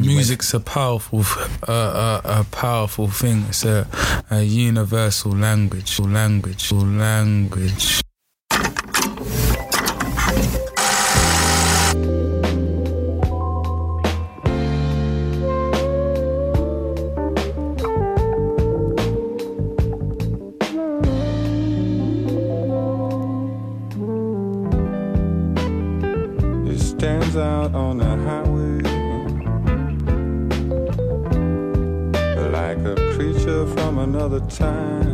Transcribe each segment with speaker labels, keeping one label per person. Speaker 1: Music's a powerful, uh, a, a powerful thing. It's a, a universal language, language, language.
Speaker 2: It stands out on the highway like a creature from another time.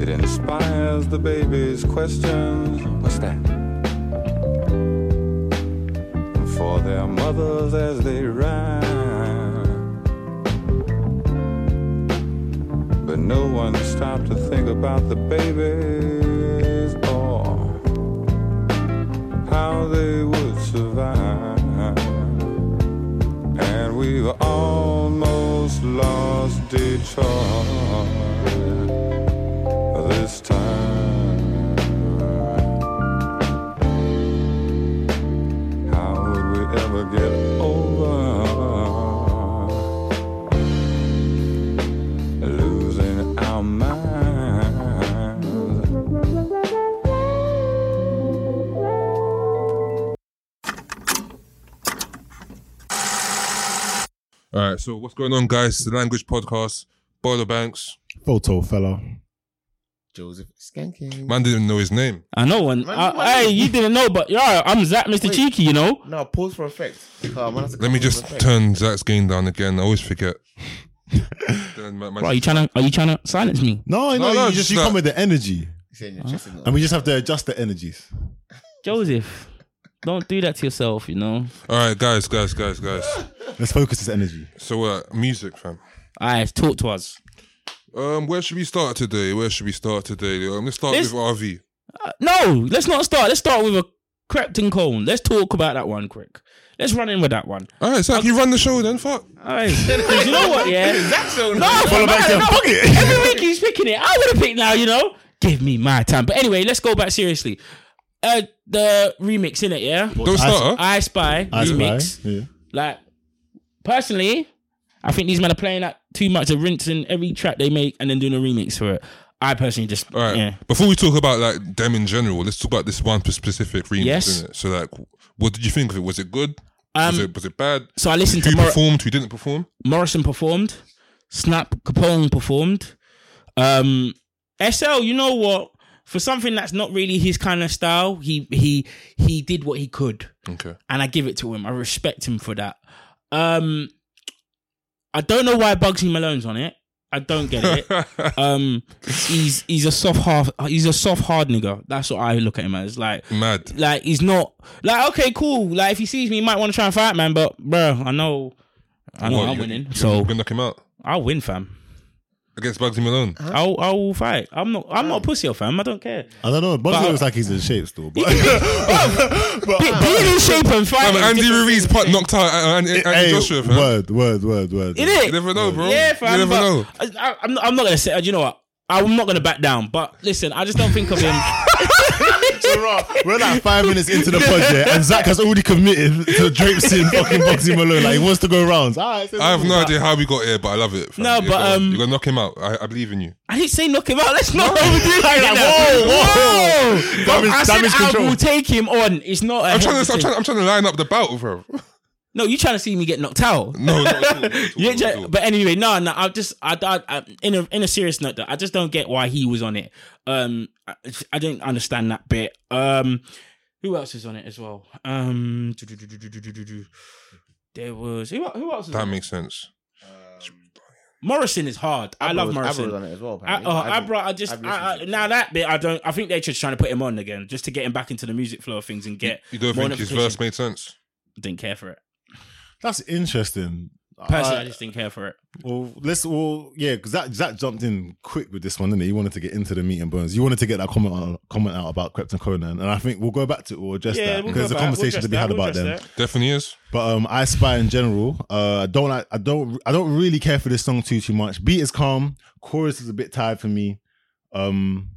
Speaker 2: It inspires the baby's questions. What's that? For their mothers as they ride. But no one stopped to think about the babies or how they would survive. And we've almost lost Detroit this time. How would we ever get over losing our minds?
Speaker 3: All right, so what's going on, guys? The Language Podcast, Boiler Banks.
Speaker 4: Photo fella.
Speaker 5: Joseph Skanking.
Speaker 3: Man didn't know his name.
Speaker 6: I know, and
Speaker 5: Man,
Speaker 6: I,
Speaker 5: man.
Speaker 6: hey, you didn't know, but yeah, I'm Zach, Mr.
Speaker 5: Wait.
Speaker 6: Cheeky. You know,
Speaker 5: No, pause for effect. Come on, Oh, that's a
Speaker 3: Let me
Speaker 5: pause for
Speaker 3: just
Speaker 5: effect.
Speaker 3: turn Zach's game down again. I always forget. Then my- my-
Speaker 6: Bro, are you trying to are you trying to silence me?
Speaker 4: No, no,
Speaker 3: No, no,
Speaker 4: you just you
Speaker 3: no.
Speaker 4: come with the energy,
Speaker 5: He's saying your chest is not-
Speaker 4: and we just have to adjust the energies.
Speaker 6: Joseph, don't do that to yourself. You know,
Speaker 3: All right, guys, guys, guys, guys.
Speaker 4: Let's focus this energy.
Speaker 3: So, uh, music, fam.
Speaker 6: I talk to us.
Speaker 3: Um, where should we start today? Where should we start today? Um, let's start
Speaker 6: This-
Speaker 3: with RV.
Speaker 6: Uh, no, let's not start. Let's start with a Crepton cone. Let's talk about that one quick. Let's run in with that one.
Speaker 3: All right, Zach, you run the show then. Fuck.
Speaker 6: All right, 'Cause you know what? Yeah,
Speaker 5: So
Speaker 6: no,
Speaker 4: Follow back
Speaker 6: no,
Speaker 4: to-
Speaker 6: no.
Speaker 4: fuck it.
Speaker 6: Every week he's picking it. I would have picked now. You know, give me my time. But anyway, let's go back seriously. Uh, the remix in it, yeah.
Speaker 3: Don't start. Huh?
Speaker 6: I Spy
Speaker 4: That's
Speaker 6: remix.
Speaker 4: right. Yeah.
Speaker 6: Like, personally, I think these men are playing that too much of rinsing every track they make and then doing a remix for it. I personally just,
Speaker 3: All right.
Speaker 6: yeah.
Speaker 3: Before we talk about like them in general, let's talk about this one specific remix.
Speaker 6: Yes.
Speaker 3: Innit? So, like, what did you think of it? Was it good? was
Speaker 6: Um,
Speaker 3: it was it bad?
Speaker 6: So I listened
Speaker 3: Who
Speaker 6: to Mor-
Speaker 3: performed? Who didn't perform?
Speaker 6: Morrison performed, Snap Capone performed, um, SL. You know what? For something that's not really his kind of style, he he he did what he could.
Speaker 3: Okay.
Speaker 6: and I give it to him. I respect him for that. Um, I don't know why Bugsy Malone's on it. I don't get it. um, he's he's a soft half. He's a soft hard nigga. That's what I look at him as. Like
Speaker 3: Mad.
Speaker 6: like he's not like okay cool. Like if he sees me, he might want to try and fight, man. But bro, I know. I know
Speaker 3: What,
Speaker 6: I'm
Speaker 3: you-
Speaker 6: winning,
Speaker 3: you-
Speaker 6: so
Speaker 3: you gonna knock him out
Speaker 6: I'll win, fam.
Speaker 3: against Bugsy Malone.
Speaker 6: I'll I will fight. I'm not I'm not a pussy, fam. I don't care.
Speaker 4: I don't know. Bugsy
Speaker 6: But-
Speaker 4: looks like he's in shape still. But, but
Speaker 6: Be- Being in shape and fighting,
Speaker 3: Fam,
Speaker 6: is
Speaker 3: Andy
Speaker 6: different.
Speaker 3: Ruiz put, knocked out uh, Andy, Andy
Speaker 4: hey,
Speaker 3: Joshua. Fam.
Speaker 4: word, word, word, word.
Speaker 6: It is.
Speaker 3: You never know, bro.
Speaker 6: Yeah, fam.
Speaker 3: You never
Speaker 6: but
Speaker 3: know.
Speaker 6: I, I, I'm, not, I'm not gonna say. You know what? I'm not gonna back down. But listen, I just don't think of him.
Speaker 4: We're like five minutes into the project, and Zach has already committed to Drape's in fucking Bugsy Malone. Like he wants to go rounds. All right, so
Speaker 3: I have no idea how we got here, but I love it. fam.
Speaker 6: No,
Speaker 3: You're
Speaker 6: but,
Speaker 3: gonna-
Speaker 6: um,
Speaker 3: you're gonna knock him out. I, I believe in you.
Speaker 6: I didn't say knock him out. Let's not overdo that.
Speaker 4: like, whoa,
Speaker 6: now. Whoa.
Speaker 4: Damage-
Speaker 6: I said
Speaker 4: damage
Speaker 6: I
Speaker 4: control.
Speaker 6: will take him on. It's not. A
Speaker 3: I'm trying, to, I'm,
Speaker 6: hesitant-
Speaker 3: trying, I'm trying to line up the battle, bro.
Speaker 6: No, you trying to see me get knocked out?
Speaker 3: No, not at all, not at all,
Speaker 6: You
Speaker 3: not
Speaker 6: try-
Speaker 3: at all.
Speaker 6: but anyway, no, no. I just, I, I, I in a in a serious note, though, I just don't get why he was on it. Um, I, I don't understand that bit. Um, who else is on it as well? Um, there was who, who else? Was
Speaker 3: That
Speaker 6: on it?
Speaker 3: makes sense.
Speaker 6: Morrison is hard. I
Speaker 5: Abra
Speaker 6: love
Speaker 5: was- Abra was on
Speaker 6: Morrison.
Speaker 5: it as well.
Speaker 6: I,
Speaker 5: apparently.
Speaker 6: oh,
Speaker 5: Abra-
Speaker 6: Abra, I just
Speaker 5: Abra
Speaker 6: I, I,
Speaker 5: listened to it.
Speaker 6: now that bit I don't. I think they're just trying to put him on again, just to get him back into the music flow of things and get.
Speaker 3: You don't
Speaker 6: more
Speaker 3: think his
Speaker 6: notification.
Speaker 3: verse made sense?
Speaker 6: Didn't care for it.
Speaker 4: That's interesting.
Speaker 6: Personally,
Speaker 4: I-
Speaker 6: I
Speaker 5: Uh,
Speaker 6: just didn't care for it.
Speaker 4: Well, let's. Well, yeah, because Zach, Zach jumped in quick with this one, didn't he? He wanted to get into the meat and bones. You wanted to get that comment on, comment out about Krypton Conan, and I think we'll go back to it. We'll address that
Speaker 6: we'll
Speaker 4: because
Speaker 6: go
Speaker 4: there's a
Speaker 6: back.
Speaker 4: conversation
Speaker 6: We'll
Speaker 4: to be had
Speaker 6: address that. We'll
Speaker 4: about them.
Speaker 6: address that.
Speaker 3: Definitely is.
Speaker 4: But um, I Spy in general, uh, I don't like, I don't, I don't really care for this song too too much. Beat is calm, chorus is a bit tired for me. Um,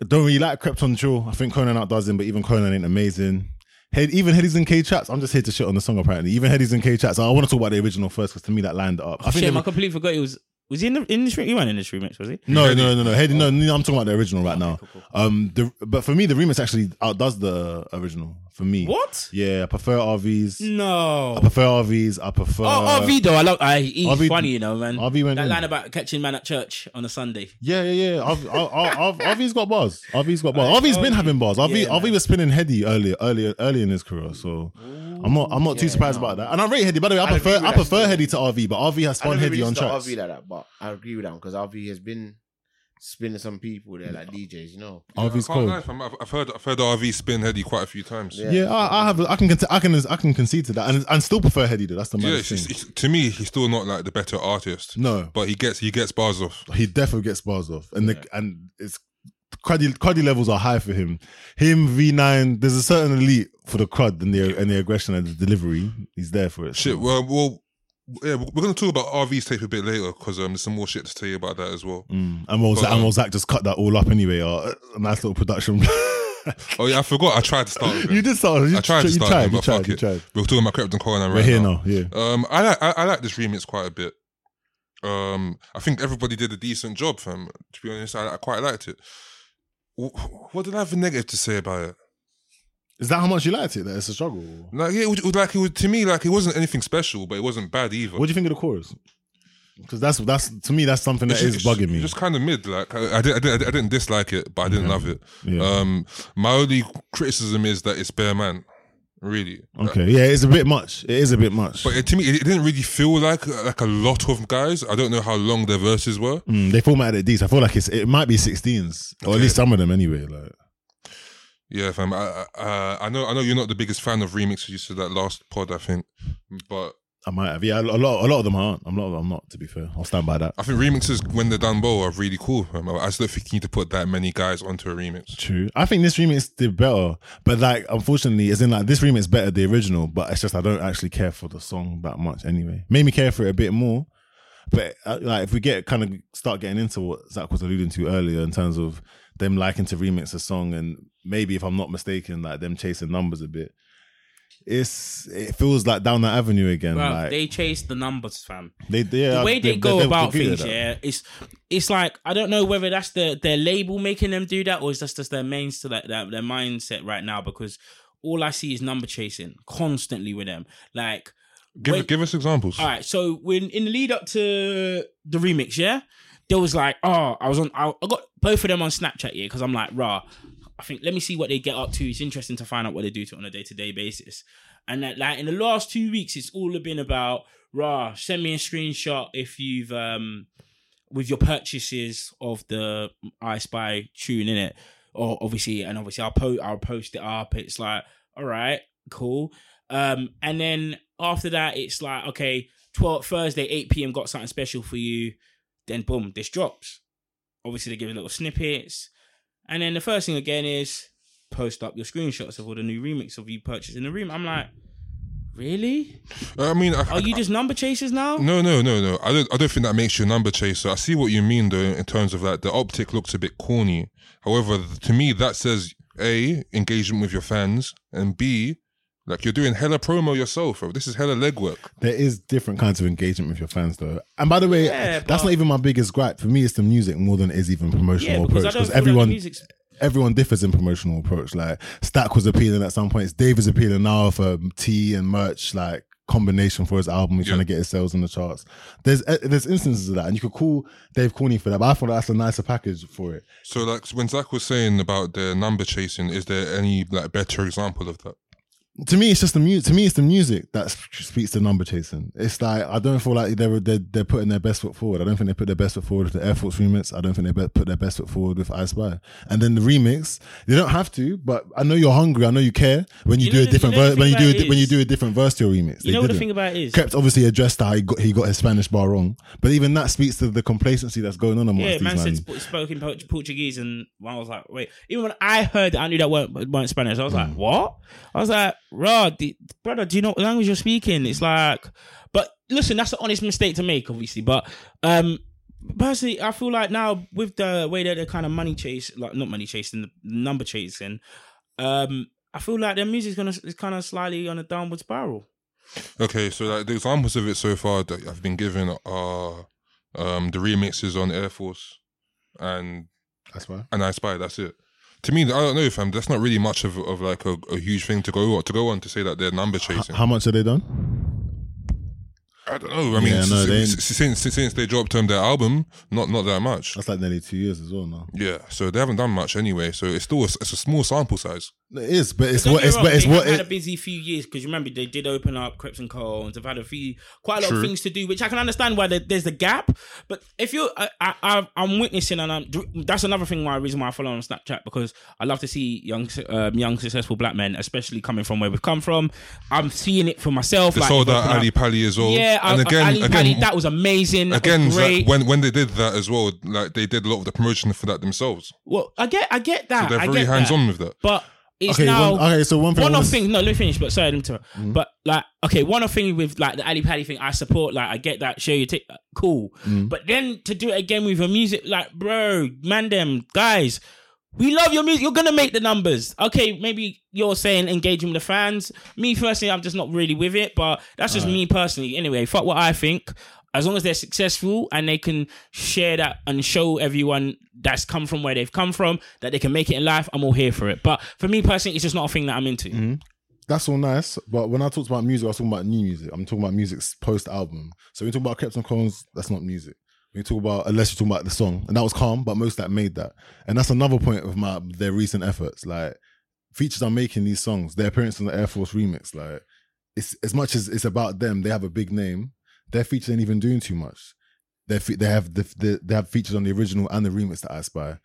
Speaker 4: I don't really like Krypton Drill. I think Conan outdoes him, but even Conan ain't amazing. Head, even Headies and K Chaps. I'm just here to shit on the song apparently. Even Headies and K Chaps. I want to talk about the original first because to me that lined up. I think
Speaker 6: Shame,
Speaker 4: they-
Speaker 6: I completely forgot he was. Was he in the industry? He wasn't in the street mix, was he?
Speaker 4: no, no, no, no, Heady,
Speaker 5: Oh.
Speaker 4: no, no. I'm talking about the original right now. Um, the, but for me, the remix actually outdoes the original. For me,
Speaker 6: What?
Speaker 4: Yeah, I prefer RVs.
Speaker 6: No.
Speaker 4: I prefer RVs. I prefer.
Speaker 6: oh, RV though. I love. I, he's
Speaker 4: RV
Speaker 6: funny, you know, man.
Speaker 4: RV went
Speaker 6: that
Speaker 4: in.
Speaker 6: line about catching man at church on a Sunday.
Speaker 4: Yeah, yeah, yeah. I've, I've, I've, RV's got bars. RV's got bars. RV's been having bars. RV,
Speaker 6: yeah,
Speaker 4: RV was spinning heady earlier, earlier, early in his career. So I'm not, I'm not too surprised about that. And I rate heady. By the way, I,
Speaker 5: I agree
Speaker 4: prefer,
Speaker 5: with
Speaker 4: I
Speaker 5: that
Speaker 4: prefer
Speaker 5: still.
Speaker 4: heady to RV, but RV has
Speaker 5: I
Speaker 4: spun
Speaker 5: never
Speaker 4: heady
Speaker 5: really
Speaker 4: on
Speaker 5: used to
Speaker 4: tracks.
Speaker 5: RV like that, but I agree with him because RV has been spinning some people there, like DJs, you know.
Speaker 4: RV's
Speaker 3: Quite
Speaker 4: cool.
Speaker 3: nice, man. I've, I've heard I've heard RV spin heady quite a few times. Yeah,
Speaker 5: Yeah.
Speaker 4: Yeah, I, I have, I can, conti- I can, I can concede to that, and and still prefer heady though. That's the maddest
Speaker 3: it's,
Speaker 4: thing.
Speaker 3: it's, it's- to me he's still not like the better artist.
Speaker 4: No.
Speaker 3: but he gets he gets bars off.
Speaker 4: he definitely gets bars off, and the, and it's cruddy cruddy levels are high for him. Him V nine, there's a certain elite for the crud and the and the aggression and the delivery. He's there for it. Mm.
Speaker 3: Shit. Well, well, yeah, we're gonna talk about RV's tape a bit later because um, there's some more shit to tell you about that as well.
Speaker 4: Mm. And well, Zach, and well, Zach just cut that all up anyway. Uh, a nice little production.
Speaker 3: Oh yeah, I forgot. I tried to start. With
Speaker 4: you
Speaker 3: him.
Speaker 4: did start. You
Speaker 3: I tried to
Speaker 4: you
Speaker 3: start,
Speaker 4: tried,
Speaker 3: him,
Speaker 4: you
Speaker 3: but
Speaker 4: tried,
Speaker 3: fuck
Speaker 4: you
Speaker 3: it.
Speaker 4: tried.
Speaker 3: We're talking about Krypton Corner right
Speaker 4: We're here
Speaker 3: now.
Speaker 4: now. Yeah.
Speaker 3: Um, I like I, I like this remix quite a bit. Um, I think everybody did a decent job, fam. To be honest, I, I quite liked it. Wh- What did I have a negative to say about it?
Speaker 4: Is that how much you liked it? That it's a struggle.
Speaker 3: Like, yeah, it was, it was like it was, to me, like it wasn't anything special, but it wasn't bad either.
Speaker 4: What do you think of the chorus? Because that's that's to me that's something that
Speaker 3: It's
Speaker 4: is
Speaker 3: just-
Speaker 4: bugging me. Mm-hmm.
Speaker 3: It's just kind of mid. Like I, I, did, I, did, I didn't dislike it, but I didn't love it.
Speaker 4: Yeah.
Speaker 3: Um, my only criticism is that it's bare man, really.
Speaker 4: okay. Yeah, it's a bit much. It is a bit much.
Speaker 3: But it, to me, it, it didn't really feel like like a lot of guys. I don't know how long their verses were.
Speaker 4: Mm, they formatted it decent. I feel like it's it might be 16s or at
Speaker 3: Okay.
Speaker 4: least some of them anyway. Like
Speaker 3: Yeah, fam. I, I- uh, I, I know, I know you're not the biggest fan of remixes. You said that last pod, I think. But
Speaker 4: I might have. Yeah, a lot a lot of them aren't. I'm not. I'm not. To be fair, I'll stand by that.
Speaker 3: I think remixes when they're done well are really cool. Fam. I just don't think you need to put that many guys onto a remix.
Speaker 4: True. I think this remix did better, but like unfortunately, as in like this remix better than the original. But it's just I don't actually care for the song that much anyway. Made me care for it a bit more. But uh, like if we get kind of start getting into what Zach was alluding to earlier in terms of them liking to remix a song and maybe if I'm not mistaken, like them chasing numbers a bit. It's it feels like down that avenue again.
Speaker 6: Bruv,
Speaker 4: like
Speaker 6: they chase the numbers, fam.
Speaker 4: They, yeah,
Speaker 6: the way they, go about
Speaker 4: good at
Speaker 6: things,
Speaker 4: that.
Speaker 6: yeah, it's it's like I don't know whether that's their their label making them do that, or is that just their mains to that, that their mindset right now? Because all I see is number chasing constantly with them. Like,
Speaker 3: Give
Speaker 6: Wait.
Speaker 3: give us examples.
Speaker 6: all right, so when in the lead up to the remix, yeah, there was like, oh, I was on, I, I got both of them on Snapchat, yeah, because I'm like, rah, I think let me see what they get up to. It's interesting to find out what they do to on a day to day basis. And that, like in the last two weeks, it's all been about rah. Send me a screenshot if you've um with your purchases of the I Spy tune in it, or obviously, and obviously, I'll post, I'll post it up. It's like, all right, cool. Um, and then after that, it's like, okay, 12 Thursday, 8 p.m. got something special for you. Then boom, this drops. Obviously, they give little snippets. And then the first thing again is post up your screenshots of all the new remix of you purchasing the room. I'm like, really?
Speaker 3: I mean, I,
Speaker 6: Are you just number chasers now?
Speaker 3: No, no, no, no. I don't. I don't think that makes you a number chaser. I see what you mean though, in terms of like the optic looks a bit corny. However, th- to me, that says a engagement with your fans, and b like you're doing hella promo yourself. Bro. This is hella legwork.
Speaker 4: There is different kinds of engagement with your fans, though. And by the way,
Speaker 6: Yeah,
Speaker 4: that's
Speaker 6: but-
Speaker 4: not even my biggest gripe. For me, it's the music more than it is even promotional
Speaker 6: Yeah, because
Speaker 4: approach. Because
Speaker 6: I don't feel like the
Speaker 4: everyone,
Speaker 6: music's-
Speaker 4: everyone differs in promotional approach. Like Stack was appealing at some points. Dave is appealing now for tea and merch, like combination for his album. He's
Speaker 3: Yeah.
Speaker 4: trying to get his sales on the charts. There's eh, there's instances of that, and you could call Dave corny for that. But I thought that's a nicer package for it.
Speaker 3: So like when Zach was saying about the number chasing, is there any like better example of that?
Speaker 4: to me, it's just the music. To me, it's the music that s- speaks to number chasing. It's like I don't feel like they're, they're they're putting their best foot forward. I don't think they put their best foot forward with the Air Force remix. I don't think they be- put their best foot forward with I Spy. And then the remix, they don't have to. But I know you're hungry. I know you care when you,
Speaker 6: You
Speaker 4: do
Speaker 6: know
Speaker 4: a
Speaker 6: the-
Speaker 4: different
Speaker 6: you know
Speaker 4: ver-
Speaker 6: the
Speaker 4: when you
Speaker 6: thing
Speaker 4: do a
Speaker 6: about
Speaker 4: di-
Speaker 6: it
Speaker 4: when you
Speaker 6: is-
Speaker 4: do a different verse to your remix.
Speaker 6: You
Speaker 4: They
Speaker 6: know what the
Speaker 4: didn't.
Speaker 6: thing about it is?
Speaker 4: Kept obviously addressed how he got he got his Spanish bar wrong, but even that speaks to the complacency that's going on amongst
Speaker 6: Yeah,
Speaker 4: these
Speaker 6: man
Speaker 4: man.
Speaker 6: said sp- spoke in Port- Portuguese, and I was like, wait. Even when I heard that, I knew that weren't, weren't Spanish. I was like, what? I was like, Rod, d- brother, do you know what language you're speaking? It's like, but listen, that's an honest mistake to make, obviously. But um, personally, I feel like now with the way that they're kind of money chase, like not money chasing, the number chasing, um, I feel like their music's gonna is kind of slightly on a downward spiral.
Speaker 3: Okay, so like the examples of it so far that I've been given are um, the remixes on Air Force and
Speaker 4: That's why.
Speaker 3: and I Spy. That's it. To me, I don't know if I'm. That's not really much of, of like a, a huge thing to go to go on to say that they're number chasing.
Speaker 4: How much have they done?
Speaker 3: I don't know. I mean,
Speaker 4: Yeah, no, they
Speaker 3: since,
Speaker 4: ain't-
Speaker 3: since since they dropped um, their album, not not that much.
Speaker 4: That's like nearly two years as well now.
Speaker 3: Yeah, so they haven't done much anyway. So it's still a, it's a small sample size.
Speaker 4: It is, but it's
Speaker 6: Don't
Speaker 4: what
Speaker 6: get me
Speaker 4: it's
Speaker 6: wrong,
Speaker 4: but it's
Speaker 6: they have
Speaker 4: what
Speaker 6: had a
Speaker 4: it,
Speaker 6: busy few years because remember they did open up Crips and Cones. They've had a few quite a lot
Speaker 3: True.
Speaker 6: of things to do, which I can understand why there- there's a gap. But if you, I, I, I, I'm witnessing, and I'm that's another thing why reason why I follow on Snapchat because I love to see young, um, young successful black men, especially coming from where we've come from. I'm seeing it for myself.
Speaker 3: They
Speaker 6: like,
Speaker 3: sold
Speaker 6: they've
Speaker 3: out
Speaker 6: opened
Speaker 3: Ali
Speaker 6: up-
Speaker 3: Pali as well.
Speaker 6: Yeah, uh,
Speaker 3: and again,
Speaker 6: Ali
Speaker 3: again,
Speaker 6: Pali, that was amazing. That
Speaker 3: again,
Speaker 6: was great.
Speaker 3: like, when when they did that as well, like they did a lot of the promotion for that themselves.
Speaker 6: well, I get, I get
Speaker 3: So
Speaker 6: that.
Speaker 3: they're
Speaker 6: Ah, I
Speaker 3: very
Speaker 6: get that.
Speaker 3: hands on with that.
Speaker 6: But it's
Speaker 4: okay,
Speaker 6: now
Speaker 4: one, okay, so one thing I
Speaker 6: one
Speaker 4: wanna
Speaker 6: off
Speaker 4: s-
Speaker 6: thing. No, let me finish. But sorry, let me tell. But like, okay, one off thing with like the Ali Pali thing. I support. Like, I get that. Show your tick. Cool. But then to do it again with your music, like, bro, man, them guys. We love your music. You're gonna make the numbers, okay? Maybe you're saying engaging with the fans. Me personally, I'm just not really with it, but that's just me personally. Anyway, fuck what I think. As long as they're successful and they can share that and show everyone that's come from where they've come from that they can make it in life, I'm all here for it. But for me personally, it's just not a thing that I'm into.
Speaker 4: that's all nice. But when I talked about music, I was talking about new music. I'm talking about music's post album. So when you talk about Caps and Cones, that's not music. When you talk about unless you're talking about the song, and that was calm, but most that made that. And that's another point of my their recent efforts. Like features are making these songs, their appearance on the Air Force remix, like it's as much as it's about them, they have a big name. Their features ain't even doing too much. Their fe- they have the, the they have features on the original and the remix that I spy.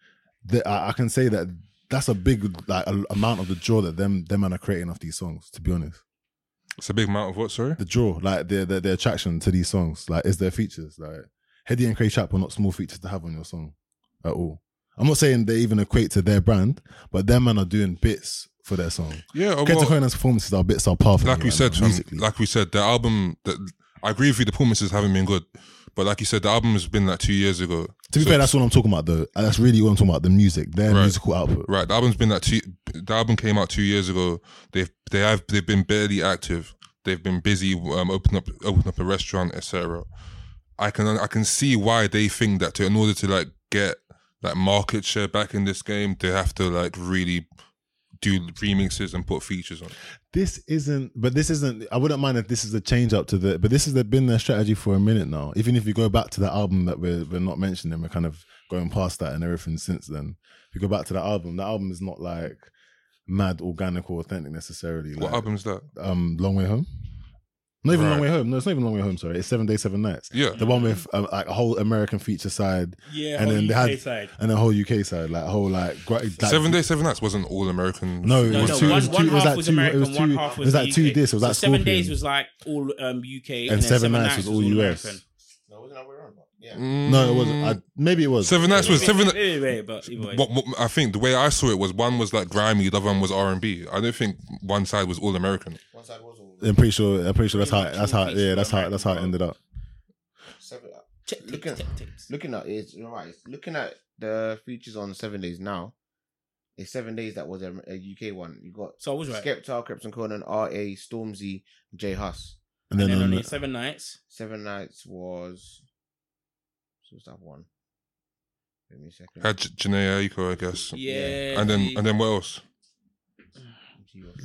Speaker 4: The, I, I can say that that's a big like a, amount of the draw that them them man are creating off these songs. To be honest,
Speaker 3: It's a big amount of what? Sorry.
Speaker 4: the draw like their their, their attraction to these songs like is their features like Hedy and Cray Chap are not small features to have on your song at all. I'm not saying they even equate to their brand, but them man are doing bits for their song.
Speaker 3: Yeah, well,
Speaker 4: Kenta Kona's performances are bits are powerful.
Speaker 3: like we
Speaker 4: right
Speaker 3: said,
Speaker 4: now,
Speaker 3: fam,
Speaker 4: musically.
Speaker 3: like we said, the album. That, I agree with you. The performances haven't been good, but like you said, the album has been like two years ago.
Speaker 4: to be
Speaker 3: So-
Speaker 4: fair, that's what I'm talking about though. That's really what I'm talking about. The music, their
Speaker 3: Right.
Speaker 4: musical output.
Speaker 3: Right, the album's been that two. The album came out two years ago. They've they have they've been barely active. They've been busy. Um, open up open up a restaurant, etc. I can I can see why they think that to, in order to like get like market share back in this game, they have to like really do remixes and put features on.
Speaker 4: This isn't, but this isn't. I wouldn't mind if this is a change up to the, but this has been their strategy for a minute now. Even if you go back to the album that we're we're not mentioning, we're kind of going past that and everything since then. If you go back to the album, the album is not like mad organic or authentic necessarily.
Speaker 3: What
Speaker 4: like,
Speaker 3: album's that?
Speaker 4: Um, Long Way Home. Not even Long
Speaker 3: Right.
Speaker 4: Way Home. No, it's not even Long Way Home. Sorry, it's Seven Days, Seven Nights.
Speaker 3: Yeah.
Speaker 4: The one with um, like a whole American feature side
Speaker 6: Yeah,
Speaker 4: And whole then they UK had-
Speaker 6: side.
Speaker 4: and a whole UK side, like a whole like, gra- like
Speaker 3: seven days, seven nights wasn't all American.
Speaker 4: No, it
Speaker 6: No,
Speaker 4: was
Speaker 6: no,
Speaker 4: two-
Speaker 6: one,
Speaker 4: it was
Speaker 6: one
Speaker 4: two- it was
Speaker 6: half
Speaker 4: like
Speaker 6: was
Speaker 4: two- it
Speaker 6: American,
Speaker 4: was
Speaker 6: one
Speaker 4: two-
Speaker 6: half
Speaker 4: it
Speaker 6: was,
Speaker 4: was
Speaker 6: the
Speaker 4: like two
Speaker 6: UK.
Speaker 4: discs, it was
Speaker 6: So
Speaker 4: like
Speaker 6: seven
Speaker 4: Scorpion.
Speaker 6: days was like all um, UK, and,
Speaker 4: And
Speaker 6: then
Speaker 4: Seven
Speaker 6: seven
Speaker 4: Nights was all US.
Speaker 6: American.
Speaker 5: No, wasn't that way around? Yeah.
Speaker 3: Mm.
Speaker 4: No, it
Speaker 6: Mm.
Speaker 4: wasn't. I, maybe it was
Speaker 3: Seven nights was seven.
Speaker 6: Wait, wait, wait, but either way.
Speaker 3: What, what I think the way I saw it was one was like grimy, the other one was R and B. I don't think one side was all American.
Speaker 5: One side was all
Speaker 4: I'm pretty sure. I'm pretty sure that's how. That's how. Yeah, that's how. That's how it ended up.
Speaker 5: seven.
Speaker 6: Check tapes,
Speaker 5: Looking-
Speaker 6: check tapes.
Speaker 5: Looking at it, you're right. Looking at the features on Seven Days now, it's Seven Days that was a, a UK one. You got
Speaker 6: So I was right.
Speaker 5: Skepta, Crips and Conan, R A, Stormzy, J Huss.
Speaker 4: And
Speaker 6: And
Speaker 4: then,
Speaker 6: then
Speaker 4: on
Speaker 6: only
Speaker 4: the,
Speaker 6: seven nights.
Speaker 5: Seven Nights was. So what's that one? Give me a second.
Speaker 3: Had J- Janae Aiko, I guess.
Speaker 6: Yeah.
Speaker 3: And then and then what else?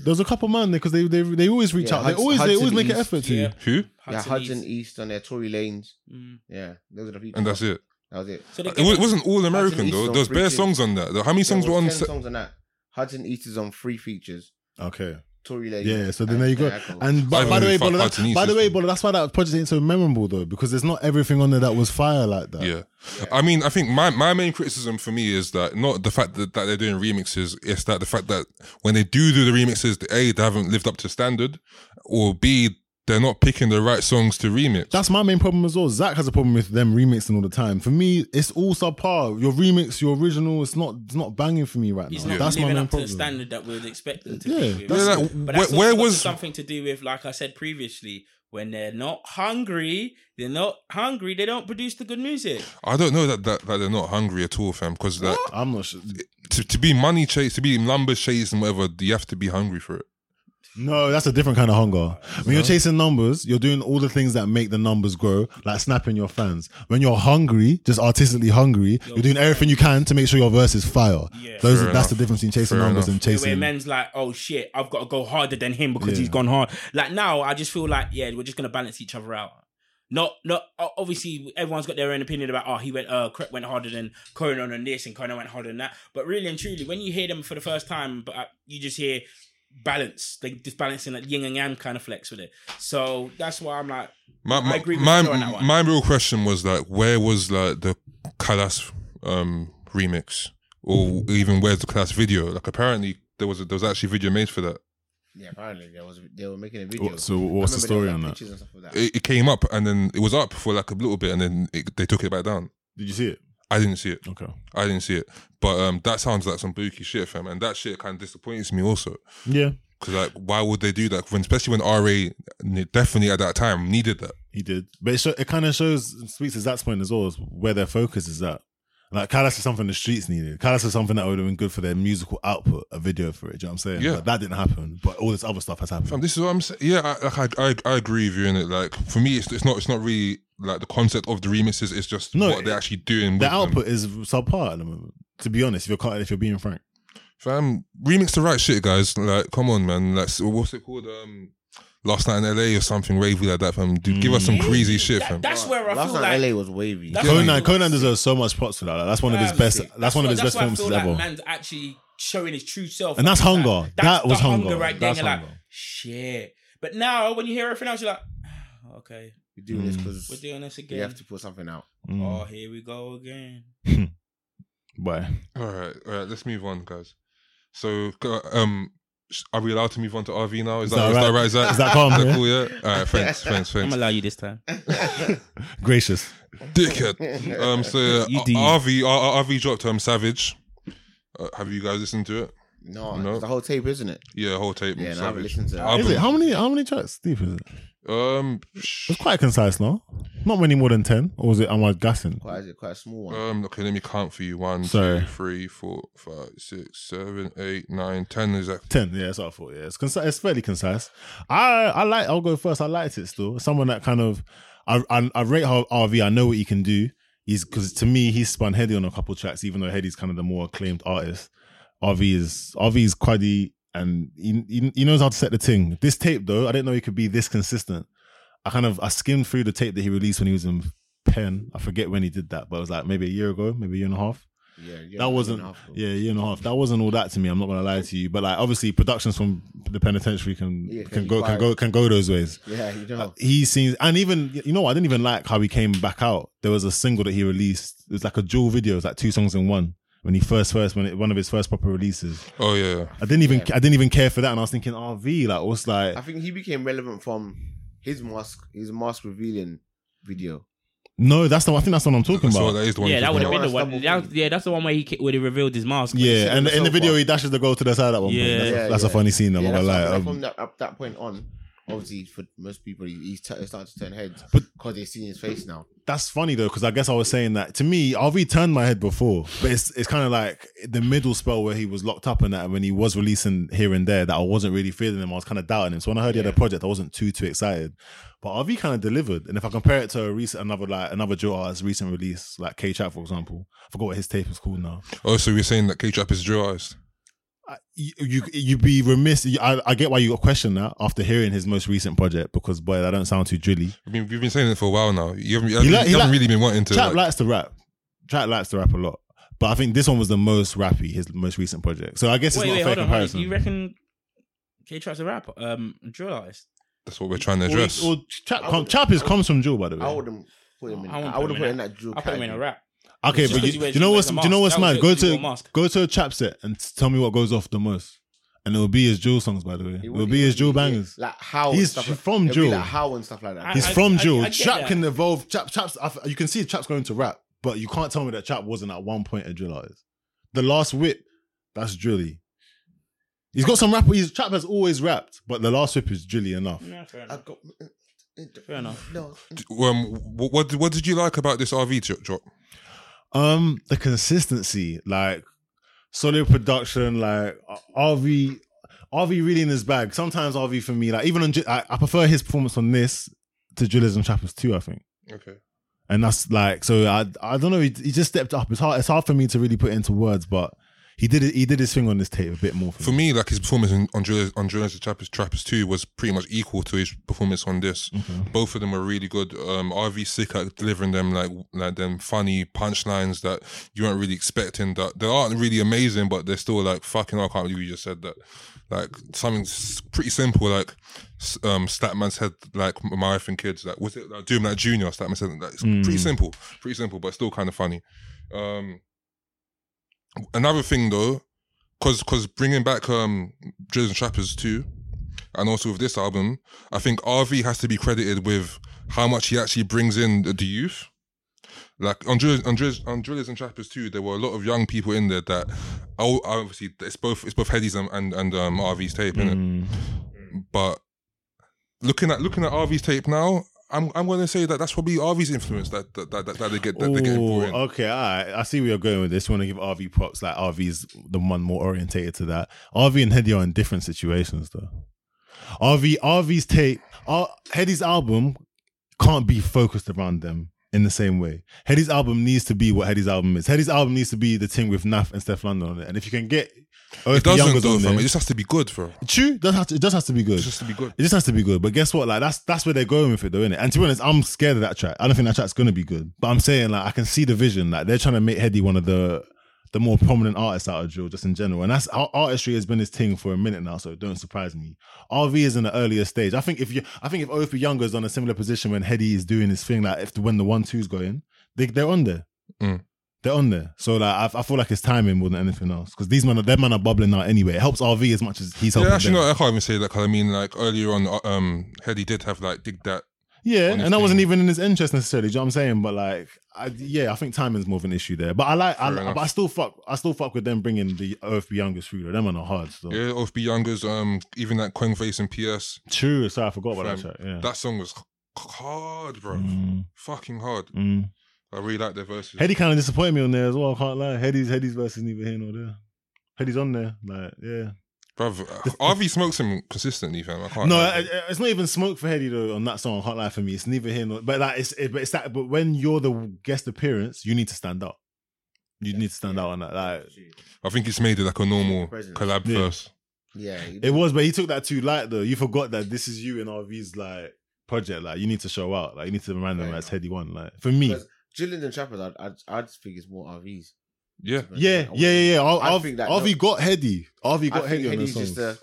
Speaker 4: there was a couple man there because they, they they always reach
Speaker 5: Yeah,
Speaker 4: out. They
Speaker 5: Hudson-
Speaker 4: always they always
Speaker 5: Hudson
Speaker 4: make an
Speaker 5: East.
Speaker 4: effort to.
Speaker 6: Yeah.
Speaker 3: Who?
Speaker 5: yeah, Hudson
Speaker 6: East.
Speaker 5: East on their Tory Lanes.
Speaker 6: Mm.
Speaker 5: Yeah, those are the features.
Speaker 3: And that's it.
Speaker 5: That was it.
Speaker 6: So they
Speaker 3: It wa- it wasn't all American
Speaker 5: East
Speaker 3: though.
Speaker 5: on
Speaker 3: There's bare
Speaker 5: Freaking-
Speaker 3: songs on that. How many songs
Speaker 5: There
Speaker 3: were
Speaker 5: was
Speaker 3: on?
Speaker 5: 10
Speaker 3: se-
Speaker 5: songs on that. Hudson East is on three features.
Speaker 4: Okay.
Speaker 5: Tory Lanes.
Speaker 4: Yeah. So then
Speaker 5: and
Speaker 4: there you go.
Speaker 5: Janae Aiko.
Speaker 4: And by,
Speaker 3: I
Speaker 4: by the way,
Speaker 3: really fuck
Speaker 4: Bola,
Speaker 3: Hudson
Speaker 4: that,
Speaker 3: East
Speaker 4: by the way,
Speaker 3: system.
Speaker 4: Bola, that's why that project ain't so memorable though because there's not everything on there that was fire like that.
Speaker 3: Yeah. I mean, I think my, my main criticism for me is that not the fact that, that they're doing remixes, it's that the fact that when they do do the remixes, A, they haven't lived up to standard, or B, they're not picking the right songs to remix.
Speaker 4: That's my main problem as well. Zach has a problem with them remixing all the time. For me, it's all subpar. Your remix, your original, it's not it's not banging for me right
Speaker 6: It's
Speaker 4: now.
Speaker 6: not
Speaker 4: That's my
Speaker 6: living
Speaker 4: main
Speaker 6: up to the
Speaker 4: problem.
Speaker 6: standard that we would expect them to
Speaker 4: Yeah,
Speaker 6: be. with.
Speaker 4: that's-
Speaker 3: Yeah, like,
Speaker 6: But
Speaker 3: where,
Speaker 6: that's
Speaker 3: where
Speaker 6: also got
Speaker 3: was
Speaker 6: something to do with, like I said previously, when they're not hungry, they're not hungry, they don't produce the good music.
Speaker 3: I don't know that, that that they're not hungry at all, fam. Because that
Speaker 4: I'm not sure.
Speaker 3: to, to be money chase, to be number chase and whatever, you have to be hungry for it.
Speaker 4: No, that's a different kind of hunger. When you're chasing numbers, you're doing all the things that make the numbers grow, like snapping your fans. When you're hungry, just artistically hungry, you're doing everything you can to make sure your verse is fire.
Speaker 6: Yeah.
Speaker 4: Those,
Speaker 3: Fair
Speaker 4: that's
Speaker 3: enough.
Speaker 4: the difference between chasing
Speaker 3: Fair
Speaker 4: numbers
Speaker 3: enough.
Speaker 4: and
Speaker 6: Where- Where
Speaker 4: chasing.
Speaker 6: men's like, oh shit, I've got to go harder than him because
Speaker 4: Yeah.
Speaker 6: he's gone hard. Like now, I just feel like yeah, we're just gonna balance each other out. Not, not o- obviously everyone's got their own opinion about oh he went uh Krep went harder than Conan on this and Conan went harder than that. But really and truly, when you hear them for the first time, but uh, you just hear balance, they just balancing that yin and yang kind of flex with it. So that's why I'm like,
Speaker 3: My my,
Speaker 6: agree with
Speaker 3: my,
Speaker 6: you on that one.
Speaker 3: my real question was like, where was like the Kalas um, remix, or even where's the Kalas video? Like apparently there was a, there was actually video made for that.
Speaker 5: Yeah, apparently there was they were making a video.
Speaker 4: What- so
Speaker 5: I
Speaker 4: what's the story
Speaker 5: remember there was, like,
Speaker 4: on that?
Speaker 5: pictures and stuff like that.
Speaker 3: It, it came up and then it was up for like a little bit and then it, they took it back down.
Speaker 4: Did you see it?
Speaker 3: I didn't see it.
Speaker 4: Okay.
Speaker 3: I didn't see it. But um, that sounds like some bookie shit, fam. And that shit kind of disappoints me also.
Speaker 4: Yeah,
Speaker 3: Because like, why would they do that? When especially when RA ne- definitely at that time needed that.
Speaker 4: he did. But it, sho- it kind of shows, speaks to Zach's point as well, is where their focus is at. Like, Callas is something the streets needed. Callas is something that would have been good for their musical output, a video for it. Do you know what I'm saying?
Speaker 3: Yeah.
Speaker 4: But that didn't happen, but all this other stuff has happened.
Speaker 3: Fam, Um, this is what I'm saying. Yeah, I, like I, I, I agree with you in it. Like for me, it's, it's not it's not really like the concept of the remixes. It's just
Speaker 4: No,
Speaker 3: what they're actually doing. With
Speaker 4: The
Speaker 3: them.
Speaker 4: output is subpar at the moment. To be honest, if you're cut- if you're being frank,
Speaker 3: fam. Remix the right shit, guys. Like, come on, man. Like, so what's it called? Um, Last night in LA or something wavy like that, fam. Dude, give us some
Speaker 4: Mm.
Speaker 3: crazy shit,
Speaker 6: that-
Speaker 3: fam.
Speaker 6: that's where I
Speaker 5: Last
Speaker 6: feel
Speaker 5: night
Speaker 6: like
Speaker 5: LA was wavy.
Speaker 6: That's what I
Speaker 4: Conan
Speaker 6: feel-
Speaker 4: Conan deserves so much props for that. Like, that's one of his
Speaker 6: Um,
Speaker 4: best. That's, one of
Speaker 6: why-
Speaker 4: his best
Speaker 6: why I
Speaker 4: performances
Speaker 6: feel like
Speaker 4: ever.
Speaker 6: man's actually showing his true self,
Speaker 4: And that's
Speaker 6: Like,
Speaker 4: hunger. That was
Speaker 6: the
Speaker 4: hunger.
Speaker 6: right there.
Speaker 4: That's
Speaker 6: You're like,
Speaker 4: hunger.
Speaker 6: shit. But now, when you hear everything else, you're like, "Ah, okay,
Speaker 5: We're doing this
Speaker 4: Mm.
Speaker 6: we're
Speaker 5: because
Speaker 6: doing this
Speaker 5: we
Speaker 6: again.
Speaker 5: have to put something out.
Speaker 6: Oh,
Speaker 4: Mm.
Speaker 6: here we go again.
Speaker 4: But
Speaker 3: All right, all right. Let's move on, guys. So, uh, um, sh- are we allowed to move on to RV now? Is, that, is that right? Is that,
Speaker 4: Is that calm, yeah?
Speaker 3: cool? Yeah. All right. Thanks. Thanks.
Speaker 6: I'm
Speaker 3: Thanks.
Speaker 6: gonna allow you this time.
Speaker 4: gracious.
Speaker 3: Dickhead. Um. So yeah,
Speaker 4: E
Speaker 6: You
Speaker 3: R-
Speaker 6: do you.
Speaker 3: RV R- R- RV dropped um Savage. Uh, have you guys listened to it?
Speaker 5: No,
Speaker 3: No.
Speaker 5: it's the whole tape, isn't it?
Speaker 3: Yeah, whole tape.
Speaker 5: Yeah, no, I haven't
Speaker 3: Savage.
Speaker 5: listened to that.
Speaker 4: Is
Speaker 3: Album.
Speaker 4: it how many? How many tracks deep is it?
Speaker 3: Um.
Speaker 4: It's quite concise, no? Not many more than ten, or was it? Am I gassing?
Speaker 5: Quite a, quite a small one.
Speaker 3: Um. Okay. Let me count for you. One,
Speaker 4: Sorry.
Speaker 3: two, three, four, five, six, seven, eight, nine, ten. Is that?
Speaker 4: Ten, yeah, that's what I thought. Yeah, it's concise. It's fairly concise. I I like. I'll go first. I liked it still. Someone that kind of, I I, I rate how RV. I know what he can do. He's because to me he spun Heady on a couple tracks, even though Heady's kind of the more acclaimed artist. RV is RV is quaddy and he, he he knows how to set the ting. This tape though, I didn't know he could be this consistent. I kind of I skimmed through the tape that he released when he was in Penn. I forget when he did that, but it was like maybe a year ago, maybe a year and a half
Speaker 5: yeah, yeah,
Speaker 4: that wasn't yeah, year and a half. That wasn't all that to me. I'm not gonna lie to you, but like obviously productions from the penitentiary can
Speaker 5: Yeah, can
Speaker 4: can
Speaker 5: be
Speaker 4: go can
Speaker 5: quite-
Speaker 4: go can go those ways.
Speaker 5: Yeah, you know.
Speaker 4: He seems and even you know what, I didn't even like how he came back out. There was a single that he released. It was like a dual video. It was like two songs in one. When he first first when it, one of his first proper releases,
Speaker 3: Oh yeah.
Speaker 4: I didn't even
Speaker 5: Yeah.
Speaker 4: I didn't even care for that, and I was thinking RV like what's like
Speaker 5: I think he became relevant from his mask, his mask revealing video.
Speaker 4: no that's the I think that's what I'm talking
Speaker 3: So
Speaker 4: about.
Speaker 3: that is the one.
Speaker 6: Yeah,
Speaker 3: you're
Speaker 6: that would
Speaker 3: talking
Speaker 6: have
Speaker 5: wanna
Speaker 6: been the one.
Speaker 5: stumble
Speaker 6: that-
Speaker 5: through.
Speaker 6: yeah, that's the one where he ki- where he revealed his mask.
Speaker 4: yeah,
Speaker 5: on
Speaker 4: and
Speaker 5: the
Speaker 4: in the video
Speaker 5: sofa.
Speaker 4: he dashes the goal to the side at one point.
Speaker 6: Yeah.
Speaker 4: That's,
Speaker 5: Yeah,
Speaker 4: that's a
Speaker 5: yeah.
Speaker 4: funny scene. I'm
Speaker 5: yeah,
Speaker 4: not
Speaker 5: that's
Speaker 4: gonna
Speaker 5: what-
Speaker 4: lie.
Speaker 5: like,
Speaker 4: Um,
Speaker 5: from that, up that point on, obviously for most people, he, he t- he started to turn heads
Speaker 4: But-
Speaker 5: because they see his face now.
Speaker 4: That's funny though, because I guess I was saying that to me, RV turned my head before, but it's it's kind of like the middle spell where he was locked up and that when he was releasing here and there that I wasn't really feeling him. I was kind of doubting him. So when I heard he had a project, I wasn't too too excited. But RV kind of delivered, and if I compare it to a recent another like another drill artist's recent release, like K Chat for example, I forgot what his tape is called now.
Speaker 3: about. Oh, so you're saying that K-Trap is drill artist?
Speaker 4: I- you you you'd be remiss. you- I, I get why you got questioned that after hearing his most recent project because boy, that don't sound too drilly.
Speaker 3: I mean, we've been saying it for a while now. You haven't, you haven't,
Speaker 4: like- he
Speaker 3: you haven't
Speaker 4: like-
Speaker 3: really been wanting to.
Speaker 4: Trap
Speaker 3: like-
Speaker 4: likes to rap. Trap likes to rap a lot. But I think this one was the most rappy, his most recent project. So I guess it's
Speaker 6: wait,
Speaker 4: not
Speaker 6: wait,
Speaker 4: a fair
Speaker 6: hold on. hold on.
Speaker 4: comparison.
Speaker 6: You reckon K Trap's a rapper, um, drill artist?
Speaker 3: that's what we're trying to
Speaker 4: Or-
Speaker 3: address.
Speaker 4: Or, Trap,
Speaker 5: I
Speaker 4: com,
Speaker 5: would-
Speaker 4: Trap is comes from Jewel, by the way.
Speaker 5: I wouldn't put him in.
Speaker 6: I wouldn't
Speaker 5: I wouldn't put him in that drill.
Speaker 6: I put him in a
Speaker 5: category.
Speaker 6: rap.
Speaker 4: okay,
Speaker 6: Just
Speaker 4: but
Speaker 6: because he
Speaker 4: you,
Speaker 6: wears-
Speaker 4: you know
Speaker 6: he
Speaker 4: what's
Speaker 6: wears a
Speaker 4: do you know
Speaker 6: mask.
Speaker 4: what's
Speaker 6: That was
Speaker 4: mad?
Speaker 6: it,
Speaker 4: Go
Speaker 6: he wore a
Speaker 4: to
Speaker 6: mask.
Speaker 4: go to a Trap set and t- tell me what goes off the most. and it will be his drill songs. By the way, it will be his drill bangers.
Speaker 5: Like how
Speaker 4: He's
Speaker 5: and stuff like,
Speaker 4: from
Speaker 5: it'll be
Speaker 4: Jewel.
Speaker 5: Like how and stuff like that.
Speaker 4: He's
Speaker 6: I-
Speaker 4: from
Speaker 6: I-
Speaker 4: drill.
Speaker 6: I get
Speaker 4: Trap
Speaker 6: that.
Speaker 4: can evolve. Trap, traps. I f- You can see Trap's going to rap, but you can't tell me that Trap wasn't at one point a drill artist. The last whip, that's drilly. He's got some rap. He's Trap has always rapped, but the last whip is drilly enough.
Speaker 6: Yeah, fair
Speaker 5: I mm,
Speaker 6: enough.
Speaker 5: got-
Speaker 6: Fair enough.
Speaker 5: No, mm,
Speaker 3: Um, what what, what did you like about this RV dro- drop?
Speaker 4: Um, the consistency, like solid production, like uh, RV, RV really in his bag. Sometimes RV for me, like even on, J- I, I prefer his performance on this to Drillers and Trappers too. I think,
Speaker 3: Okay.
Speaker 4: and that's like so. I I don't know. He, he just stepped up. It's hard. It's hard for me to really put into words, but he did it. He did his thing on this tape a bit more for,
Speaker 3: For
Speaker 4: me.
Speaker 3: me, like his performance in, on Drillers, on Drillers and Trappers, Trappers 2 was pretty much equal to his performance on this. Both of them were really good. Um, RV sick at delivering them like like them funny punchlines that you weren't really expecting. That they aren't really amazing, but they're still like fucking. hell, I can't believe you just said that. Like something s- pretty simple, like s- um, Statman said, like my wife and kids. Like was it like Doom like Junior? Statman said that. It's
Speaker 4: Mm.
Speaker 3: pretty simple, pretty simple, but still kind of funny. Um, another thing though, because because bringing back um Drills and Trappers too, and also with this album, I think RV has to be credited with how much he actually brings in the, the youth. Like on Drills, on Drills, on Drillers and Trappers too, there were a lot of young people in there that, oh, obviously it's both it's both Headies and and, and um, RV's tape, innit?
Speaker 4: Mm.
Speaker 3: But looking at looking at RV's tape now. I'm, I'm gonna say that that's probably RV's influence that that, that, that they get that they get
Speaker 4: Ooh,
Speaker 3: brought in.
Speaker 4: okay, all right. I see where you're going with this. You want to give RV props, like RV's the one more orientated to that. RV and Hedy are in different situations though. RV RV's tape, R, Hedy's album can't be focused around them in the same way. Hedy's album needs to be what Hedy's album is. Hedy's album needs to be the thing with Naf and Steph London on it. And if you can get
Speaker 3: It
Speaker 4: Earth
Speaker 3: doesn't
Speaker 4: Younger's
Speaker 3: though,
Speaker 4: on
Speaker 3: fam. It
Speaker 4: there,
Speaker 3: just has to be good, bro.
Speaker 4: true, it does have to, it does have to be good.
Speaker 3: It just has to be good.
Speaker 4: It just has to be good. But guess what? Like that's that's where they're going with it though, innit? And to be honest, I'm scared of that track. I don't think that track's gonna be good. But I'm saying like I can see the vision. Like they're trying to make Heady one of the the more prominent artists out of drill just in general. And that's our artistry has been his thing for a minute now, so it don't surprise me. RV is in the earlier stage. I think if you I think if Ophie Younger is on a similar position when Heady is doing his thing, like if when the one two's going, they they're on there.
Speaker 3: Mm.
Speaker 4: They're on there, so like I, I feel like it's timing more than anything else because these men, are, them men are bubbling out anyway. It helps RV as much as he's helping.
Speaker 3: Yeah, actually,
Speaker 4: them.
Speaker 3: no, I can't even say that because I mean, like earlier on, uh, um, Hedy did have like dig that.
Speaker 4: Yeah,
Speaker 3: on his
Speaker 4: and that wasn't
Speaker 3: thing.
Speaker 4: even in his interest necessarily. Do you know what I'm saying? But like, I, yeah, I think timing's more of an issue there. But I like, I,
Speaker 3: Fair
Speaker 4: like-
Speaker 3: enough.
Speaker 4: but I still fuck, I still fuck with them bringing the Earth Youngest through. Though. Them on the hard still.
Speaker 3: Yeah, of B Younger's, um, even like Quang Face and PS.
Speaker 4: True. Sorry, I forgot about
Speaker 3: Fam,
Speaker 4: that. Track. Yeah.
Speaker 3: That song was h- hard, bro.
Speaker 4: Mm,
Speaker 3: Fucking hard.
Speaker 4: mm.
Speaker 3: I really like their verses.
Speaker 4: Heady kind of disappointed me on there as well. I can't lie. Heady's Heady's versus neither here nor there. Heady's on there, like yeah.
Speaker 3: Bruv, uh, RV smokes him consistently, fam. I can't.
Speaker 4: No,
Speaker 3: lie.
Speaker 4: I- I- it's not even smoke for Heady though on that song. Hot Life for me, it's neither here nor. But like, it's it, but it's that. But when you're the guest appearance, you need to stand out. You need to stand out on that. Like,
Speaker 3: I think it's made it like a normal
Speaker 5: Presence.
Speaker 3: collab
Speaker 4: Yeah.
Speaker 3: verse.
Speaker 5: Yeah, you
Speaker 4: It
Speaker 5: do.
Speaker 4: was, but he took that too light though. You forgot that this is you and RV's like project. Like you need to show out. Like you need to remind them
Speaker 5: Fair
Speaker 4: that's Heady One. Like for me,
Speaker 5: Because- Jillian and Trappers, I'd, I'd, I'd think it's more RVs.
Speaker 3: Yeah,
Speaker 4: yeah, yeah, yeah, yeah.
Speaker 5: I
Speaker 4: R-
Speaker 5: think
Speaker 4: RV,
Speaker 5: that-
Speaker 4: RV got Heady. RV
Speaker 5: I
Speaker 4: got
Speaker 5: think
Speaker 4: Heady on the
Speaker 5: Hedy's
Speaker 4: song.
Speaker 5: just a,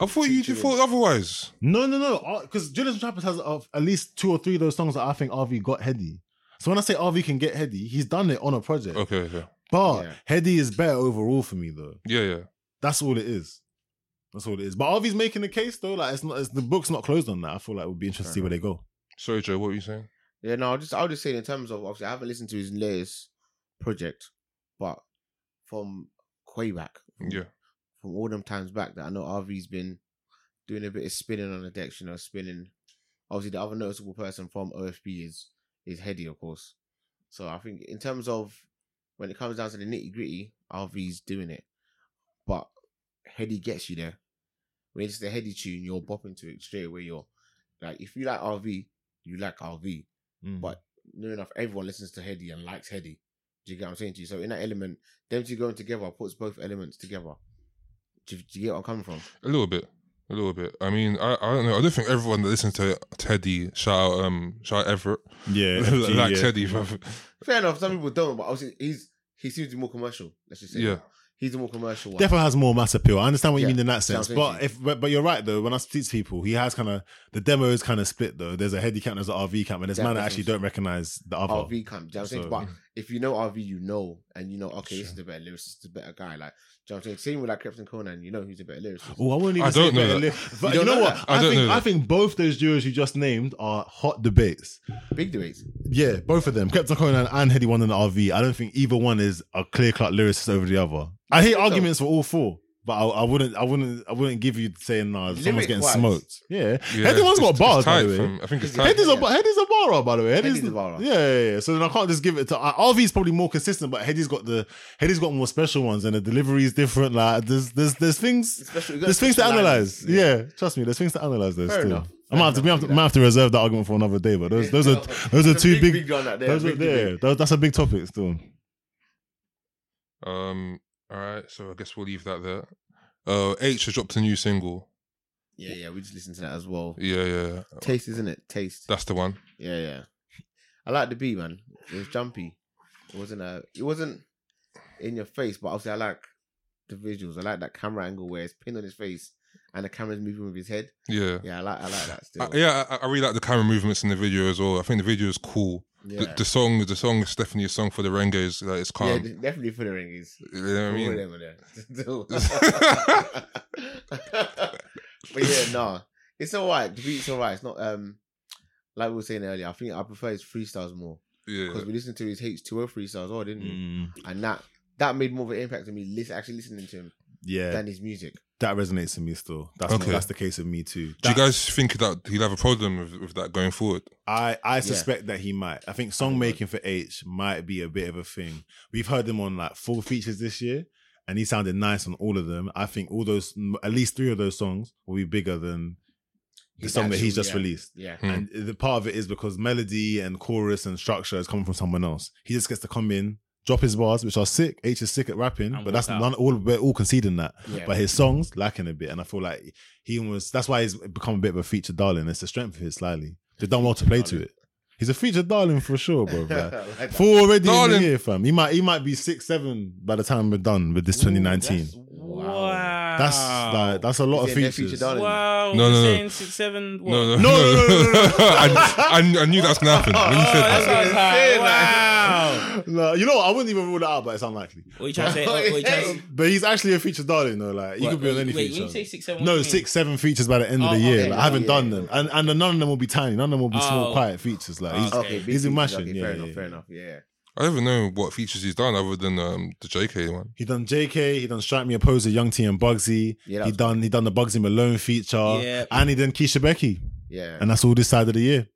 Speaker 3: I thought you you thought otherwise.
Speaker 4: No, no, no. Because Julius Trappers has uh, at least two or three of those songs that I think RV got Heady. So when I say RV can get Heady, he's done it on a project.
Speaker 3: Okay, okay,
Speaker 4: But
Speaker 5: Yeah.
Speaker 4: Heady is better overall for me though.
Speaker 3: yeah, yeah.
Speaker 4: That's all it is. That's all it is. But RV's making the case though. Like it's not. It's, the book's not closed on that. I feel like it would be interesting to see where they go.
Speaker 3: Sorry, Joe, what were you saying?
Speaker 5: yeah. No, I'll just I'll just say in terms of obviously I haven't listened to his latest project, but from way back, from,
Speaker 3: Yeah,
Speaker 5: from all them times back that I know RV's been doing a bit of spinning on the decks, you know, spinning. Obviously, the other noticeable person from OFB is is Heady, of course. So I think in terms of when it comes down to the nitty gritty, RV's doing it, but Heady gets you there. When it's the Heady tune, you're bopping to it straight away. You're like, if you like RV, you like RV
Speaker 4: Mm.
Speaker 5: but no enough everyone listens to Heady and likes Heady. Do you get what I'm saying to you? So in that element, them two going together puts both elements together. Do you, do you get where I'm coming from?
Speaker 3: a little bit, a little bit. I mean, I, I don't know. I don't think everyone that listens to Teddy shout out, um, shout out Everett
Speaker 4: Yeah, FG,
Speaker 3: like
Speaker 4: yeah.
Speaker 3: Teddy, bruv.
Speaker 5: Fair enough, some people don't, but obviously he's he seems to be more commercial. Let's just say,
Speaker 3: Yeah.
Speaker 5: he's the more commercial one.
Speaker 4: Defo has more mass appeal. I understand what
Speaker 5: Yeah,
Speaker 4: you mean in that
Speaker 5: sounds
Speaker 4: sense,
Speaker 5: good
Speaker 4: but
Speaker 5: to
Speaker 4: if but, but you're right though. When I speak to people, he has kind of the demo is kind of split though. There's a heady camp, there's an RV camp, and there's
Speaker 5: Yeah,
Speaker 4: man that
Speaker 5: that's
Speaker 4: actually
Speaker 5: awesome.
Speaker 4: don't recognize the other.
Speaker 5: RV camp. Do you know what I'm saying?
Speaker 4: So-
Speaker 5: But if you know RV, you know, and you know, okay, this is the better lyricist, this is the better guy. Like, do you know what I'm saying? Same with like Captain Conan, you know who's the better lyricist.
Speaker 4: Oh, I wouldn't even
Speaker 3: I
Speaker 4: say
Speaker 3: don't know that.
Speaker 4: better li- but
Speaker 5: You
Speaker 4: you,
Speaker 5: don't
Speaker 4: know
Speaker 5: know
Speaker 4: what?
Speaker 5: that?
Speaker 3: I
Speaker 4: I,
Speaker 3: don't
Speaker 4: think
Speaker 3: know
Speaker 4: I
Speaker 3: that.
Speaker 4: think both those duos you just named are hot debates.
Speaker 5: Big debates.
Speaker 4: Yeah, both of them. Captain Conan and Heady One in the RV. I don't think either one is a clear cut lyricist over the other. I hate
Speaker 5: So-
Speaker 4: arguments for all four. But I, I wouldn't, I wouldn't, I wouldn't give you saying nah. someone's getting
Speaker 5: Lyric-wise.
Speaker 4: smoked. Yeah,
Speaker 3: Yeah,
Speaker 4: Heady
Speaker 3: it's-
Speaker 4: One's got
Speaker 3: it's
Speaker 4: bars by
Speaker 3: tight,
Speaker 4: the way.
Speaker 3: fam. I think it's
Speaker 5: Yeah.
Speaker 3: tight.
Speaker 4: Hedy's a Hedy's a borrower, by the way. Hedy's,
Speaker 5: Hedy's a borrower.
Speaker 4: Yeah, yeah, yeah. So then I can't just give it to. RV's probably more consistent, but Hedy's got the Hedy's got more special ones, and the delivery is different. Like there's there's there's things
Speaker 5: Especially,
Speaker 4: there's things to analyze. Yeah. trust me, there's things to analyze. Those
Speaker 5: Fair
Speaker 4: too.
Speaker 5: enough.
Speaker 4: I might have to,
Speaker 5: Fair
Speaker 4: we
Speaker 5: enough,
Speaker 4: have to,
Speaker 5: yeah.
Speaker 4: might have to reserve that argument for another day, but those those are those are two big.
Speaker 5: big one out there.
Speaker 4: Those are,
Speaker 5: big
Speaker 4: yeah,
Speaker 5: debate.
Speaker 4: those, that's a big topic still.
Speaker 3: Um, all right, so I guess we'll leave that there. Uh, H has dropped a new single.
Speaker 5: yeah, yeah. We just listened to that as well.
Speaker 3: Yeah, yeah, yeah.
Speaker 5: Taste, isn't it? Taste.
Speaker 3: that's the one.
Speaker 5: Yeah, yeah. I like the beat, man. It was jumpy. It wasn't a. It wasn't in your face, but obviously I like the visuals. I like that camera angle where it's pinned on his face and the camera's moving with his head.
Speaker 3: Yeah,
Speaker 5: Yeah, I like. I like that still.
Speaker 3: I, yeah. I, I really like the camera movements in the video as well. I think the video is cool.
Speaker 5: yeah.
Speaker 3: The, the song, the song is definitely a song for the Renges. Like it's
Speaker 5: Yeah,
Speaker 3: calm.
Speaker 5: de- definitely for the ringies.
Speaker 3: you know what I mean?
Speaker 5: but yeah, nah, it's alright. The beat's alright. It's not um like we were saying earlier. I think I prefer his freestyles more
Speaker 3: Yeah,
Speaker 5: because we listened to his H two O freestyles, oh, didn't
Speaker 4: Mm.
Speaker 5: we? And that that made more of an impact on me. Listen, actually listening to him
Speaker 4: yeah,
Speaker 5: than his music.
Speaker 4: that resonates to me still. That's
Speaker 3: Okay.
Speaker 4: that's the case with me too.
Speaker 3: Do you
Speaker 4: That-
Speaker 3: guys think that he'll have a problem with, with that going forward?
Speaker 4: I I suspect that he might. I think song making for H might be a bit of a thing. We've heard him on like four features this year, and he sounded nice on all of them. I think all those, m- at least three of those songs, will be bigger than the
Speaker 5: His
Speaker 4: song that he's
Speaker 5: actual-
Speaker 4: just
Speaker 5: yeah,
Speaker 4: released.
Speaker 5: Yeah,
Speaker 3: Hmm.
Speaker 4: And the part of it is because melody and chorus and structure is coming from someone else. He just gets to come in, drop his bars, which are sick. H is sick at rapping,
Speaker 6: And
Speaker 4: but
Speaker 6: walk
Speaker 4: that's
Speaker 6: out.
Speaker 4: none. All we're all conceding that.
Speaker 5: yeah.
Speaker 4: But his songs lacking a bit, and I feel like he was. That's why he's become a bit of a featured darling. It's the strength of his slightly. They've done well to play to it. He's a featured darling for sure, bro. bruh.
Speaker 5: I like that.
Speaker 4: Four already in
Speaker 3: Darling.
Speaker 4: the year, fam. He might he might be six seven by the time we're done with this 2019. that's
Speaker 6: Wow.
Speaker 4: like that's a lot
Speaker 5: Is
Speaker 4: of
Speaker 5: he their
Speaker 4: features.
Speaker 5: featured darling?
Speaker 3: No,
Speaker 6: Wow. we're
Speaker 3: no, no.
Speaker 6: saying six, seven. What?
Speaker 3: No, no,
Speaker 4: No, no, no, no, no.
Speaker 3: I, I, I knew that's gonna happen when you
Speaker 6: Oh,
Speaker 3: said
Speaker 6: that's what I
Speaker 3: that.
Speaker 6: was like. Wow.
Speaker 4: no, you know what? I wouldn't even rule that out, but it's unlikely.
Speaker 6: What you trying to say? What you trying to say?
Speaker 4: But he's actually a featured darling, though. Like he
Speaker 6: What,
Speaker 4: could be on any
Speaker 6: wait,
Speaker 4: feature.
Speaker 6: When you say six, seven, what
Speaker 4: no,
Speaker 6: do you mean?
Speaker 4: six, seven features by the end of
Speaker 6: Oh,
Speaker 4: the year.
Speaker 6: okay,
Speaker 4: Like, I haven't
Speaker 5: yeah,
Speaker 4: done
Speaker 5: yeah.
Speaker 4: them, and and none of them will be tiny. None of them will be small,
Speaker 6: Oh.
Speaker 4: quiet features. Like he's,
Speaker 5: Okay,
Speaker 4: he's
Speaker 5: big
Speaker 4: in
Speaker 5: features,
Speaker 4: Mashing,
Speaker 5: okay,
Speaker 4: yeah,
Speaker 5: fair
Speaker 4: yeah,
Speaker 5: enough. Fair
Speaker 4: yeah.
Speaker 5: enough. Yeah.
Speaker 3: I don't even know what features he's done other than um, the JK one.
Speaker 4: He done JK, he done Strike Me a Poser, Young T and Bugsy.
Speaker 5: Yeah, that
Speaker 4: he
Speaker 5: was-
Speaker 4: done he done the Bugsy Malone feature.
Speaker 6: Yeah.
Speaker 4: And he done Keisha Becky.
Speaker 5: Yeah.
Speaker 4: And that's all this side of the year.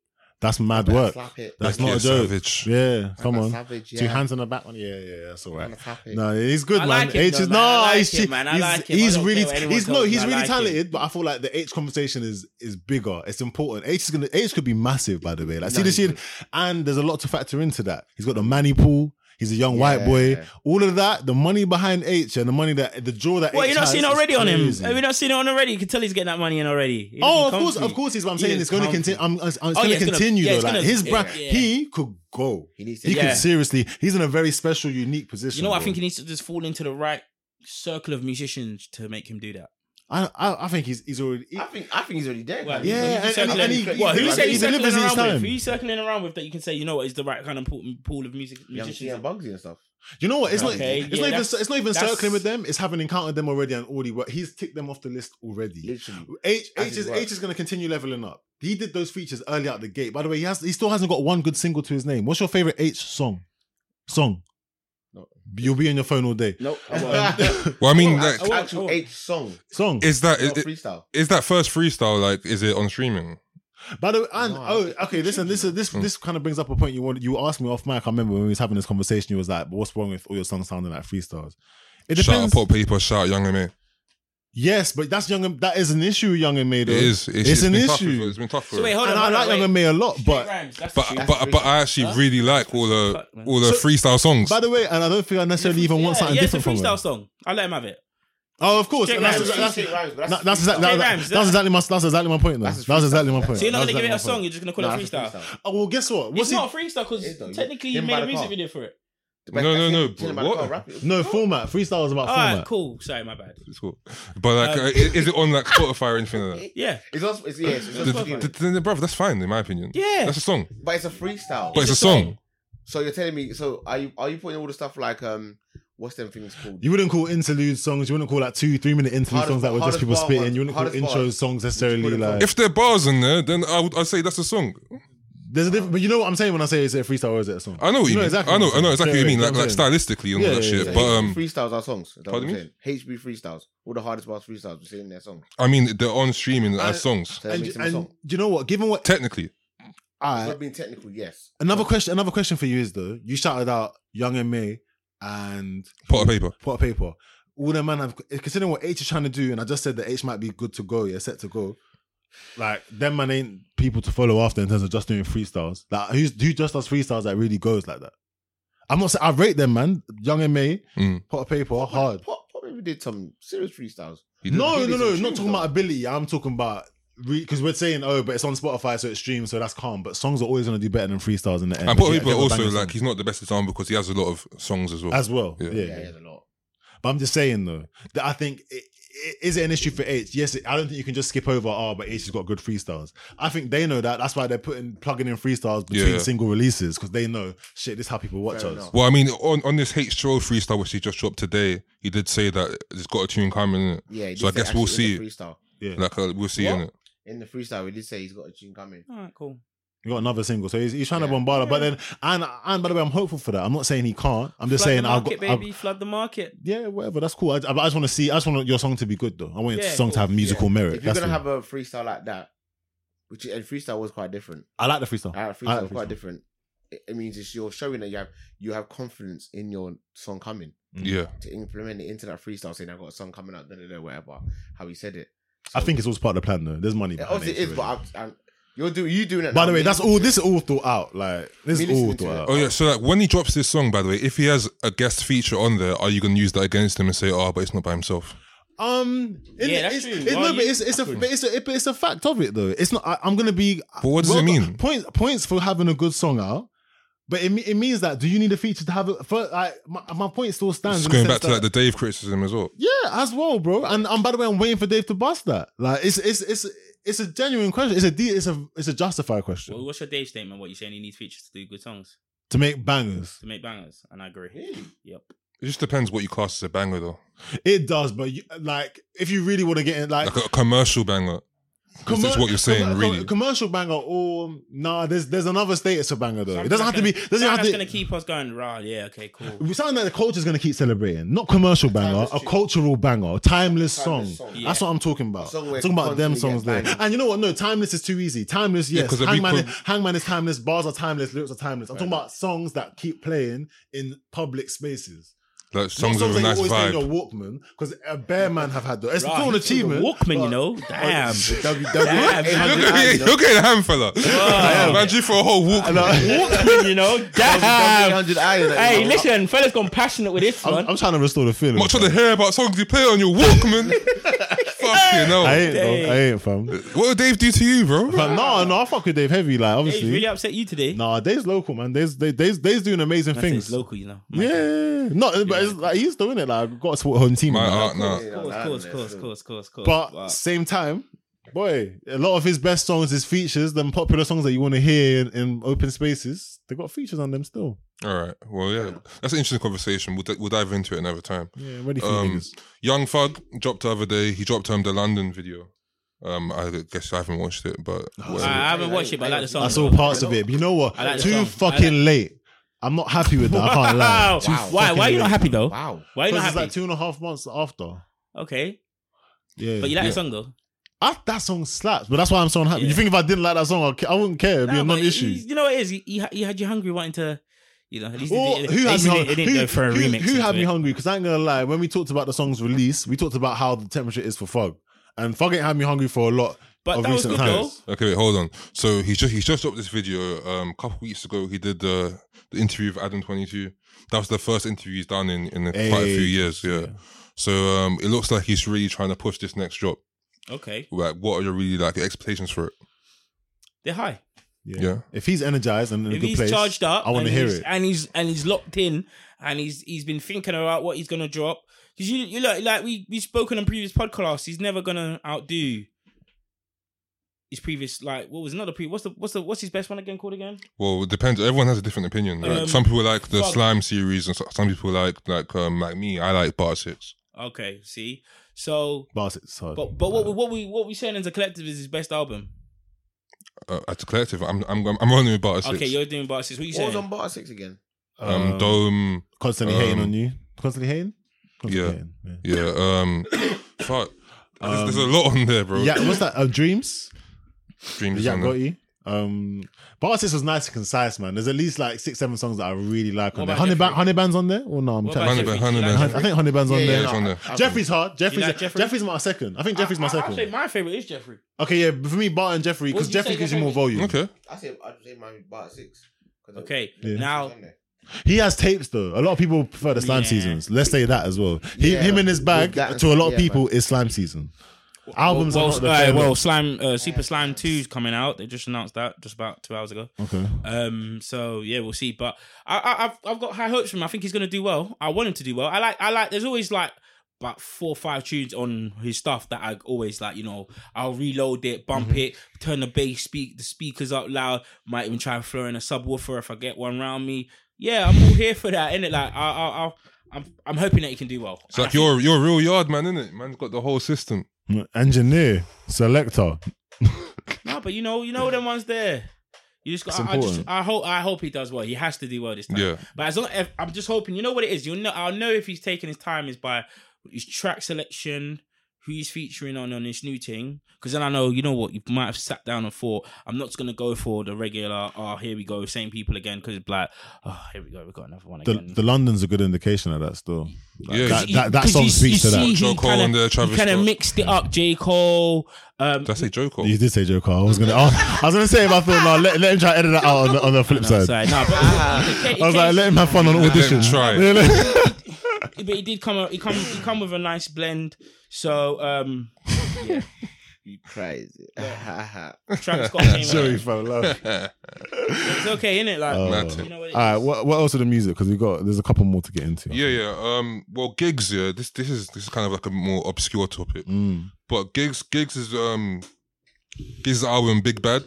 Speaker 4: That's mad
Speaker 5: That
Speaker 4: work.
Speaker 5: Slap it.
Speaker 3: Like,
Speaker 4: That's not
Speaker 3: yeah,
Speaker 4: a joke.
Speaker 3: Savage.
Speaker 4: Yeah, come
Speaker 5: That
Speaker 4: on.
Speaker 5: Savage.
Speaker 4: Two
Speaker 5: yeah.
Speaker 4: hands on the back one. Yeah, yeah, that's all right.
Speaker 5: That slap it.
Speaker 4: No, he's good,
Speaker 6: I
Speaker 4: man.
Speaker 6: like him,
Speaker 4: H
Speaker 6: though,
Speaker 4: is
Speaker 6: man. I
Speaker 4: no,
Speaker 6: like
Speaker 4: he's
Speaker 6: him, man. I
Speaker 4: he's,
Speaker 6: like him. I
Speaker 4: he's
Speaker 6: don't
Speaker 4: really
Speaker 6: care what anyone
Speaker 4: he's no,
Speaker 6: tells me.
Speaker 4: he's
Speaker 6: I
Speaker 4: really
Speaker 6: like him.
Speaker 4: talented. But I feel like the H conversation is is bigger. It's important. H is gonna H could be massive, by the way. Like see this year, and there's a lot to factor into that. He's got the manny pool. He's a young white boy.
Speaker 5: Yeah.
Speaker 4: All of that, the money behind H and the money that the draw that.
Speaker 6: What
Speaker 4: H
Speaker 6: you not
Speaker 4: has
Speaker 6: seen
Speaker 4: is
Speaker 6: already on him?
Speaker 4: crazy.
Speaker 6: Have you not seen it on already? You can tell he's getting that money in already. He
Speaker 4: Oh, of
Speaker 6: looking
Speaker 4: course,
Speaker 6: comfy.
Speaker 4: of course, is what I'm
Speaker 6: He
Speaker 4: saying.
Speaker 6: is
Speaker 4: It's going to
Speaker 6: comfy. Oh,
Speaker 4: continue. I'm, I'm, it's
Speaker 6: yeah,
Speaker 4: going
Speaker 6: it's
Speaker 4: to
Speaker 6: gonna-
Speaker 4: continue
Speaker 6: yeah,
Speaker 4: though.
Speaker 6: it's
Speaker 4: Like
Speaker 6: gonna-
Speaker 4: his brand,
Speaker 6: yeah.
Speaker 4: he could go.
Speaker 5: He needs to.
Speaker 4: He
Speaker 6: Yeah.
Speaker 4: could seriously. He's in a very special, unique position.
Speaker 6: You know what? I
Speaker 4: bro.
Speaker 6: think he needs to just fall into the right circle of musicians to make him do that.
Speaker 4: I, I, I think he's he's already. he-
Speaker 5: I think. I think he's already dead.
Speaker 6: Well,
Speaker 5: man.
Speaker 4: Yeah,
Speaker 6: who's
Speaker 4: and-
Speaker 6: he
Speaker 4: and- and he-
Speaker 6: circling- what,
Speaker 4: he-
Speaker 6: who you
Speaker 4: he
Speaker 6: say he's
Speaker 4: delivers
Speaker 6: circling
Speaker 4: his
Speaker 6: around
Speaker 4: time.
Speaker 6: with? Who you circling around with that you can say, you know what, is the right kind of pool, pool of music
Speaker 5: Young T
Speaker 6: musicians?
Speaker 5: and Bugsy and stuff.
Speaker 4: You know what? It's
Speaker 6: Okay,
Speaker 4: not.
Speaker 6: yeah,
Speaker 4: It's not even.
Speaker 6: that's-
Speaker 4: It's not even
Speaker 6: that's-
Speaker 4: circling with them. It's having encountered them already and already. Work. He's ticked them off the list already.
Speaker 5: Literally.
Speaker 4: H
Speaker 5: That's
Speaker 4: H
Speaker 5: his
Speaker 4: is
Speaker 5: work.
Speaker 4: H is going to continue leveling up. He did those features early out the gate. By the way, he has. He still hasn't got one good single to his name. What's your favorite H song? Song.
Speaker 5: No.
Speaker 4: You'll be on your phone all day.
Speaker 5: Nope.
Speaker 3: Well, I mean,
Speaker 5: Oh,
Speaker 3: like,
Speaker 5: act- actual H song,
Speaker 4: Song.
Speaker 3: is that
Speaker 5: not
Speaker 3: is,
Speaker 5: freestyle.
Speaker 3: is that first freestyle like? Is it on streaming?
Speaker 4: By the way, and
Speaker 5: No, I
Speaker 4: oh,
Speaker 5: don't think
Speaker 4: okay.
Speaker 5: it
Speaker 4: Listen,
Speaker 5: should
Speaker 4: this
Speaker 5: be.
Speaker 4: is this
Speaker 3: Hmm.
Speaker 4: this kind of brings up a point you want. You asked me off mic. I remember when we was having this conversation. You was like, "What's wrong with all your songs sounding like freestyles?" It
Speaker 3: Shout out
Speaker 4: depends.
Speaker 3: Pop Paper, shout out Young and Me.
Speaker 4: Yes, but that's young. and- That is an issue, young and made.
Speaker 3: It is.
Speaker 4: It's, an
Speaker 3: been tough
Speaker 4: issue.
Speaker 3: for- it's been tough for
Speaker 6: So wait,
Speaker 3: it.
Speaker 6: hold on.
Speaker 4: and I
Speaker 6: hold on,
Speaker 4: like Young
Speaker 6: wait.
Speaker 4: and May a lot,
Speaker 6: Straight
Speaker 4: but
Speaker 6: rhymes, that's the
Speaker 3: But
Speaker 6: truth.
Speaker 3: but but I actually
Speaker 6: Huh?
Speaker 3: really like all the
Speaker 6: Fuck, man.
Speaker 3: all the
Speaker 4: So-
Speaker 3: freestyle songs.
Speaker 4: by the way, and I don't think I necessarily even want
Speaker 6: Yeah,
Speaker 4: something
Speaker 6: yeah, it's a
Speaker 4: different from
Speaker 6: freestyle
Speaker 4: it.
Speaker 6: song. I let him have it.
Speaker 4: Oh, of course.
Speaker 6: Straight
Speaker 4: and That's,
Speaker 6: rhymes.
Speaker 4: that's, that's,
Speaker 5: Straight rhymes, but
Speaker 4: that- that's exactly
Speaker 6: Straight
Speaker 4: that,
Speaker 6: rhymes,
Speaker 4: that,
Speaker 6: yeah.
Speaker 4: that's exactly my that's exactly my point. Though.
Speaker 5: That's
Speaker 4: That's,
Speaker 5: a
Speaker 4: exactly my
Speaker 5: freestyle.
Speaker 4: point.
Speaker 6: So you're not
Speaker 4: That's
Speaker 6: gonna
Speaker 4: exactly
Speaker 6: give it a
Speaker 4: my
Speaker 6: song.
Speaker 4: point.
Speaker 6: You're just gonna call
Speaker 5: No,
Speaker 6: it
Speaker 5: that's
Speaker 6: freestyle.
Speaker 4: Oh well, guess what?
Speaker 6: It's
Speaker 4: What's he?
Speaker 6: not a freestyle
Speaker 5: It is though.
Speaker 6: because
Speaker 5: You-
Speaker 6: technically you
Speaker 5: him by
Speaker 6: made a
Speaker 5: the
Speaker 6: music
Speaker 5: car.
Speaker 6: video for it.
Speaker 5: Back-
Speaker 3: No, no,
Speaker 5: that's
Speaker 3: no,
Speaker 5: him chilling by
Speaker 3: what?
Speaker 5: the car, rap it.
Speaker 4: No format. Freestyle is about
Speaker 6: All right,
Speaker 4: format.
Speaker 6: cool. Sorry, my bad.
Speaker 3: It's cool. But like,
Speaker 6: Um,
Speaker 3: uh, i- is it on like Spotify or anything like that?
Speaker 6: Yeah,
Speaker 5: It's also, it's, yeah, it's, it's
Speaker 3: The,
Speaker 5: also,
Speaker 3: the, the, the- bruv, that's fine in my opinion.
Speaker 6: Yeah.
Speaker 3: that's a song,
Speaker 5: but it's a freestyle.
Speaker 3: but it's, a song.
Speaker 5: So you're telling me? So are you are you putting all the stuff like um, what's them things called?
Speaker 4: You wouldn't call interlude songs. You wouldn't call like two, three minute interlude
Speaker 5: Hardest
Speaker 4: songs that
Speaker 5: bar-
Speaker 4: were just
Speaker 5: hardest
Speaker 4: people
Speaker 5: bar
Speaker 4: spitting.
Speaker 5: one.
Speaker 4: You wouldn't call
Speaker 5: Hardest
Speaker 4: intro
Speaker 5: bar.
Speaker 4: songs necessarily
Speaker 5: Wouldn't call
Speaker 4: like.
Speaker 5: it.
Speaker 3: If there are bars in there, then I would I'd say that's a song.
Speaker 4: There's a different, but you know what I'm saying when I say is it a freestyle or is it a song?
Speaker 3: I know what you
Speaker 4: know
Speaker 3: mean.
Speaker 4: exactly
Speaker 3: I know.
Speaker 4: what I'm
Speaker 3: I know
Speaker 4: saying.
Speaker 3: exactly what you
Speaker 4: Straight
Speaker 3: mean.
Speaker 4: away,
Speaker 3: Like, like
Speaker 4: you know what I'm
Speaker 3: stylistically and all
Speaker 4: Yeah,
Speaker 3: that
Speaker 4: yeah,
Speaker 3: shit.
Speaker 4: yeah.
Speaker 3: But
Speaker 5: HB
Speaker 3: um,
Speaker 5: freestyles are songs. That's what
Speaker 3: pardon
Speaker 5: I'm
Speaker 3: me?
Speaker 5: saying. HB freestyles. All the hardest bars freestyles we see in their songs.
Speaker 3: I mean, they're on streaming
Speaker 4: I-
Speaker 3: as songs.
Speaker 5: So that
Speaker 4: saying?
Speaker 5: makes them a
Speaker 4: And,
Speaker 5: song.
Speaker 4: and do you know what? Given what
Speaker 3: Technically,
Speaker 4: I
Speaker 5: Not being technical, yes.
Speaker 4: another question, another question for you is though, you shouted out Young and May and
Speaker 3: pot of paper.
Speaker 4: Pot of Paper. All the man have eh, considering what H is trying to do, and I just said that H might be good to go, yeah, set to go. Like them man ain't people to follow after in terms of just doing freestyles. Like who's who just does freestyles that really goes like that? I'm not saying I rate them, man. Young and May,
Speaker 3: Mm.
Speaker 4: Pot of Paper, hard.
Speaker 5: Pop, Pop even did some serious freestyles.
Speaker 3: He did.
Speaker 4: No,
Speaker 5: It
Speaker 4: no,
Speaker 5: is
Speaker 4: no.
Speaker 5: a
Speaker 4: Not
Speaker 5: tune,
Speaker 4: talking
Speaker 5: though.
Speaker 4: about ability. I'm talking about because we're saying oh, but it's on Spotify, so it's streamed, so that's calm. But songs are always gonna do better than freestyles in the end.
Speaker 3: And pot
Speaker 4: Yeah,
Speaker 3: of paper
Speaker 4: get the
Speaker 3: also
Speaker 4: bangers
Speaker 3: like
Speaker 4: on.
Speaker 3: he's not the best example because he has a lot of songs as well.
Speaker 4: as well.
Speaker 3: Yeah.
Speaker 4: Yeah.
Speaker 5: Yeah, he has a lot.
Speaker 4: but I'm just saying though that I think. It, it, is it an issue for H? Yes, it, I don't think you can just skip over. Oh, but H has got good freestyles. I think they know that. That's why they're putting plugging in freestyles between
Speaker 3: Yeah.
Speaker 4: single releases because they know shit. This is how people watch
Speaker 5: Fair
Speaker 4: us.
Speaker 5: enough.
Speaker 3: well, I mean, on, on this H Troll freestyle which he just dropped today, he did say that it's got a tune coming. Innit?
Speaker 5: Yeah, he did
Speaker 3: So I
Speaker 5: say
Speaker 3: guess we'll
Speaker 5: actually
Speaker 3: see.
Speaker 5: in the freestyle.
Speaker 4: Yeah,
Speaker 3: Like uh, we'll see
Speaker 6: What?
Speaker 3: in it.
Speaker 5: In the freestyle, we did say he's got a tune coming.
Speaker 6: All right, cool.
Speaker 4: you got another single, so he's, he's trying to
Speaker 5: Yeah.
Speaker 4: bombard. her. But then, and and by the way, I'm hopeful for that. I'm not saying he can't. I'm just
Speaker 6: flood
Speaker 4: saying
Speaker 6: the
Speaker 4: I've
Speaker 6: market,
Speaker 4: got. I've,
Speaker 6: baby, flood the market.
Speaker 4: Yeah, whatever. That's cool. I, I just want to see. I just want your song to be good, though. I want your
Speaker 6: Yeah,
Speaker 4: song to have musical
Speaker 5: Yeah.
Speaker 4: merit.
Speaker 5: If you're
Speaker 4: That's
Speaker 5: gonna
Speaker 4: all.
Speaker 5: have a freestyle like that, which and freestyle was quite different.
Speaker 4: I like the freestyle.
Speaker 5: Uh,
Speaker 4: I
Speaker 5: freestyle
Speaker 4: like
Speaker 5: was
Speaker 4: the
Speaker 5: quite
Speaker 4: freestyle.
Speaker 5: different. It, it means it's you're showing that you have you have confidence in your song coming
Speaker 3: Yeah,
Speaker 5: to implement it into that freestyle, saying I've got a song coming out, da da da, whatever. How he said it.
Speaker 4: I think it's all part of the plan, though. There's money.
Speaker 5: It
Speaker 4: behind
Speaker 5: obviously
Speaker 4: it,
Speaker 5: is, but
Speaker 4: really.
Speaker 5: I'm, I'm, you're doing you doing it.
Speaker 4: by
Speaker 5: now.
Speaker 4: the way,
Speaker 5: Me-
Speaker 4: that's all. This is all thought out. Like this
Speaker 5: Me
Speaker 4: is all
Speaker 5: listening to
Speaker 4: thought
Speaker 5: it.
Speaker 4: out.
Speaker 3: Oh yeah, so like when he drops this song, by the way, if he has a guest feature on there, are you gonna use that against him and say, "Oh, but it's not by himself"?
Speaker 4: Um, it-
Speaker 6: Yeah, that's
Speaker 4: it's,
Speaker 6: true.
Speaker 4: it's-
Speaker 6: Why
Speaker 4: no,
Speaker 6: you-
Speaker 4: but it's it's a but it's a it- but it's a fact of it though. It's not. I, I'm gonna be.
Speaker 3: But what does it mean?
Speaker 4: Points points for having a good song out. But it, me- it means that do you need a feature to have a for like my, my point still stands.
Speaker 3: It's
Speaker 4: in the
Speaker 3: going
Speaker 4: sense
Speaker 3: back to
Speaker 4: that-
Speaker 3: like the Dave criticism as well.
Speaker 4: Yeah, as well, bro. And um, by the way, I'm waiting for Dave to bust that. Like, it's it's it's it's a genuine question. It's a de- it's a it's a justified question
Speaker 6: Well, what's your Dave statement? What you saying? He needs features to do good songs
Speaker 4: to make bangers.
Speaker 6: to make bangers, and I agree. Yep.
Speaker 3: It just depends what you class as a banger, though.
Speaker 4: It does, but you, like, if you really want to get in, like,
Speaker 3: Like a commercial banger. This is
Speaker 4: commer-
Speaker 3: what you're saying,
Speaker 4: commer-
Speaker 3: really.
Speaker 4: commercial banger or nah, there's there's another status for banger though. it
Speaker 6: Something
Speaker 4: doesn't have
Speaker 6: that's
Speaker 4: to be.
Speaker 6: gonna-
Speaker 4: Doesn't
Speaker 6: something
Speaker 4: have
Speaker 6: that's
Speaker 4: to.
Speaker 6: gonna keep us going. Right? Yeah. Okay. Cool.
Speaker 4: Something that the culture's gonna keep celebrating, not commercial banger,
Speaker 5: Timeless
Speaker 4: a
Speaker 5: tune.
Speaker 4: cultural banger, a timeless,
Speaker 5: Timeless
Speaker 4: song.
Speaker 5: song.
Speaker 4: That's
Speaker 6: Yeah.
Speaker 4: what I'm talking about.
Speaker 5: Song
Speaker 4: I'm
Speaker 5: where
Speaker 4: talking about them
Speaker 5: constantly
Speaker 4: songs
Speaker 5: get
Speaker 4: there.
Speaker 5: banged.
Speaker 4: And you know what? No, timeless is too easy. Timeless, yes.
Speaker 3: 'cause it'd be
Speaker 4: Hangman,
Speaker 3: con-
Speaker 4: Hangman is timeless. Bars are timeless. Lyrics are timeless. I'm talking about songs that keep playing in public spaces.
Speaker 3: Like
Speaker 4: Not
Speaker 3: songs with a
Speaker 4: that you
Speaker 3: nice
Speaker 4: always hear in
Speaker 3: vibe.
Speaker 4: your Walkman, because a bear man have had though. It's
Speaker 6: Right,
Speaker 4: still an
Speaker 6: he's doing the
Speaker 4: achievement.
Speaker 6: Walkman, you
Speaker 4: but- oh,
Speaker 6: know. Damn.
Speaker 4: WW.
Speaker 6: Damn.
Speaker 3: Look at look at ham fella.
Speaker 6: Wow.
Speaker 3: Man, you for a whole walk.
Speaker 6: Walkman, you know.
Speaker 4: E,
Speaker 6: Damn.
Speaker 5: 800 iron, like,
Speaker 6: Hey,
Speaker 5: you know,
Speaker 6: listen, fella's gone passionate with this
Speaker 4: I'm,
Speaker 6: one.
Speaker 4: I'm trying to restore the feeling.
Speaker 3: Much of the hair about songs you play on your Walkman. Fucking
Speaker 4: I
Speaker 3: hell.
Speaker 4: ain't, though. I ain't, fam.
Speaker 3: What did Dave do to you, bro?
Speaker 4: But no, no, I fuck with Dave Heavy. Like,
Speaker 6: He's
Speaker 4: obviously,
Speaker 6: really upset you today.
Speaker 4: nah, Dave's local, man. Dave's they, Dave's Dave's doing amazing
Speaker 6: That's it, it's
Speaker 4: things.
Speaker 6: local, you know.
Speaker 4: Yeah, no, but it's like he's doing it. Like, I've got to support home team.
Speaker 3: My
Speaker 4: man.
Speaker 3: art, nah.
Speaker 5: you
Speaker 6: Of
Speaker 5: know,
Speaker 6: course,
Speaker 5: that
Speaker 6: course,
Speaker 5: and
Speaker 6: course,
Speaker 5: that.
Speaker 6: course, course, course.
Speaker 4: But
Speaker 6: Wow.
Speaker 4: same time, boy, a lot of his best songs, his features, them popular songs that you want to hear in, in open spaces, they got features on them still.
Speaker 3: All right. Well, yeah. That's an interesting conversation. We'll, d- we'll dive into it another time.
Speaker 4: Yeah, ready for you
Speaker 3: Um,
Speaker 4: niggas.
Speaker 3: Young Thug dropped the other day. He dropped um, the London video. Um, I guess I haven't watched it, but
Speaker 6: I
Speaker 3: whatever.
Speaker 6: I haven't watched it, but I like the song.
Speaker 4: I saw
Speaker 6: though.
Speaker 4: parts of it. But you know what?
Speaker 6: I like the
Speaker 4: Too
Speaker 6: song. I
Speaker 4: fucking late. I'm not happy with that. I can't lie.
Speaker 6: Wow.
Speaker 4: Too
Speaker 6: Why?
Speaker 4: fucking
Speaker 6: Why are you
Speaker 4: late.
Speaker 6: not happy though?
Speaker 5: Wow.
Speaker 6: Why are you
Speaker 4: Because
Speaker 6: not
Speaker 4: it's
Speaker 6: happy?
Speaker 4: like two and a half months after.
Speaker 6: okay,
Speaker 4: Yeah,
Speaker 6: but you like
Speaker 3: Yeah.
Speaker 6: the song though.
Speaker 4: I, Ah, that song slaps, but that's why I'm so unhappy. You
Speaker 6: Yeah.
Speaker 4: think if I didn't like that song, I'd ca- I wouldn't care. It'd be
Speaker 6: Nah,
Speaker 4: a
Speaker 6: but
Speaker 4: non-issue.
Speaker 6: he's- You know what it is? He, he, he had you hungry, wanting to, you know. At least
Speaker 4: Or
Speaker 6: it,
Speaker 4: who had me
Speaker 6: didn't,
Speaker 4: hungry?
Speaker 6: it didn't
Speaker 4: who,
Speaker 6: go for a
Speaker 4: who-
Speaker 6: remix.
Speaker 4: who
Speaker 6: into
Speaker 4: had me
Speaker 6: it.
Speaker 4: hungry? Because I ain't gonna lie, when we talked about the song's release, we talked about how the temperature is for Fug, and Fug ain't had me hungry for a lot
Speaker 6: But
Speaker 4: of
Speaker 6: that was
Speaker 4: recent
Speaker 6: good though.
Speaker 4: times.
Speaker 3: Okay, wait, hold on. So he's just he's just dropped this video um, a couple weeks ago. He did the the interview with Adam Twenty Two. That was the first interview he's done in in quite a few years.
Speaker 4: Ages,
Speaker 3: Yeah.
Speaker 4: yeah.
Speaker 3: So um, it looks like he's really trying to push this next drop.
Speaker 6: Okay,
Speaker 3: Like, what are your really like expectations for it?
Speaker 6: they're high.
Speaker 3: Yeah.
Speaker 4: If he's energized and in a
Speaker 6: If
Speaker 4: good
Speaker 6: he's
Speaker 4: place,
Speaker 6: charged up,
Speaker 4: I want to
Speaker 6: and
Speaker 4: hear
Speaker 6: he's-
Speaker 4: it.
Speaker 6: and he's and he's locked in, and he's he's been thinking about what he's gonna drop. Because you you look like we we spoken on previous podcasts, he's never gonna outdo his previous like what was another pre what's the what's the what's his best one again called again?
Speaker 3: Well, it depends. Everyone has a different opinion. Like,
Speaker 6: Um,
Speaker 3: some people like the
Speaker 6: fuck.
Speaker 3: slime series, and so- some people like like um like me. I like Bar Six.
Speaker 6: Okay, see. So
Speaker 4: Bars it's hard.
Speaker 6: but but what we- what we what we saying as a collective is his best album.
Speaker 3: Uh, as a collective, I'm I'm I'm running with Bar Six.
Speaker 6: Okay, you're doing Barsis. What you
Speaker 5: What was on
Speaker 6: saying?
Speaker 5: Bar Six again?
Speaker 3: um, Dome.
Speaker 4: constantly hating
Speaker 3: um,
Speaker 4: on you. Constantly hating. Constantly
Speaker 3: Yeah.
Speaker 4: hating, yeah.
Speaker 3: Yeah. Um. fuck. There's, there's a
Speaker 6: Um,
Speaker 3: lot on there, bro.
Speaker 4: Yeah, what's that? Uh, dreams.
Speaker 3: Dreams.
Speaker 4: Yeah,
Speaker 3: on
Speaker 4: got
Speaker 3: there.
Speaker 4: you. Um, but Artist was nice and concise, man. There's at least like six, seven songs that I really like
Speaker 6: What
Speaker 4: on there.
Speaker 6: about
Speaker 4: Honey, ba-
Speaker 6: Jeffrey?
Speaker 4: honey Band's on there? Or no, I'm
Speaker 6: What
Speaker 3: Hundred
Speaker 4: telling
Speaker 6: about Jeffrey?
Speaker 3: band, hundred
Speaker 6: Do you
Speaker 3: band.
Speaker 6: like
Speaker 4: I think Honey Band's on there.
Speaker 3: yeah. on there.
Speaker 5: I- I-
Speaker 4: Jeffrey's hard. Jeffrey's,
Speaker 6: like Jeffrey?
Speaker 4: Jeffrey's my second. I think Jeffrey's my
Speaker 6: I- I- I'd
Speaker 4: second.
Speaker 6: say my favorite is Jeffrey.
Speaker 4: okay, yeah, but for me, Bart and Jeffrey,
Speaker 6: What
Speaker 4: because
Speaker 6: would you
Speaker 4: Jeffrey
Speaker 6: say
Speaker 4: gives you
Speaker 6: your
Speaker 4: more volume.
Speaker 3: Okay.
Speaker 5: I say I'd say my Bar Six. 'cause it-
Speaker 6: Okay,
Speaker 4: Yeah.
Speaker 6: now
Speaker 4: He has tapes though. A lot of people prefer the slime
Speaker 6: Yeah.
Speaker 4: seasons. Let's say that as well. He,
Speaker 5: Yeah.
Speaker 4: Him in his bag
Speaker 5: That-
Speaker 4: to a lot of
Speaker 5: yeah,
Speaker 4: people is slime season. Albums
Speaker 6: well,
Speaker 4: are not the
Speaker 6: uh,
Speaker 4: fair
Speaker 6: well,
Speaker 4: look.
Speaker 6: slime uh, super slime 2's coming out. They just announced that just about two hours ago.
Speaker 4: Okay.
Speaker 6: Um, so yeah, we'll see. But I, I, I've I've got high hopes for him. I think he's gonna do well. I want him to do well. I like I like. There's always like about four or five tunes on his stuff that I always like. You know, I'll reload it, bump it, turn the bass, speak the speakers up loud. Might even try and throw in a subwoofer if I get one round me. Yeah, I'm all here for that. Innit? Like I, I, I I'm I'm hoping that he can do well.
Speaker 3: It's like you're you're a real yard man, isn't it? Man's got the whole system.
Speaker 4: Engineer, selector.
Speaker 6: No, but you know, you know them ones there. You just got.
Speaker 4: It's
Speaker 6: I, I just.
Speaker 4: important.
Speaker 6: I hope. I hope he does well. He has to do well this time.
Speaker 3: Yeah.
Speaker 6: But as long, if, I'm just hoping. You know what it is. You'll know. I'll know if he's taking his time is by his track selection, who he's featuring on on this new thing. Because then I know. You know what? You might have sat down and thought, I'm not just gonna go for the regular. Oh, here we go, same people again. Because it's like, oh, here we go, we got another one
Speaker 4: The,
Speaker 6: again.
Speaker 4: the London's a good indication of that still. Like,
Speaker 3: Yeah.
Speaker 4: that, that, that song speaks to that.
Speaker 3: Joe Cole and, uh, Travis
Speaker 6: kind of
Speaker 3: Scott.
Speaker 6: mixed it up. J Cole. Um,
Speaker 3: Did I say Joker?
Speaker 4: You did say Joe Carl. I was gonna. I was, I was gonna say if I thought no, let, let him try to edit that out on the, on the flip
Speaker 6: no,
Speaker 4: side.
Speaker 6: sorry, no, but
Speaker 4: I was like, let him have fun on audition.
Speaker 3: try.
Speaker 4: Yeah, let-
Speaker 6: but he did come. He come. He come with a nice blend. So um,
Speaker 5: You crazy.
Speaker 6: Travis Scott came.
Speaker 4: Sorry,
Speaker 6: out.
Speaker 4: fam, love.
Speaker 6: It's okay, innit? Like
Speaker 3: Mad
Speaker 6: you know what it
Speaker 4: All right, Oh. what, what else are the music? Because we got there's a couple more to get into.
Speaker 3: Yeah, yeah. Um, well, gigs. Yeah, this this is this is kind of like a more obscure topic,
Speaker 4: Mm.
Speaker 3: but gigs gigs is um gigs album Big Bad.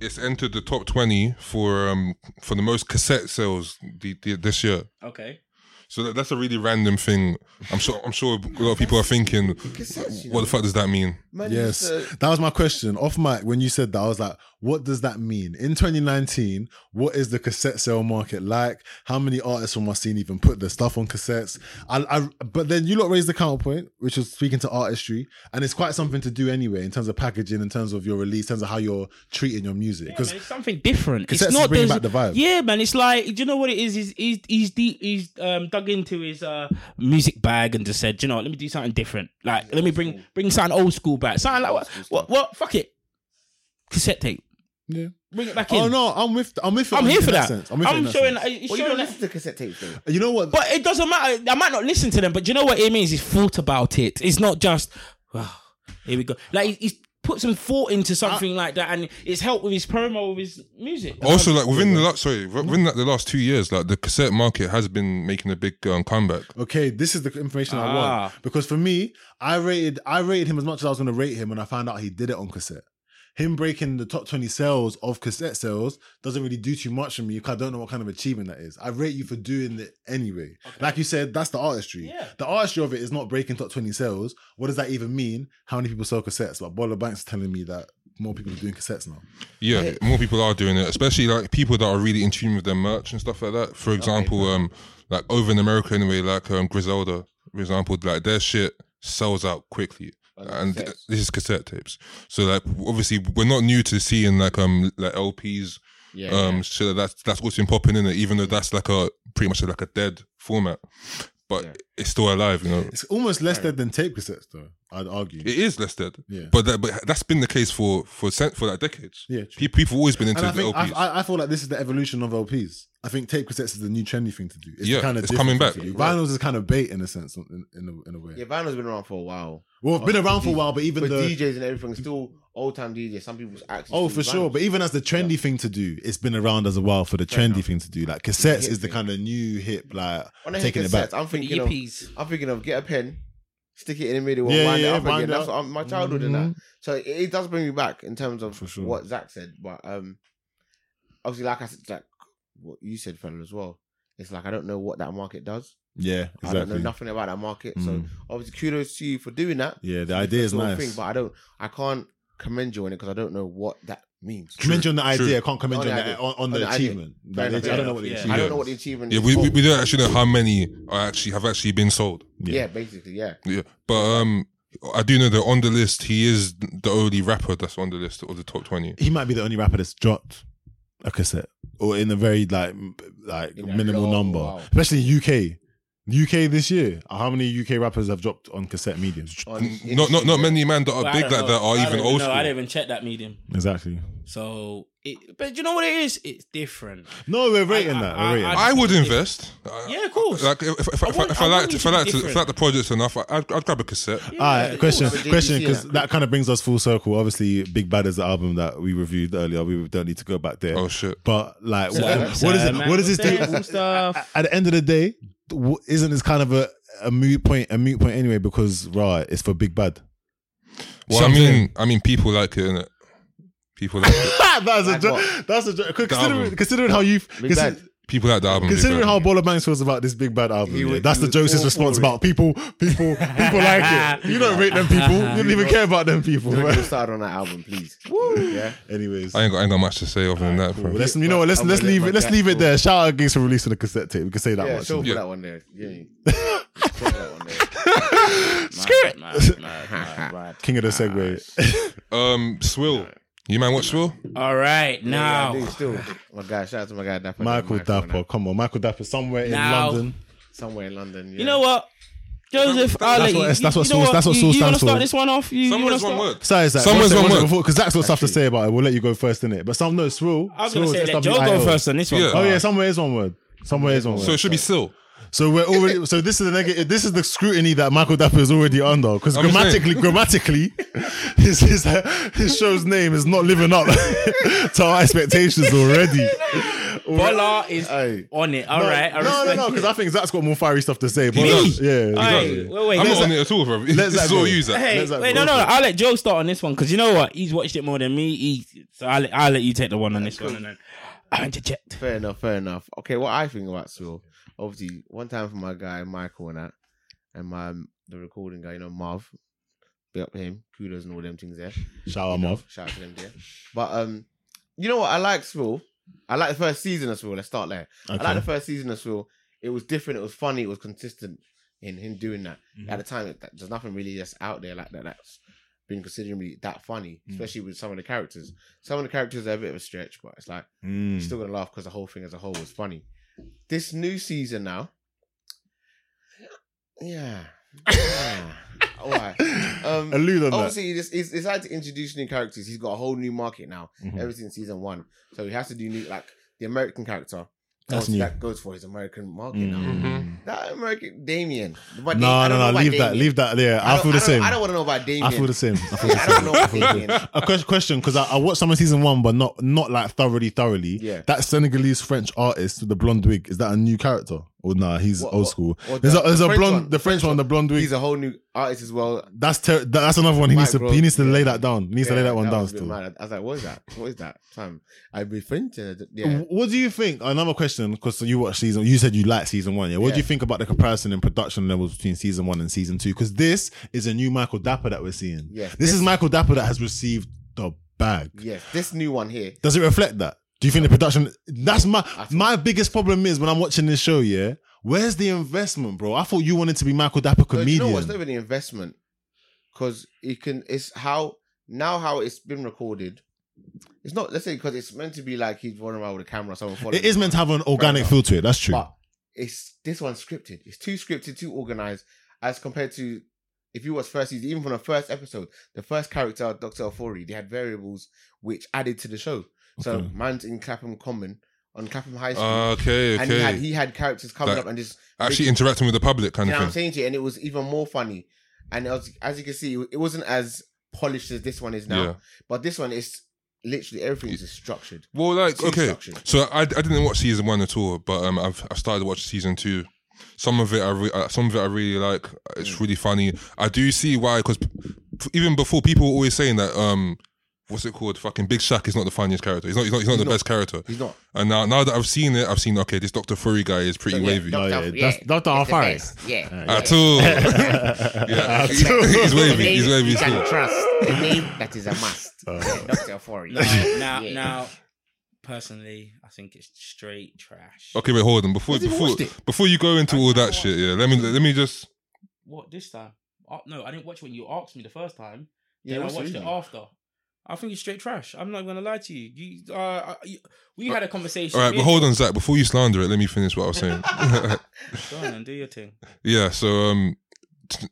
Speaker 3: It's entered the top twenty for um for the most cassette sales the, the, this year.
Speaker 6: is. Okay.
Speaker 3: So that, that's a really random thing. I'm sure I'm sure a lot of people are thinking,
Speaker 5: Cassettes, you
Speaker 3: what
Speaker 5: know.
Speaker 3: the fuck does that mean?
Speaker 5: Man,
Speaker 4: Yes,
Speaker 5: used
Speaker 6: uh,
Speaker 5: to-
Speaker 4: that was my question off mic when you said that. I was like, what does that mean in 2019? What is the cassette sale market like? How many artists from our scene even put their stuff on cassettes? I, I but then you lot raised the counterpoint, which was speaking to artistry, and it's quite something to do anyway in terms of packaging, in terms of your release, in terms of how you're treating your music.
Speaker 6: Yeah,
Speaker 4: Because
Speaker 6: man, it's something different. It's
Speaker 4: cassettes is
Speaker 6: not
Speaker 4: bringing
Speaker 6: there's-
Speaker 4: back the vibe.
Speaker 6: Yeah, man. It's like, do you know what it is? Is he's he's deep, he's um, dug into his uh, music bag and just said, "Do you know, what? let me do something different. Like, let me bring bring something old school back. Something like what, what what fuck it, cassette tape.
Speaker 4: Yeah.
Speaker 6: bring it back in.
Speaker 4: oh no, I'm with I'm with it
Speaker 6: I'm
Speaker 4: in
Speaker 6: here for that.
Speaker 4: sense.
Speaker 6: I'm,
Speaker 4: with it in
Speaker 6: showing.
Speaker 4: sense.
Speaker 6: it's
Speaker 5: well, you
Speaker 6: showing
Speaker 5: don't
Speaker 6: that.
Speaker 5: listen to cassette tapes though.
Speaker 4: You know what?
Speaker 6: But it doesn't matter. I might not listen to them, but do you know what it means? He's thought about it. It's not just, "Oh, here we go. Like he's, he's put some thought into something like that, and it's helped with his promo of his music.
Speaker 3: Also, like within the last sorry within like the last two years, like the cassette market has been making a big um, comeback.
Speaker 4: Okay, this is the information I
Speaker 6: Ah.
Speaker 4: want because for me, I rated I rated him as much as I was going to rate him when I found out he did it on cassette. Him breaking the top twenty sales of cassette sales doesn't really do too much for me because I don't know what kind of achievement that is. I rate you for doing it anyway. Like you said, that's the artistry.
Speaker 6: Yeah.
Speaker 4: The artistry of it is not breaking top twenty sales. What does that even mean? How many people sell cassettes? Like Bola Banks is telling me that more people are doing cassettes now.
Speaker 3: Yeah, more people are doing it, especially like people that are really in tune with their merch and stuff like that. For example, um, like over in America anyway, like um, Griselda, for example, like their shit sells out quickly, and th- this is cassette tapes. So like, obviously, we're not new to seeing like um like LPs,
Speaker 5: Yeah.
Speaker 3: um, so that's that's what's been popping in it, even though that's like a pretty much like a dead format, but it's still alive, you know.
Speaker 4: It's almost less dead than tape cassettes, though. I'd argue.
Speaker 3: It is less dead,
Speaker 4: Yeah.
Speaker 3: but that, but that's been the case for for cent- for like decades.
Speaker 4: Yeah, true.
Speaker 3: Pe- people have always been into
Speaker 4: And I
Speaker 3: the
Speaker 4: think
Speaker 3: LPs.
Speaker 4: I, I- I feel like this is the evolution of LPs. I think tape cassettes is the new trendy thing to do. It's
Speaker 3: Yeah,
Speaker 4: kind of
Speaker 3: it's coming back.
Speaker 4: Vinyls is kind of bait in a sense, in, in, a, in a way.
Speaker 5: yeah, vinyl's been around for a while.
Speaker 4: Well, it's been around for a while, but even
Speaker 5: But
Speaker 4: the
Speaker 5: DJs and everything, still old time DJs. Some people's actually.
Speaker 4: oh
Speaker 5: still
Speaker 4: for
Speaker 5: do
Speaker 4: sure,
Speaker 5: vinyls.
Speaker 4: but even as the trendy thing to do, it's been around as a while for the trendy thing to do. Like cassettes is the kind of new hip, like
Speaker 5: When I hear
Speaker 4: taking it back.
Speaker 5: cassettes, I'm
Speaker 6: For the
Speaker 5: thinking of
Speaker 6: EPs.
Speaker 5: I'm thinking of get a pen, stick it in the middle and
Speaker 4: Yeah,
Speaker 5: wind
Speaker 4: yeah,
Speaker 5: it up
Speaker 4: wind
Speaker 5: again.
Speaker 4: it
Speaker 5: That's
Speaker 4: up. Mm-hmm.
Speaker 5: what I'm, my childhood and that. So it, it does bring me back in terms of
Speaker 4: For sure.
Speaker 5: what Zach said. But um, obviously, like I said, like what you said, fella, as well. It's like I don't know what that market does.
Speaker 4: Yeah,
Speaker 5: I don't know
Speaker 4: exactly.
Speaker 5: nothing about that market. So
Speaker 4: Mm.
Speaker 5: obviously, kudos to you for doing that.
Speaker 4: Yeah, the idea is
Speaker 5: Sort
Speaker 4: nice.
Speaker 5: of but I don't. I can't commend you on it because I don't know what that means.
Speaker 4: Commend you on the idea, can't commend
Speaker 5: On
Speaker 4: you
Speaker 5: the
Speaker 4: on the,
Speaker 5: idea.
Speaker 4: on, on
Speaker 5: On the
Speaker 4: the
Speaker 5: idea.
Speaker 4: achievement. The
Speaker 5: Fair enough,
Speaker 4: idea- I don't know what the
Speaker 6: yeah.
Speaker 4: achievement
Speaker 5: I
Speaker 3: Yeah.
Speaker 5: don't know what the achievement.
Speaker 3: Yeah,
Speaker 5: is
Speaker 3: we, we,
Speaker 5: called.
Speaker 3: we don't actually know how many are actually have actually been sold.
Speaker 5: yeah. basically, yeah.
Speaker 3: Yeah, but um, I do know that on the list, he is the only rapper that's on the list of the top twenty.
Speaker 4: He might be the only rapper that's dropped a cassette or in a very like m- like
Speaker 5: In a
Speaker 4: minimal
Speaker 5: long
Speaker 4: number,
Speaker 5: while.
Speaker 4: especially UK. UK this year, how many UK rappers have dropped on cassette medium?
Speaker 5: On
Speaker 3: N-
Speaker 5: this
Speaker 3: Oh, Not not not
Speaker 5: industry,
Speaker 3: many men that
Speaker 6: But
Speaker 3: are
Speaker 6: I
Speaker 3: big
Speaker 6: don't
Speaker 3: like
Speaker 6: know.
Speaker 3: that are
Speaker 6: I
Speaker 3: even
Speaker 6: don't
Speaker 3: old
Speaker 6: know.
Speaker 3: school.
Speaker 6: I didn't even check that medium.
Speaker 4: Exactly.
Speaker 6: So, it, but you know what it is? It's different.
Speaker 4: No, we're rating
Speaker 6: I-
Speaker 4: that.
Speaker 6: I-
Speaker 4: We're rating.
Speaker 6: I-
Speaker 4: that.
Speaker 3: I would invest.
Speaker 6: Yeah, of course.
Speaker 3: Like if, if, if,
Speaker 6: I
Speaker 3: if,
Speaker 6: want-
Speaker 3: if
Speaker 6: I
Speaker 3: I
Speaker 6: want
Speaker 3: liked
Speaker 6: you
Speaker 3: if I
Speaker 6: to be
Speaker 3: liked
Speaker 6: different.
Speaker 3: if I liked the projects enough, I- I'd, I'd grab a cassette.
Speaker 4: All
Speaker 6: Yeah,
Speaker 4: right, question,
Speaker 5: course.
Speaker 4: question,
Speaker 5: Yeah.
Speaker 4: because that kind of brings us full circle. Obviously, Big Bad is the album that we reviewed earlier. We don't need to go back there.
Speaker 3: Oh shit!
Speaker 4: But like,
Speaker 6: So,
Speaker 4: what,
Speaker 6: that's
Speaker 4: what is it?
Speaker 6: a
Speaker 4: What is this?
Speaker 6: mango
Speaker 4: do-
Speaker 6: stable stuff.
Speaker 4: At the end of the day, w- isn't this kind of a a moot point? A moot point anyway, because right, it's for Big Bad.
Speaker 3: Well,
Speaker 4: Something-
Speaker 3: I mean, I mean, people like it, innit? People like it.
Speaker 4: that's a
Speaker 5: Like
Speaker 4: joke.
Speaker 5: what?
Speaker 4: That's a joke. Considering,
Speaker 3: album.
Speaker 4: considering how you
Speaker 5: Big Bad.
Speaker 3: People like the album. Big
Speaker 4: Considering
Speaker 3: Bad.
Speaker 4: how Baller Banks feels about this Big Bad album,
Speaker 5: He
Speaker 4: yeah,
Speaker 5: was-
Speaker 4: that's the
Speaker 5: he was
Speaker 4: Joseph's
Speaker 5: all
Speaker 4: response
Speaker 5: for it.
Speaker 4: about people, people, people like it. You don't rate them people. You don't even care about them people.
Speaker 5: Don't
Speaker 4: bruh.
Speaker 5: get started on that album, please. Yeah.
Speaker 4: Anyways,
Speaker 3: I ain't got I ain't got much to say other than that. Bro.
Speaker 4: Well, let's, you know what? Let's
Speaker 5: I'm
Speaker 4: let's
Speaker 5: gonna let
Speaker 4: leave
Speaker 5: my
Speaker 4: it. Let's
Speaker 5: cat
Speaker 4: leave it
Speaker 5: go.
Speaker 4: there. Shout out Gigs for releasing the cassette tape. We can say that
Speaker 5: Yeah,
Speaker 4: much.
Speaker 5: show for
Speaker 3: Yeah.
Speaker 5: that one there. Yeah. Show for that one there.
Speaker 6: Mad, mad, mad, mad, mad.
Speaker 4: King of the segue.
Speaker 3: Um, Swill. You man, watch Swill?
Speaker 6: All right,
Speaker 5: Yeah, I
Speaker 6: now.
Speaker 5: do still. My guy, shout out to my guy Dapper.
Speaker 4: Michael Dapper. Come on, Michael Dapper. Somewhere in
Speaker 6: Now.
Speaker 4: London.
Speaker 5: Somewhere in London. Yeah.
Speaker 6: You know what? Joseph, I'll
Speaker 4: That's
Speaker 6: let
Speaker 4: what-
Speaker 6: you.
Speaker 4: that's what
Speaker 6: you know
Speaker 4: Saul- that's what Saul
Speaker 6: you- you wanna
Speaker 4: stands for.
Speaker 6: start this one off? You- You, wanna
Speaker 3: Someone's one
Speaker 6: start?
Speaker 3: word.
Speaker 4: Sorry, Zach.
Speaker 3: Someone's
Speaker 4: one
Speaker 3: one
Speaker 4: second,
Speaker 3: word.
Speaker 4: before because Zach's got stuff to say about it. We'll let you go first in it. But some no, it's real.
Speaker 6: I was gonna say let Joe go first on this one.
Speaker 3: Yeah.
Speaker 4: Oh yeah, somewhere is one word. Somewhere is one word.
Speaker 3: So it should be Sill.
Speaker 4: So we're already. So this is the negative. This is the scrutiny that Michael Dapper is already under because
Speaker 3: I'm just
Speaker 4: grammatically, grammatically, his his his show's name is not living up to our expectations already.
Speaker 6: Bola is
Speaker 5: Hey.
Speaker 6: on it. All right,
Speaker 4: no,
Speaker 6: I
Speaker 4: no,
Speaker 6: respect
Speaker 4: no,
Speaker 6: it.
Speaker 4: because I think Zach's got more fiery stuff to say. But
Speaker 3: does.
Speaker 4: Yeah.
Speaker 6: All right,
Speaker 3: does.
Speaker 6: wait, wait.
Speaker 3: I'm
Speaker 6: let's-
Speaker 3: not on it at all, bro.
Speaker 4: let's
Speaker 3: This
Speaker 4: that
Speaker 3: is all
Speaker 4: go.
Speaker 3: you, Zach.
Speaker 6: Hey,
Speaker 4: Let's have
Speaker 6: wait,
Speaker 4: go
Speaker 6: no, no,
Speaker 4: for
Speaker 6: no.
Speaker 4: it.
Speaker 6: I'll let Joe start on this one because you know what? He's watched it more than me. He, so I'll, I'll let you take the one on this one. And then I interject.
Speaker 5: Fair enough, fair enough. Okay, what I think about Swill, obviously, one time for my guy Michael and that, and my the recording guy, you know, Marv, be up to him, kudos and all them things there.
Speaker 4: Shout out,
Speaker 5: You know,
Speaker 4: Marv.
Speaker 5: Shout out to them there. But um, you know what? I like Swill. I like the first season of Swill. Let's start there. I like the first season of Swill. It was different. It was funny. It was consistent in him doing that. At the time, it, that, there's nothing really that's out there like that that's been considerably that funny, especially with some of the characters. Some of the characters are a bit of a stretch, but it's like
Speaker 4: Hmm. Mm.
Speaker 5: you're still gonna laugh because the whole thing as a whole was funny. This new season now, yeah, yeah. all right. Um,
Speaker 4: Allude on that.
Speaker 5: obviously, this is it's had to introduce new characters. He's got a whole new market now.
Speaker 4: Mhm.
Speaker 5: Ever since season one, so he has to do new like the American character.
Speaker 4: That's
Speaker 5: Obviously,
Speaker 4: new.
Speaker 5: That goes for his American market now.
Speaker 4: Mm.
Speaker 5: That American Damien. But
Speaker 4: No, no, no. Leave that. Leave that there. I, feel the same.
Speaker 5: I don't want to know about Damien.
Speaker 4: I feel the same. I feel the
Speaker 5: I don't know
Speaker 4: same. I
Speaker 5: about
Speaker 4: feel the
Speaker 5: Damien.
Speaker 4: same. A ques- question, because I, I watched some of season one, but not not like thoroughly, thoroughly.
Speaker 5: Yeah.
Speaker 4: That Senegalese French artist with the blonde wig is that a new character or nah? He's
Speaker 5: What-
Speaker 4: old
Speaker 5: what-
Speaker 4: school.
Speaker 5: what
Speaker 4: there's
Speaker 5: the-
Speaker 4: a there's
Speaker 5: the
Speaker 4: a
Speaker 5: French
Speaker 4: blonde,
Speaker 5: one?
Speaker 4: the French one, the blonde wig.
Speaker 5: He's a whole new artist as well.
Speaker 4: that's ter- that- that's another one. He
Speaker 5: Right,
Speaker 4: needs to
Speaker 5: bro.
Speaker 4: he needs to lay that down. He needs to lay
Speaker 5: Yeah,
Speaker 4: that one down
Speaker 5: was a bit
Speaker 4: still.
Speaker 5: mad. I was like, what is that? What is that? Sam, I be French. and I d- Yeah.
Speaker 4: What do you think? Another question, because you watched season. You said you liked season one. Yeah. What do
Speaker 5: Yeah.
Speaker 4: you think about the comparison in production levels between season one and season two? Because this is a new Michael Dapper that we're seeing.
Speaker 5: Yes.
Speaker 4: This is Michael Dapper that has received the bag.
Speaker 5: Yes, this new one here.
Speaker 4: Does it reflect that? Do you think the production? That's my
Speaker 5: I think-
Speaker 4: my biggest problem is when I'm watching this show. Yeah, where's the investment, bro? I thought you wanted to be Michael Dapper
Speaker 5: No, do
Speaker 4: comedian.
Speaker 5: You know what? It's not even the investment because it can. It's how now how it's been recorded. It's not. Let's say because it's meant to be like he's running around with a camera. Someone following.
Speaker 4: it is
Speaker 5: him.
Speaker 4: meant to have an organic
Speaker 5: enough.
Speaker 4: feel to it. That's true.
Speaker 5: But it's this one's scripted. It's too scripted, too organized, as compared to if you watch first season, even from the first episode, the first character, Doctor Alfori, they had variables which added to the show. So
Speaker 4: Okay. Ah,
Speaker 5: man's in Clapham Common on Clapham High School,
Speaker 3: Ah, Okay,
Speaker 5: and he had
Speaker 3: okay.
Speaker 5: he had characters coming
Speaker 3: Like,
Speaker 5: up and just
Speaker 3: Actually interacting with the public kind
Speaker 5: you know what
Speaker 3: of
Speaker 5: I'm
Speaker 3: thing.
Speaker 5: saying to you, and it was even more funny. And as, as you can see, it wasn't as polished as this one is now.
Speaker 3: Yeah.
Speaker 5: But this one is literally everything's just structured.
Speaker 3: Well, like
Speaker 5: It's
Speaker 3: okay,
Speaker 5: instruction.
Speaker 3: so I, I didn't watch season one at all, but um, I've I started watching season two Some of it I re- uh, some of it I really like.
Speaker 5: Mm.
Speaker 3: It's really funny. I do see why because even before people were always saying that um what's it called fucking Big Shaq is not the funniest character. He's not he's not, he's not the best character.
Speaker 5: He's not.
Speaker 3: And now now that I've seen it, I've seen okay, this Doctor Furry guy is pretty wavy.
Speaker 4: Oh, yeah.
Speaker 7: yeah,
Speaker 4: That's, Dr.
Speaker 7: it's the
Speaker 4: Alfari.
Speaker 7: best. Yeah.
Speaker 3: At all. yeah. He's, he's
Speaker 7: The
Speaker 3: wavy. He's
Speaker 7: name
Speaker 3: wavy
Speaker 7: You
Speaker 3: still.
Speaker 7: can trust. The name that is a must. Yeah, Dr. Fori.
Speaker 6: now,
Speaker 7: Yeah.
Speaker 6: now, personally, I think it's straight trash.
Speaker 3: Okay, wait, hold on. Before
Speaker 5: Has he
Speaker 3: before
Speaker 5: watched it?
Speaker 3: before you go into all that shit, yeah, let me let me just
Speaker 6: What this time? Oh, no, I didn't watch when you asked me the first time.
Speaker 5: Yeah,
Speaker 6: then I
Speaker 5: what's the
Speaker 6: watched it
Speaker 5: reason?
Speaker 6: after. I think it's straight trash. I'm not gonna lie to you. You, uh, you we had a conversation.
Speaker 3: all right,
Speaker 6: We-
Speaker 3: but hold on, Zach. Before you slander it, let me finish what I was saying.
Speaker 6: Go on and do your thing.
Speaker 3: yeah, so um, t-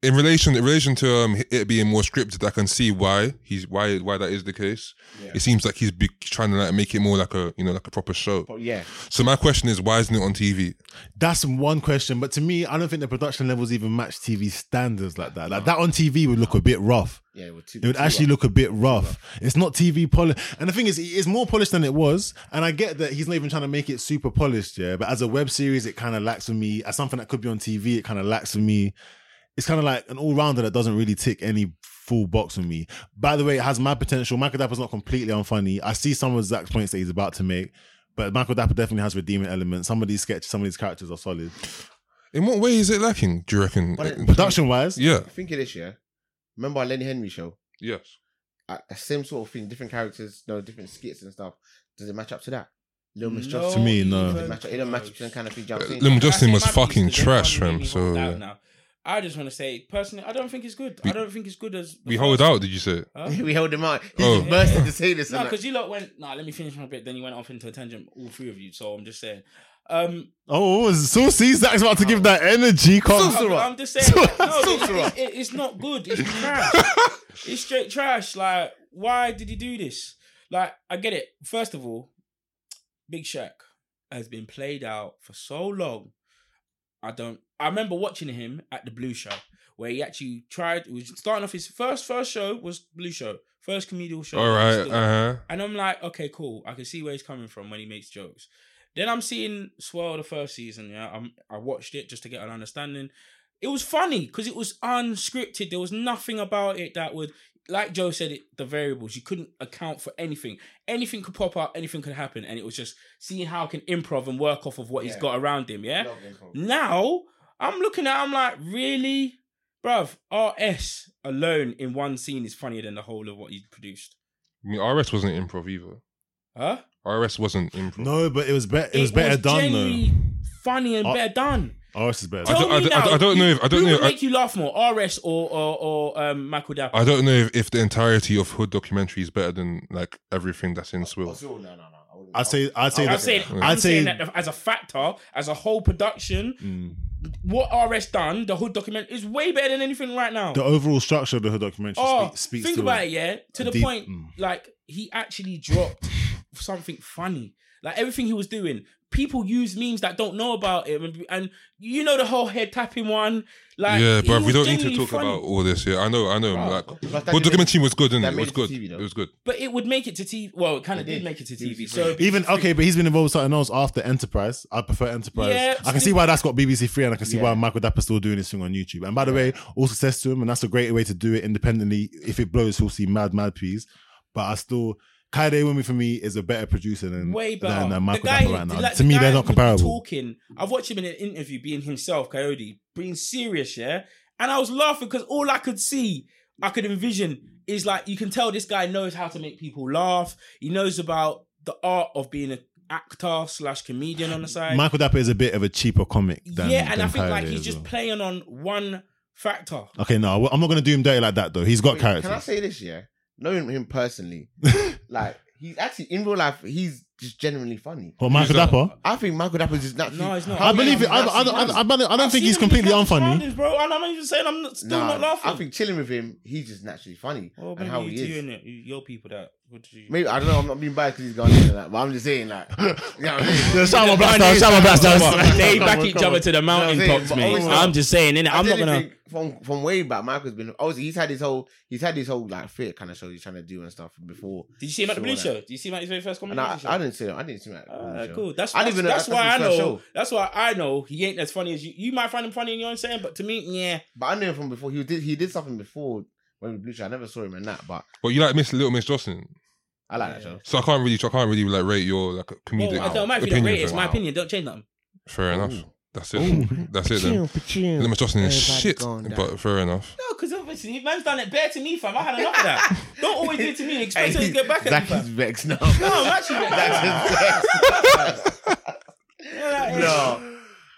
Speaker 3: in relation in relation to um it being more scripted, I can see why he's why why that is the case. It seems like he's be trying to like make it more like a you know like a proper show.
Speaker 5: But yeah,
Speaker 3: So my question is, why isn't it on TV?
Speaker 4: That's one question, but to me, I don't think the production levels even match TV standards like that. Like that on TV would look a bit rough.
Speaker 5: yeah, we're too,
Speaker 4: It would
Speaker 5: too
Speaker 4: actually
Speaker 5: rough.
Speaker 4: look a bit rough. It's not TV polished, and the thing is, it's more polished than it was. And I get that he's not even trying to make it super polished, yeah. But as a web series, it kind of lacks for me. As something that could be on TV, it kind of lacks for me. It's kind of like an all rounder that doesn't really tick any full box for me. By the way, it has my potential. Michael Dapper's not completely unfunny. I see some of Zach's points that he's about to make, but Michael Dapper definitely has redeeming elements. Some of these sketches, some of these characters are solid.
Speaker 3: In what way is it lacking? Do you reckon?
Speaker 5: But it-
Speaker 4: Production wise,
Speaker 3: yeah.
Speaker 5: I think of this year. Remember our Lenny Henry show?
Speaker 3: Yes.
Speaker 5: Uh, same sort of thing, different characters, no different skits and stuff. Does it match up to that? Little Miss
Speaker 6: No
Speaker 5: Johnson.
Speaker 4: To me, no.
Speaker 5: It, match, it don't match up to the kind of thing. do
Speaker 4: Uh,
Speaker 5: you know what I'm saying?
Speaker 3: Lil Miss Justin
Speaker 6: Can I
Speaker 3: was
Speaker 6: say my piece?
Speaker 3: fucking
Speaker 6: 'Cause they're
Speaker 3: trash,
Speaker 6: trying to
Speaker 3: fam,
Speaker 6: make me hold
Speaker 3: so-
Speaker 6: out now. I just want to say personally, I don't think it's good. I don't think it's good as the
Speaker 3: We
Speaker 6: first-
Speaker 3: hold out. Did you say?
Speaker 6: Huh?
Speaker 5: we held him out. He
Speaker 3: Oh.
Speaker 5: just bursted to say this.
Speaker 6: No,
Speaker 5: and that.
Speaker 6: because you lot went. Nah, let me finish my bit. Then you went off into a tangent, all three of you. So I'm just saying. Um,
Speaker 4: Oh, Saucy Zach's about to give that energy. Can't
Speaker 6: I'm, I'm just saying. no, it's, it- it's not good. It's trash. it's straight trash. Like, why did he do this? Like, I get it. First of all, Big Shaq has been played out for so long. I don't. I remember watching him at the Blue Show where he actually tried. It was starting off his first first show was Blue Show, first comedial show.
Speaker 3: All right.
Speaker 6: Still-
Speaker 3: Uh huh.
Speaker 6: and I'm like, okay, cool. I can see where he's coming from when he makes jokes. Then I'm seeing Swirl the first season. Yeah, I'm, I watched it just to get an understanding. It was funny because it was unscripted. There was nothing about it that would, like Joe said, it the variables. You couldn't account for anything. Anything could pop up. Anything could happen. And it was just seeing how I can improv and work off of what he's
Speaker 5: Yeah.
Speaker 6: got around him. Yeah.
Speaker 5: Love improv.
Speaker 6: Now I'm looking at. it, I'm like, really, bruv. RS alone in one scene is funnier than the whole of what he produced.
Speaker 3: I mean, RS wasn't improv either.
Speaker 6: Huh?
Speaker 3: RS wasn't improv.
Speaker 4: No, but it was better. It was better done
Speaker 6: genuinely Funny and
Speaker 4: Uh,
Speaker 6: better done.
Speaker 4: though. Oh, this is better.
Speaker 3: I
Speaker 6: Tell
Speaker 3: don't- I
Speaker 6: me
Speaker 3: don't- I
Speaker 6: now,
Speaker 3: don't- I don't
Speaker 6: who-
Speaker 3: know if- I don't
Speaker 6: who
Speaker 3: know
Speaker 6: would
Speaker 3: if I-
Speaker 6: make you laugh more, RS or or, or um, Michael Dapper?
Speaker 3: I don't know if, if the entirety of Hood documentary is better than like everything that's in
Speaker 5: Oh,
Speaker 3: Swill.
Speaker 5: so no, no, no. I wouldn't-
Speaker 4: I'd say. uh, I'd say.
Speaker 6: I'm
Speaker 4: that,
Speaker 6: saying, I'm
Speaker 4: I'd say.
Speaker 6: saying that as a factor, as a whole production, what RS done, the Hood document is way better than anything right now.
Speaker 4: the overall structure of the whole documentary
Speaker 6: oh,
Speaker 4: spe- speaks
Speaker 6: think
Speaker 4: to
Speaker 6: about it, yeah. To the
Speaker 4: deep-
Speaker 6: point,
Speaker 4: mm.
Speaker 6: like he actually dropped something funny. Like everything he was doing, people use memes that don't know about him, and, and you know the whole head tapping one. Like,
Speaker 3: yeah,
Speaker 6: he
Speaker 3: bruv, we
Speaker 6: was
Speaker 3: don't need to
Speaker 6: genuinely
Speaker 3: talk
Speaker 6: funny.
Speaker 3: about all this. Yeah, I know, I know.
Speaker 5: Wow.
Speaker 3: Like,
Speaker 5: But that
Speaker 3: Hood
Speaker 5: didn't-
Speaker 3: documentary was good, and
Speaker 5: that
Speaker 3: it
Speaker 5: made
Speaker 3: was
Speaker 5: it to
Speaker 3: good.
Speaker 5: TV though.
Speaker 3: It was good.
Speaker 6: But it would make it to TV. Well, it kind of
Speaker 5: It
Speaker 6: did
Speaker 5: did.
Speaker 6: make it to
Speaker 5: It was
Speaker 6: TV.
Speaker 5: great.
Speaker 6: So
Speaker 4: Even okay, but he's been involved with something else after Enterprise. I prefer Enterprise.
Speaker 6: Yeah,
Speaker 4: I can see
Speaker 6: still-
Speaker 4: why that's got BBC Three, and I can see why
Speaker 5: Yeah.
Speaker 4: Michael Dapper's still doing this thing on YouTube. And by the way, all success to him, and that's a great way to do it independently. If it blows, we'll see mad, mad peas. But I still, Kaide Wumi for me is a better producer than
Speaker 6: way better.
Speaker 4: than, uh, Michael
Speaker 6: the guy,
Speaker 4: Dapper right now.
Speaker 6: like,
Speaker 4: to
Speaker 6: the
Speaker 4: me,
Speaker 6: guy
Speaker 4: they're not
Speaker 6: was
Speaker 4: comparable.
Speaker 6: Talking, I've watched him in an interview being himself, Coyote, being serious, yeah. And I was laughing because all I could see, I could envision, is like you can tell this guy knows how to make people laugh. He knows about the art of being an actor slash comedian on the side.
Speaker 4: Michael Dapper is a bit of a cheaper comic. Than,
Speaker 6: yeah,
Speaker 4: than
Speaker 6: and I think like
Speaker 4: Kaede
Speaker 6: he's
Speaker 4: as
Speaker 6: just
Speaker 4: well.
Speaker 6: playing on one factor.
Speaker 4: Okay, no, I'm not gonna do him dirty like that though. He's got
Speaker 5: Wait,
Speaker 4: character.
Speaker 5: Can I say this? Yeah, knowing him personally, like he's actually in real life, he's just genuinely funny.
Speaker 4: But Michael
Speaker 3: Who's that?
Speaker 4: Dapper,
Speaker 5: I think Michael Dapper is just naturally.
Speaker 6: No, he's not.
Speaker 4: I
Speaker 6: How
Speaker 4: believe it.
Speaker 6: can
Speaker 4: I,
Speaker 6: I
Speaker 4: I,
Speaker 6: not
Speaker 4: I,
Speaker 6: see
Speaker 4: I, I don't I
Speaker 6: I've
Speaker 4: don't think
Speaker 6: seen
Speaker 4: he's
Speaker 6: him in the
Speaker 4: completely
Speaker 6: Captain's
Speaker 4: unfunny.
Speaker 6: Roundings, bro. And I'm not even saying I'm not, still
Speaker 5: Nah,
Speaker 6: not laughing.
Speaker 5: I think chilling with him, he's just naturally funny
Speaker 6: Well,
Speaker 5: and
Speaker 6: maybe
Speaker 5: how
Speaker 6: you
Speaker 5: he
Speaker 6: do,
Speaker 5: is.
Speaker 6: innit? You- Your people that. What do you?
Speaker 5: Maybe I don't know. I'm not being biased because he's gone in and that, but I'm just saying like, you know what I'm saying?
Speaker 4: Yeah, shout my blast down, shout my blast down.
Speaker 6: they back each other to the
Speaker 5: mountain saying, tops,
Speaker 6: mountaintops,
Speaker 5: but mate.
Speaker 6: mate.
Speaker 5: also-
Speaker 6: I'm
Speaker 5: I'm
Speaker 6: just saying, innit?
Speaker 5: I
Speaker 6: I'm
Speaker 5: really
Speaker 6: not gonna.
Speaker 5: think from from way back. Michael's been obviously he's had his whole he's had his whole like fit kind of show he's trying to do and stuff before.
Speaker 6: Did you see him at the
Speaker 5: Sure
Speaker 6: Blue
Speaker 5: that.
Speaker 6: Show? Did you see him at his very first comedy
Speaker 5: And I,
Speaker 6: show?
Speaker 5: I didn't didn't see him. I didn't see him. At
Speaker 6: Mm, Uh,
Speaker 5: the show.
Speaker 6: cool. That's
Speaker 5: I
Speaker 6: that's,
Speaker 5: didn't even know
Speaker 6: that's
Speaker 5: that-
Speaker 6: why I
Speaker 5: that's his
Speaker 6: know.
Speaker 5: first show.
Speaker 6: That's why I know he ain't as funny as you. You might find him funny, you know what I'm saying? But to me, yeah,
Speaker 5: But I knew him from before. He did he did something before when we blew show. I never saw him in that, but
Speaker 3: But you like Miss Little Miss Jocelyn,
Speaker 5: I like that show.
Speaker 3: so I can't really, I can't really like rate your like comedic
Speaker 6: well, I don't mind if you don't
Speaker 3: opinion.
Speaker 6: rate it. It's
Speaker 3: fair.
Speaker 6: my
Speaker 5: Wow.
Speaker 6: opinion. Don't change nothing.
Speaker 3: Fair enough. That's it. That's it then. Little Miss Jocelyn is
Speaker 5: Everybody
Speaker 3: shit,
Speaker 5: gone down.
Speaker 3: but fair enough.
Speaker 6: No, because obviously, man's done it bare to me, fam. I had enough of that. don't always do it to me and expect us to get back at
Speaker 5: Zach
Speaker 6: me,
Speaker 5: is
Speaker 6: fam.
Speaker 5: vexed now.
Speaker 6: No, I'm actually
Speaker 5: Zach is vexed. no.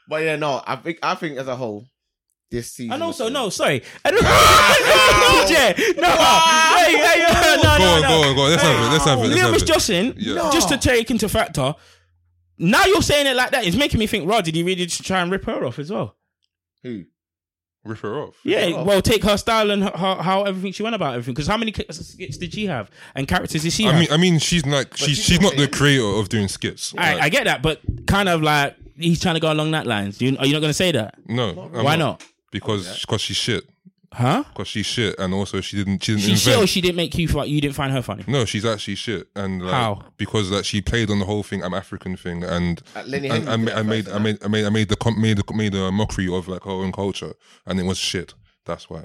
Speaker 5: But yeah, no, I think I think as a whole, this season.
Speaker 6: And also, no, sorry. I don't no, Jay, no, hey, hey, yo, no,
Speaker 3: Go
Speaker 6: no,
Speaker 3: on,
Speaker 6: no.
Speaker 3: go on, go on. Let's have it. Let's have it. Let's
Speaker 6: Little
Speaker 3: have
Speaker 6: Miss
Speaker 3: it.
Speaker 6: Jocelyn,
Speaker 3: Yeah.
Speaker 6: just to take into factor, now you're saying it like that, it's making me think, Rod, did he really just try and rip her off as well?
Speaker 5: Who?
Speaker 3: Rip her off.
Speaker 6: Yeah,
Speaker 5: off.
Speaker 6: well, take her style and her, her, how everything she went about everything. Because how many ca- skits did she have and characters did she
Speaker 3: I
Speaker 6: have?
Speaker 3: mean, I mean, she's like, she's
Speaker 5: she's
Speaker 3: she's not
Speaker 5: not
Speaker 3: the
Speaker 5: saying-
Speaker 3: creator of doing skits.
Speaker 6: All right, I
Speaker 3: Like,
Speaker 6: get that, but kind of like he's trying to go along that lines. You, are you not going to say that?
Speaker 3: no, I'm
Speaker 6: Why not?
Speaker 3: Because because she's shit.
Speaker 6: Huh?
Speaker 3: Because she's shit, and also she didn't she didn't
Speaker 6: She
Speaker 3: invent.
Speaker 6: sure she didn't make you feel you didn't find her funny.
Speaker 3: No, she's actually shit, and like,
Speaker 6: How?
Speaker 3: Because that she played on the whole thing, I'm African thing, and
Speaker 5: Uh, Lenny
Speaker 3: and,
Speaker 5: Henry
Speaker 3: and
Speaker 5: did
Speaker 3: I
Speaker 5: that
Speaker 3: made
Speaker 5: first,
Speaker 3: I made I made I made the com- made the, made a mockery of like her own culture, and it was shit. That's why,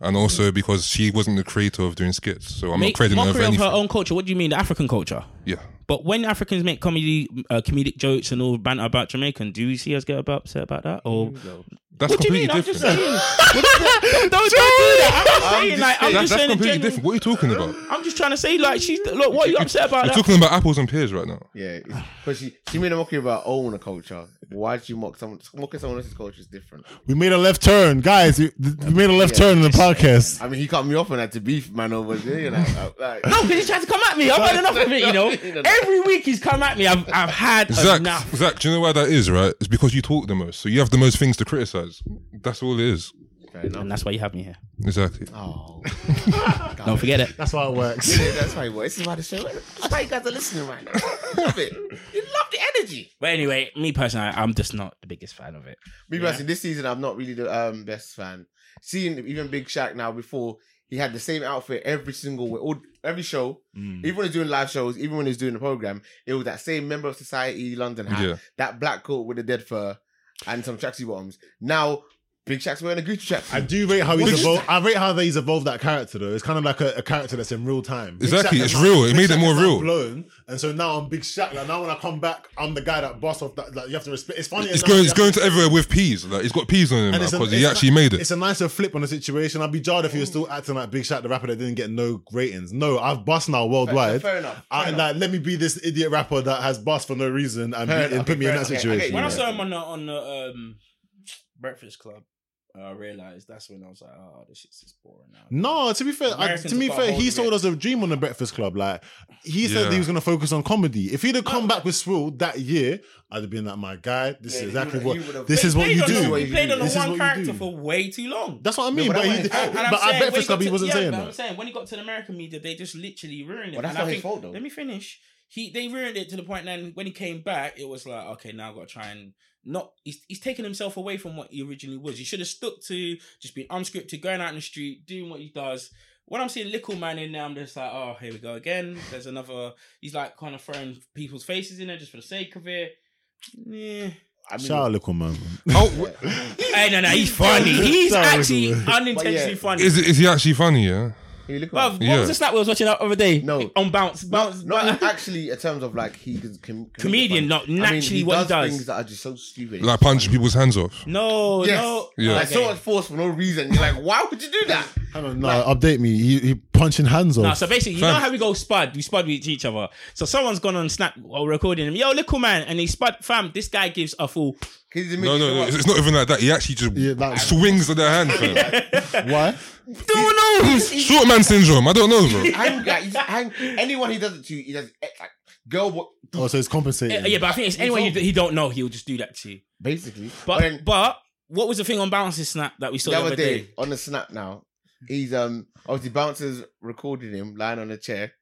Speaker 3: and also because she wasn't the creator of doing skits, so I'm
Speaker 6: Make
Speaker 3: not crediting her for
Speaker 6: mockery of
Speaker 3: anything.
Speaker 6: her own culture. What do you mean, the African culture?
Speaker 3: Yeah,
Speaker 6: But when Africans make comedy, uh, comedic jokes and all banter about Jamaican, do you see us get about, upset about that? Or
Speaker 3: that's
Speaker 6: what do
Speaker 3: completely
Speaker 6: you mean? I'm
Speaker 3: different.
Speaker 6: just saying. What is that? don't, don't do that. I'm just saying. Like, I'm
Speaker 3: That- that's
Speaker 6: just saying. in
Speaker 3: completely
Speaker 6: general-
Speaker 3: different. What are you talking about?
Speaker 6: I'm just trying to say, like, she's look. What are you upset about?
Speaker 3: We're
Speaker 6: that?
Speaker 3: talking about apples and pears right now.
Speaker 5: Yeah, because she she made a mockery about own a culture. Why would you mock someone? Mocking someone else's culture is different.
Speaker 4: We made a left turn, guys. We, we made a left turn in the podcast.
Speaker 5: I mean, he cut me off on that to beef man over there. You know, like,
Speaker 6: No, because he tried to come at me. I've had enough of it, you know.
Speaker 5: No, no, no.
Speaker 6: Every week he's come at me. I've, I've had
Speaker 3: Zach,
Speaker 6: enough.
Speaker 3: Zach, do you know why that is? Right, it's because you talk the most, so you have the most things to criticize. That's all it is.
Speaker 5: fair enough.
Speaker 6: And that's why you have me here.
Speaker 3: Exactly.
Speaker 5: Oh,
Speaker 6: Don't forget it.
Speaker 4: That's why it works.
Speaker 5: yeah, that's why. This is why the show. That's why you guys are listening right now. Love it. You love the energy.
Speaker 6: But anyway, me personally, I- I'm just not the biggest fan of it.
Speaker 5: Me
Speaker 6: Yeah.
Speaker 5: personally, this season I'm not really the um, best fan. Seeing even Big Shaq now before he had the same outfit every single way, all every show, even when he's doing live shows, even when he's doing the program, it was that same member of society London hat,
Speaker 3: Yeah.
Speaker 5: that black coat with the dead fur, and some tracksuit bottoms. Now Big Shaq's wearing a Gucci
Speaker 4: I
Speaker 5: tracksuit.
Speaker 4: do rate how he's
Speaker 5: Which-
Speaker 4: evolved. I rate how he's evolved that character though. It's kind of like a, a character that's in real time. Big
Speaker 3: Exactly,
Speaker 4: Shaq
Speaker 3: it's
Speaker 4: is-
Speaker 3: real. It
Speaker 4: Big
Speaker 3: made it
Speaker 4: Shaq
Speaker 3: more
Speaker 4: is now
Speaker 3: real.
Speaker 4: Blown, and so now I'm Big Shaq. Like now when I come back, I'm the guy that boss off. That like, you have to respect. It's funny.
Speaker 3: It's
Speaker 4: enough,
Speaker 3: going,
Speaker 4: you
Speaker 3: it's
Speaker 4: have
Speaker 3: going to everywhere with peas. Like he's got peas on him
Speaker 4: and it's a-
Speaker 3: because he
Speaker 4: it's a-
Speaker 3: actually made it.
Speaker 4: It's a nicer flip on the situation. I'd be jarred if he was still acting like Big Shaq, the rapper that didn't get no ratings. No, I've bust now worldwide.
Speaker 5: fair enough, fair
Speaker 4: I,
Speaker 5: enough.
Speaker 4: Like, let me be this idiot rapper that has bust for no reason and,
Speaker 5: Fair
Speaker 4: be- and
Speaker 5: enough,
Speaker 4: put me in
Speaker 5: fair
Speaker 4: that
Speaker 5: enough. Okay, okay,
Speaker 4: situation.
Speaker 6: When I
Speaker 5: Yeah.
Speaker 6: saw him on the on the um, Breakfast Club, I realized that's when I was like, oh, this shit's just boring now.
Speaker 4: No, to be fair, I,
Speaker 6: Americans
Speaker 4: to me
Speaker 6: got
Speaker 4: fair,
Speaker 6: hold
Speaker 4: he
Speaker 6: of
Speaker 4: sold
Speaker 6: it.
Speaker 4: us a dream on the Breakfast Club. Like he said
Speaker 3: Yeah.
Speaker 4: he was going to focus on comedy. If he'd have come back with Swill that year, I'd have been like, my guy, this is
Speaker 5: you
Speaker 4: exactly
Speaker 5: would've- you
Speaker 4: what
Speaker 5: would've-
Speaker 4: this
Speaker 6: He
Speaker 4: is what
Speaker 6: played
Speaker 4: you
Speaker 6: on the-
Speaker 4: do.
Speaker 6: He played on the
Speaker 4: This is what
Speaker 6: one
Speaker 4: you do.
Speaker 6: character for way too long.
Speaker 4: That's what I mean.
Speaker 5: but
Speaker 4: but
Speaker 5: that
Speaker 4: he,
Speaker 5: wasn't his fault.
Speaker 6: And I'm
Speaker 4: but at
Speaker 6: saying, when
Speaker 4: Breakfast Club,
Speaker 6: got
Speaker 4: he
Speaker 6: to-
Speaker 4: wasn't
Speaker 6: yeah,
Speaker 4: saying
Speaker 6: but
Speaker 4: that.
Speaker 6: I'm saying when he got to the American media, they just literally ruined it.
Speaker 5: Well, that's
Speaker 6: And
Speaker 5: not
Speaker 6: I
Speaker 5: his
Speaker 6: think-
Speaker 5: fault, though.
Speaker 6: Let me finish. He they ruined it to the point. Then when he came back, it was like, okay, now I've got to try and not. He's he's taken himself away from what he originally was. He should have stuck to just being unscripted, going out in the street, doing what he does. When I'm seeing Little Man in there, I'm just like, oh, here we go again. There's another. He's like kind of throwing people's faces in there just for the sake of it. Yeah.
Speaker 5: I mean,
Speaker 4: Shout out, little man.
Speaker 3: Oh,
Speaker 6: Hey, no, no, he's funny. He's
Speaker 4: Sorry,
Speaker 6: actually
Speaker 4: Little
Speaker 6: unintentionally
Speaker 5: But yeah.
Speaker 6: funny.
Speaker 3: is, is he actually funny? Yeah.
Speaker 5: you look
Speaker 6: Bruv,
Speaker 5: like-
Speaker 6: what
Speaker 3: Yeah.
Speaker 6: was the snap we was watching the other day?
Speaker 5: No.
Speaker 6: On Bounce. Bounce.
Speaker 5: not
Speaker 6: bounce.
Speaker 5: actually in terms of like he can com-
Speaker 6: Comedian, not
Speaker 5: funny.
Speaker 6: naturally what he does.
Speaker 5: Things that are just so stupid.
Speaker 3: Like punching people's hands off.
Speaker 6: no,
Speaker 5: Yes.
Speaker 6: no.
Speaker 3: Yeah.
Speaker 5: Like so
Speaker 6: Okay.
Speaker 5: much force for no reason. You're like, why would you do that?
Speaker 4: Hang on, no, update me. He, he punching hands
Speaker 6: Nah,
Speaker 4: off.
Speaker 6: so basically, you
Speaker 3: Fam.
Speaker 6: know how we go spud? We spud with each other. So someone's gone on Snap or recording him. Yo, little man, and he spud. Fam, this guy gives a full.
Speaker 5: Because he's
Speaker 3: No, no, no. It's it's not even like that. He actually just
Speaker 4: Yeah, like-
Speaker 3: swings at their hand. fam.
Speaker 4: Why?
Speaker 6: Don't know.
Speaker 3: Short man syndrome. I don't know, bro.
Speaker 5: Hang, like, he's hang, anyone he does it to, he does it, like girl. What
Speaker 4: Oh, so it's compensating.
Speaker 6: Yeah, but I think it's anyone you, he don't know, he'll just do that to you.
Speaker 5: basically?
Speaker 6: But
Speaker 5: when,
Speaker 6: but what was the thing on Bounce's Snap that we saw
Speaker 5: the other day, on the snap now, he's um obviously bouncers recording him lying on a chair,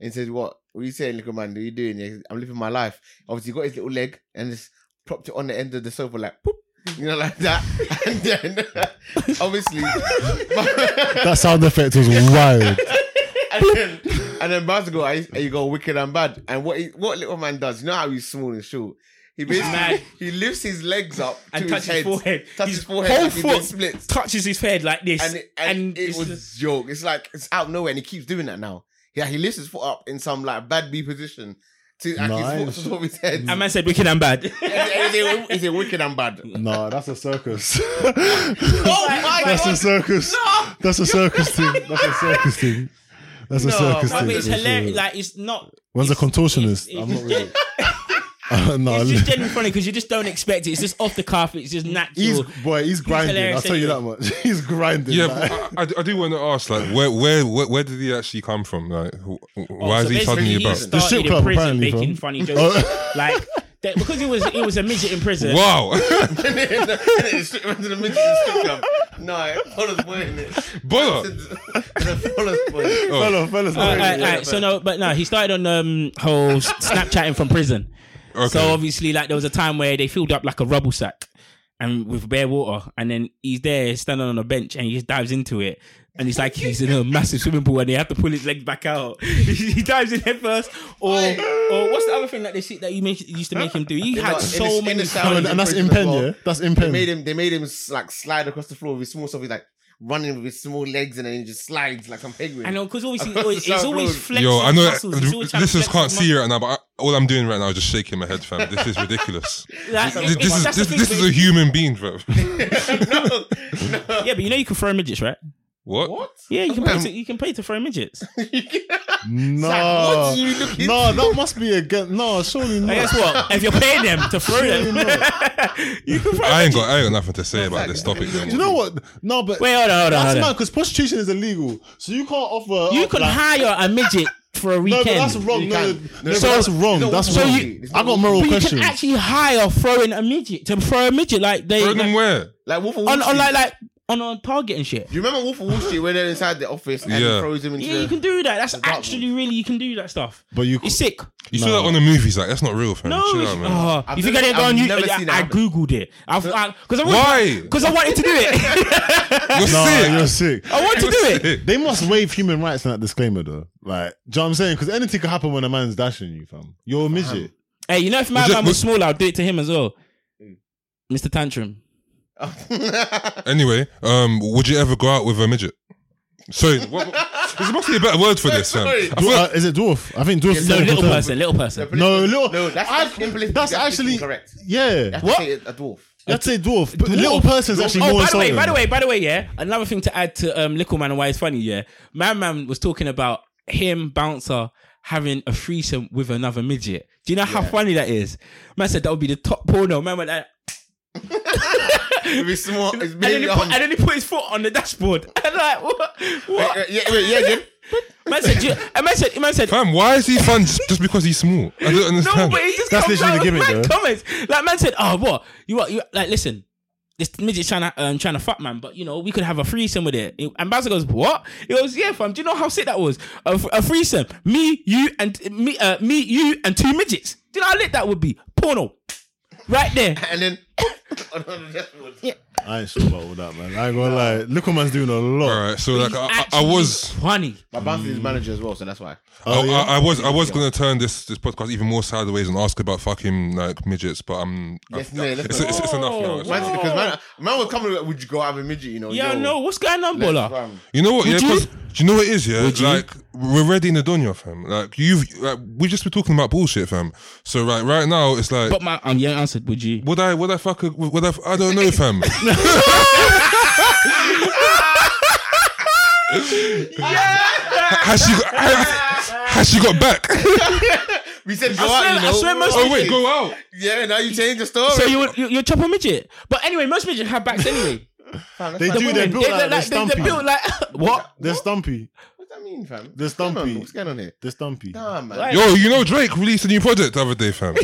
Speaker 5: and says, "What? What are you saying, little man? What are you doing? He says, I'm living my life." Obviously, he got his little leg and just propped it on the end of the sofa like. Poop. You know, like that, and then obviously,
Speaker 4: That sound effect was wild.
Speaker 5: and then And then Basketball, I used- you go wicked and bad. And what he, what little man does, you know how he's small and short. He
Speaker 6: mad.
Speaker 5: basically he lifts his legs up to
Speaker 6: and
Speaker 5: his
Speaker 6: touch his
Speaker 5: head,
Speaker 6: forehead.
Speaker 5: touch his forehead,
Speaker 6: whole
Speaker 5: like he did
Speaker 6: foot
Speaker 5: splits.
Speaker 6: touches his head like this,
Speaker 5: and it, and it
Speaker 6: it's
Speaker 5: was
Speaker 6: just-
Speaker 5: joke. It's like it's out of nowhere, and he keeps doing that now. Yeah, he lifts his foot up in some like bad B position to and
Speaker 4: Nice.
Speaker 5: his foot off his head.
Speaker 6: and man said wicked and bad.
Speaker 5: Is it- is it wicked and bad?
Speaker 4: No, that's a circus.
Speaker 5: Oh my
Speaker 4: that's a circus. That's a circus thing. That's a circus thing. That's a
Speaker 5: No,
Speaker 4: circus
Speaker 6: Bro,
Speaker 4: thing.
Speaker 6: it's
Speaker 4: for sure.
Speaker 6: hilarious. Like it's not.
Speaker 4: One's a contortionist.
Speaker 6: it's-
Speaker 4: I'm
Speaker 6: it's
Speaker 4: not really. Uh, no,
Speaker 6: It's
Speaker 4: look.
Speaker 6: just generally funny because you just don't expect it. It's just off the cuff. It's just
Speaker 4: he's
Speaker 6: natural.
Speaker 4: boy, he's grinding. I'll
Speaker 6: hilarious,
Speaker 4: tell you that much. He's grinding.
Speaker 3: Yeah,
Speaker 4: like.
Speaker 3: but I, I- I do want to ask, like, where, where, where, where did he actually come from? Like, wh- wh- why
Speaker 6: Oh,
Speaker 3: is
Speaker 6: so
Speaker 3: he suddenly
Speaker 6: basically
Speaker 3: about?
Speaker 6: started
Speaker 4: The strip
Speaker 6: in
Speaker 4: club,
Speaker 6: prison
Speaker 4: apparently,
Speaker 6: making
Speaker 4: fam.
Speaker 6: funny jokes like that, because he was he was a midget in prison.
Speaker 3: Wow,
Speaker 5: god! no, Fuller's boy in it.
Speaker 3: brother.
Speaker 5: Fuller's boy.
Speaker 3: Oh.
Speaker 4: Fellas, fellas,
Speaker 6: All
Speaker 4: fellas.
Speaker 6: right, all right, so no, but no, he started on um whole s- Snapchatting from prison.
Speaker 3: Okay.
Speaker 6: So obviously, like there was a time where they filled up like a rubble sack and with bare water, and then he's there standing on a bench and he just dives into it, and it's like he's in a massive swimming pool and they have to pull his leg back out. he dives in head first, or or what's the other thing that they see that you make, used to make him do? He
Speaker 5: In
Speaker 6: had
Speaker 5: the-
Speaker 6: so
Speaker 5: in the-
Speaker 6: many.
Speaker 5: in the
Speaker 4: Oh,
Speaker 5: shower.
Speaker 4: and, and that's
Speaker 5: Prison
Speaker 4: impen,
Speaker 5: as well.
Speaker 4: yeah. That's
Speaker 5: They made
Speaker 4: impen.
Speaker 5: him. They made him like slide across the floor with his small stuff. He's like running with his small legs, and then he just slides like some penguin.
Speaker 6: I know because always he's
Speaker 5: Across
Speaker 6: always,
Speaker 5: the
Speaker 6: he's
Speaker 5: South
Speaker 6: always
Speaker 5: Road.
Speaker 6: flexing
Speaker 3: Yo, I know
Speaker 6: muscles. He's always trying to
Speaker 3: listeners
Speaker 6: flex
Speaker 3: can't
Speaker 6: his
Speaker 3: see it right now, but I, all I'm doing right now is just shaking my head, fam. This is ridiculous.
Speaker 6: muscles. Like,
Speaker 3: this,
Speaker 6: it's-
Speaker 3: is
Speaker 6: that's the
Speaker 3: this,
Speaker 6: thing,
Speaker 3: this
Speaker 6: but
Speaker 3: is a human being, bro.
Speaker 5: no, no.
Speaker 6: Yeah, but you know you can throw midgets, right?
Speaker 3: What?
Speaker 6: Yeah, you can pay
Speaker 5: Um,
Speaker 6: to, you can pay to throw midgets.
Speaker 4: No,
Speaker 5: Zach, what do you look into?
Speaker 4: Oh. no, that must be again. No, surely
Speaker 6: Now,
Speaker 4: not.
Speaker 6: guess what? If you're paying them to throw them, you can throw.
Speaker 3: I ain't got I ain't got nothing to say about this topic.
Speaker 4: Do you know what? No, but
Speaker 6: Wait, hold on, hold on,
Speaker 4: that's
Speaker 6: hold
Speaker 4: mad
Speaker 6: on.
Speaker 4: because prostitution is illegal, so you can't offer.
Speaker 6: You can
Speaker 4: like,
Speaker 6: hire a midget for a
Speaker 4: No,
Speaker 6: weekend.
Speaker 4: but that's wrong.
Speaker 5: You
Speaker 4: No,
Speaker 5: can.
Speaker 4: no,
Speaker 5: So-
Speaker 4: but that's wrong.
Speaker 5: so-
Speaker 4: That's
Speaker 5: so
Speaker 4: wrong.
Speaker 5: you-
Speaker 4: I got moral
Speaker 6: But you
Speaker 4: questions.
Speaker 6: can actually hire throwing a midget to throw a midget like they
Speaker 3: Throw them
Speaker 6: like,
Speaker 3: where?
Speaker 5: Like Wolf of Wall
Speaker 6: on, on
Speaker 5: Street.
Speaker 6: like like on on target and shit.
Speaker 5: Do you remember Wolf of Wall Street when they're inside the office and
Speaker 3: Yeah.
Speaker 5: he throws him into
Speaker 6: Yeah, you
Speaker 5: the...
Speaker 6: can do that. That's
Speaker 5: dark
Speaker 6: actually really you can do that stuff.
Speaker 4: but you,
Speaker 6: It's sick.
Speaker 3: You saw that on the movies, like that's not real, fam.
Speaker 6: No,
Speaker 3: Chill
Speaker 6: it's-
Speaker 3: out, man.
Speaker 6: oh,
Speaker 5: I've
Speaker 6: you think I
Speaker 5: never-
Speaker 6: didn't go on
Speaker 5: I've
Speaker 6: YouTube?
Speaker 5: never
Speaker 6: Yeah,
Speaker 5: seen it
Speaker 6: I
Speaker 5: happen.
Speaker 6: googled it. I've, I, cause I
Speaker 3: Why?
Speaker 6: Because I wanted to do it.
Speaker 3: You're
Speaker 4: no,
Speaker 3: sick.
Speaker 4: you're sick.
Speaker 6: I want to do it.
Speaker 3: Sick.
Speaker 4: They must waive human rights in that disclaimer, though. Like, do you know what I'm saying? Because anything could happen when a man's dashing you, fam. You're a midget.
Speaker 6: Hey, you know if my
Speaker 3: Would you-
Speaker 6: man was smaller, I'd do it to him as well.
Speaker 4: Mm.
Speaker 6: Mr. Tantrum.
Speaker 3: Anyway, um, would you ever go out with a midget? Sorry, what, what, there's must be a better word for this, fam.
Speaker 5: Sorry.
Speaker 3: I feel like
Speaker 4: Uh, is it dwarf? I think dwarf. is
Speaker 6: No,
Speaker 4: seven
Speaker 6: little
Speaker 4: percent.
Speaker 6: person, little person.
Speaker 4: No, little.
Speaker 5: No, that's,
Speaker 4: I-
Speaker 5: that's, implicit.
Speaker 4: that's actually-
Speaker 5: correct.
Speaker 4: Yeah.
Speaker 5: What? A dwarf.
Speaker 4: Let's say dwarf. But
Speaker 6: Dwarf.
Speaker 4: little person's actually
Speaker 6: Oh,
Speaker 4: more
Speaker 6: by the way,
Speaker 4: insulting.
Speaker 6: by the way, by the way, yeah. Another thing to add to um, Little Man and why it's funny, yeah. Man Man was talking about him, Bouncer, having a threesome with another midget. Do you know how funny that is? Man said that would be the top porno. Man went like,
Speaker 5: If it's small, it's
Speaker 6: and, then
Speaker 5: big.
Speaker 6: he put, and then he put his foot on the dashboard. And like, what?
Speaker 4: Uh,
Speaker 6: what?
Speaker 5: yeah, wait, yeah, again.
Speaker 6: Man said, "You-" and man said, man said,
Speaker 3: fam, why is he fun just just because he's small? I don't
Speaker 6: No,
Speaker 3: understand.
Speaker 6: but he just
Speaker 4: That's
Speaker 6: comes
Speaker 4: literally
Speaker 6: out
Speaker 4: the
Speaker 6: with
Speaker 4: gimmick,
Speaker 6: mad
Speaker 4: though.
Speaker 6: comments. Like man said, oh what you what you like? Listen, this midget trying to um, trying to fuck man, but you know we could have a threesome with it. And Bowser goes, what? He goes, yeah, fam. Do you know how sick that was? A, a threesome, me, you, and me, uh, me, you, and two midgets. Do you know how lit that would be? Porno, right there.
Speaker 5: And then... on the dashboard.
Speaker 4: I ain't sure about all that, man. I ain't gonna lie. Little man's doing a
Speaker 3: All
Speaker 4: lot.
Speaker 3: right, so like I, I, I
Speaker 6: Actually
Speaker 3: was.
Speaker 6: funny.
Speaker 5: My bouncer is manager as well, so that's why.
Speaker 4: Oh,
Speaker 3: I,
Speaker 4: yeah?
Speaker 3: I, I was I was gonna turn this this podcast even more sideways and ask about fucking like midgets, but I'm I-
Speaker 5: Yes, no, let's
Speaker 3: it's,
Speaker 5: not.
Speaker 3: it's, it's enough now.
Speaker 6: Oh,
Speaker 3: It's
Speaker 6: wow.
Speaker 3: enough.
Speaker 5: Because man, man was coming with, would you go have a midget, you know?
Speaker 6: Yeah,
Speaker 5: yo,
Speaker 6: no, what's going on,
Speaker 5: let's
Speaker 6: Bola?
Speaker 5: run.
Speaker 3: You know what?
Speaker 6: Would
Speaker 3: yeah,
Speaker 6: you?
Speaker 3: because do you know what it is? Yeah,
Speaker 6: Would you?
Speaker 3: like we're already in the dunya, fam. Like you've like, we just been talking about bullshit, fam. So right right now it's like.
Speaker 6: But my um, yeah, answered. Would you?
Speaker 3: would I? Would I fuck? A, would I? f- I don't know, fam. Has she? Got, has, has she got back?
Speaker 5: We said go
Speaker 6: I
Speaker 5: out,
Speaker 6: swear-
Speaker 5: you know?
Speaker 6: I swear most
Speaker 3: oh wait, go out.
Speaker 5: Yeah, now you change the story.
Speaker 6: So you would you you chop a midget? But anyway, most midgets have backs anyway.
Speaker 5: Fam, that's
Speaker 4: They
Speaker 5: fine.
Speaker 4: do. They're
Speaker 6: Women,
Speaker 4: built like they're
Speaker 6: they- they're
Speaker 4: stumpy.
Speaker 6: built like what?
Speaker 4: They're stumpy.
Speaker 5: What does that mean, fam?
Speaker 4: They're
Speaker 5: What's going on?
Speaker 4: stumpy.
Speaker 5: What's going on here?
Speaker 4: They're stumpy.
Speaker 5: Nah, man.
Speaker 6: Like-
Speaker 3: Yo, you know Drake released a new project the other day, fam.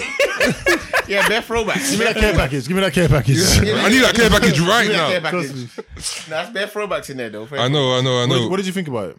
Speaker 5: Yeah, bare throwbacks.
Speaker 4: Give me that care package. Give me that care package.
Speaker 3: I need that care package right
Speaker 5: Give me that
Speaker 3: now.
Speaker 5: care package. Nah, that's bare throwbacks in there, though. fair
Speaker 3: I know, I know, I
Speaker 4: What,
Speaker 3: know.
Speaker 4: did- what did you think about it?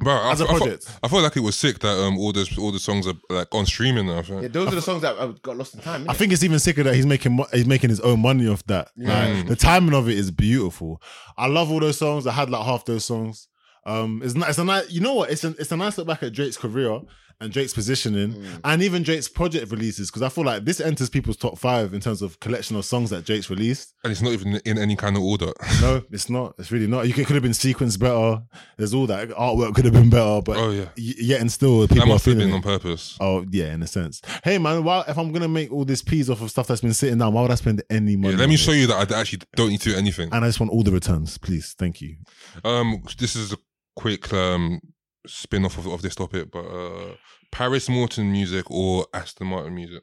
Speaker 3: Bro, I
Speaker 4: As a
Speaker 3: fe- I fe-
Speaker 4: project.
Speaker 3: I felt like it was sick that um all this all the songs are like on streaming now. fam.
Speaker 5: Yeah, those are the songs that uh, got lost in time.
Speaker 4: I think it's even sicker that he's making mo- he's making his own money off
Speaker 3: Mm.
Speaker 4: that. Like, the timing of it is beautiful. I love all those songs. I had like half those songs. Um, it's not. It's a nice. You know what? It's a, it's a nice look back at Drake's career and Drake's positioning,
Speaker 3: Mm.
Speaker 4: and even Drake's project releases. Because I feel like this enters people's top five in terms of collection of songs that Drake's released.
Speaker 3: and it's not even in any kind of order.
Speaker 4: No, it's not. It's really not. You could, could have been sequenced better. There's all that artwork could have been better, but
Speaker 3: Oh, yeah.
Speaker 4: y- yet and still people
Speaker 3: that
Speaker 4: are
Speaker 3: must have been
Speaker 4: feeling. it.
Speaker 3: on purpose.
Speaker 4: Oh yeah, in a sense. Hey man, why if I'm gonna make all this peas off of stuff that's been sitting down, why would I spend any money?
Speaker 3: Yeah, let me
Speaker 4: on
Speaker 3: show
Speaker 4: it?
Speaker 3: you that I actually don't need to do anything.
Speaker 4: And I just want all the returns, please. Thank you.
Speaker 3: Um, this is a quick um spin off of, of this topic, but uh, Paris Morton music or Aston Martin music?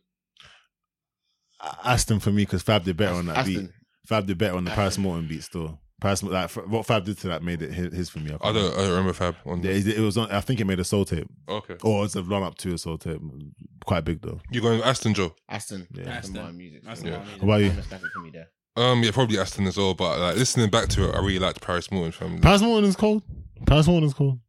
Speaker 4: A- Aston for me because Fab did better on that beat.
Speaker 5: Aston.
Speaker 4: Fab did better on the Paris Morton beat still. Paris, Mor- like, f- what Fab did to that made it his, his for me.
Speaker 3: I don't, I don't remember Fab on.
Speaker 4: Yeah,
Speaker 3: that.
Speaker 4: it it was on. I think it made a soul tape,
Speaker 3: Okay,
Speaker 4: or it's a run up to a soul tape. Quite big though.
Speaker 3: you going with Aston Joe?
Speaker 5: Aston.
Speaker 4: Yeah.
Speaker 5: Aston
Speaker 6: Aston.
Speaker 5: Martin music.
Speaker 6: Aston
Speaker 3: Yeah.
Speaker 6: Martin.
Speaker 4: How about you?
Speaker 5: That's for me there.
Speaker 3: Um, yeah, probably Aston as well. But like listening back to it, I really liked Paris Morton from.
Speaker 4: Paris Morton is cold. Paris Morton is cold.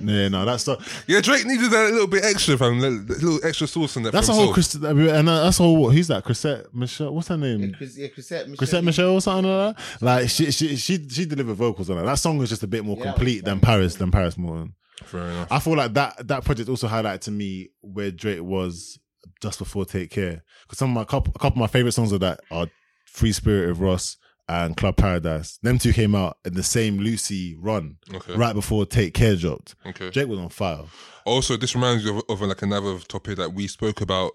Speaker 4: Yeah, no, that's the-
Speaker 3: Yeah, Drake needed that little bit extra from little extra sauce in that.
Speaker 4: that's
Speaker 3: for
Speaker 4: a whole
Speaker 3: himself.
Speaker 4: Christ- and uh, that's all. What, who's that? Chrisette Michelle? What's her name?
Speaker 5: Yeah, Chris, yeah, Chrisette Michelle.
Speaker 4: Mm. Chrisette Michelle or something like that. Like she she she she delivered vocals on it. That song was just a bit more
Speaker 5: Yeah,
Speaker 4: complete
Speaker 5: that
Speaker 4: than
Speaker 5: was-
Speaker 4: Paris than Paris Morton.
Speaker 3: Fair enough.
Speaker 4: I feel like that that project also highlighted to me where Drake was just before Take Care. Because some of my couple, a couple of my favorite songs of that are Free Spirit of Ross and Club Paradise. Them two came out in the same Lucy run
Speaker 3: Okay.
Speaker 4: Ah, right before Take Care dropped.
Speaker 3: Okay.
Speaker 4: Drake was on fire.
Speaker 3: Also, this reminds me of, of like another topic that we spoke about.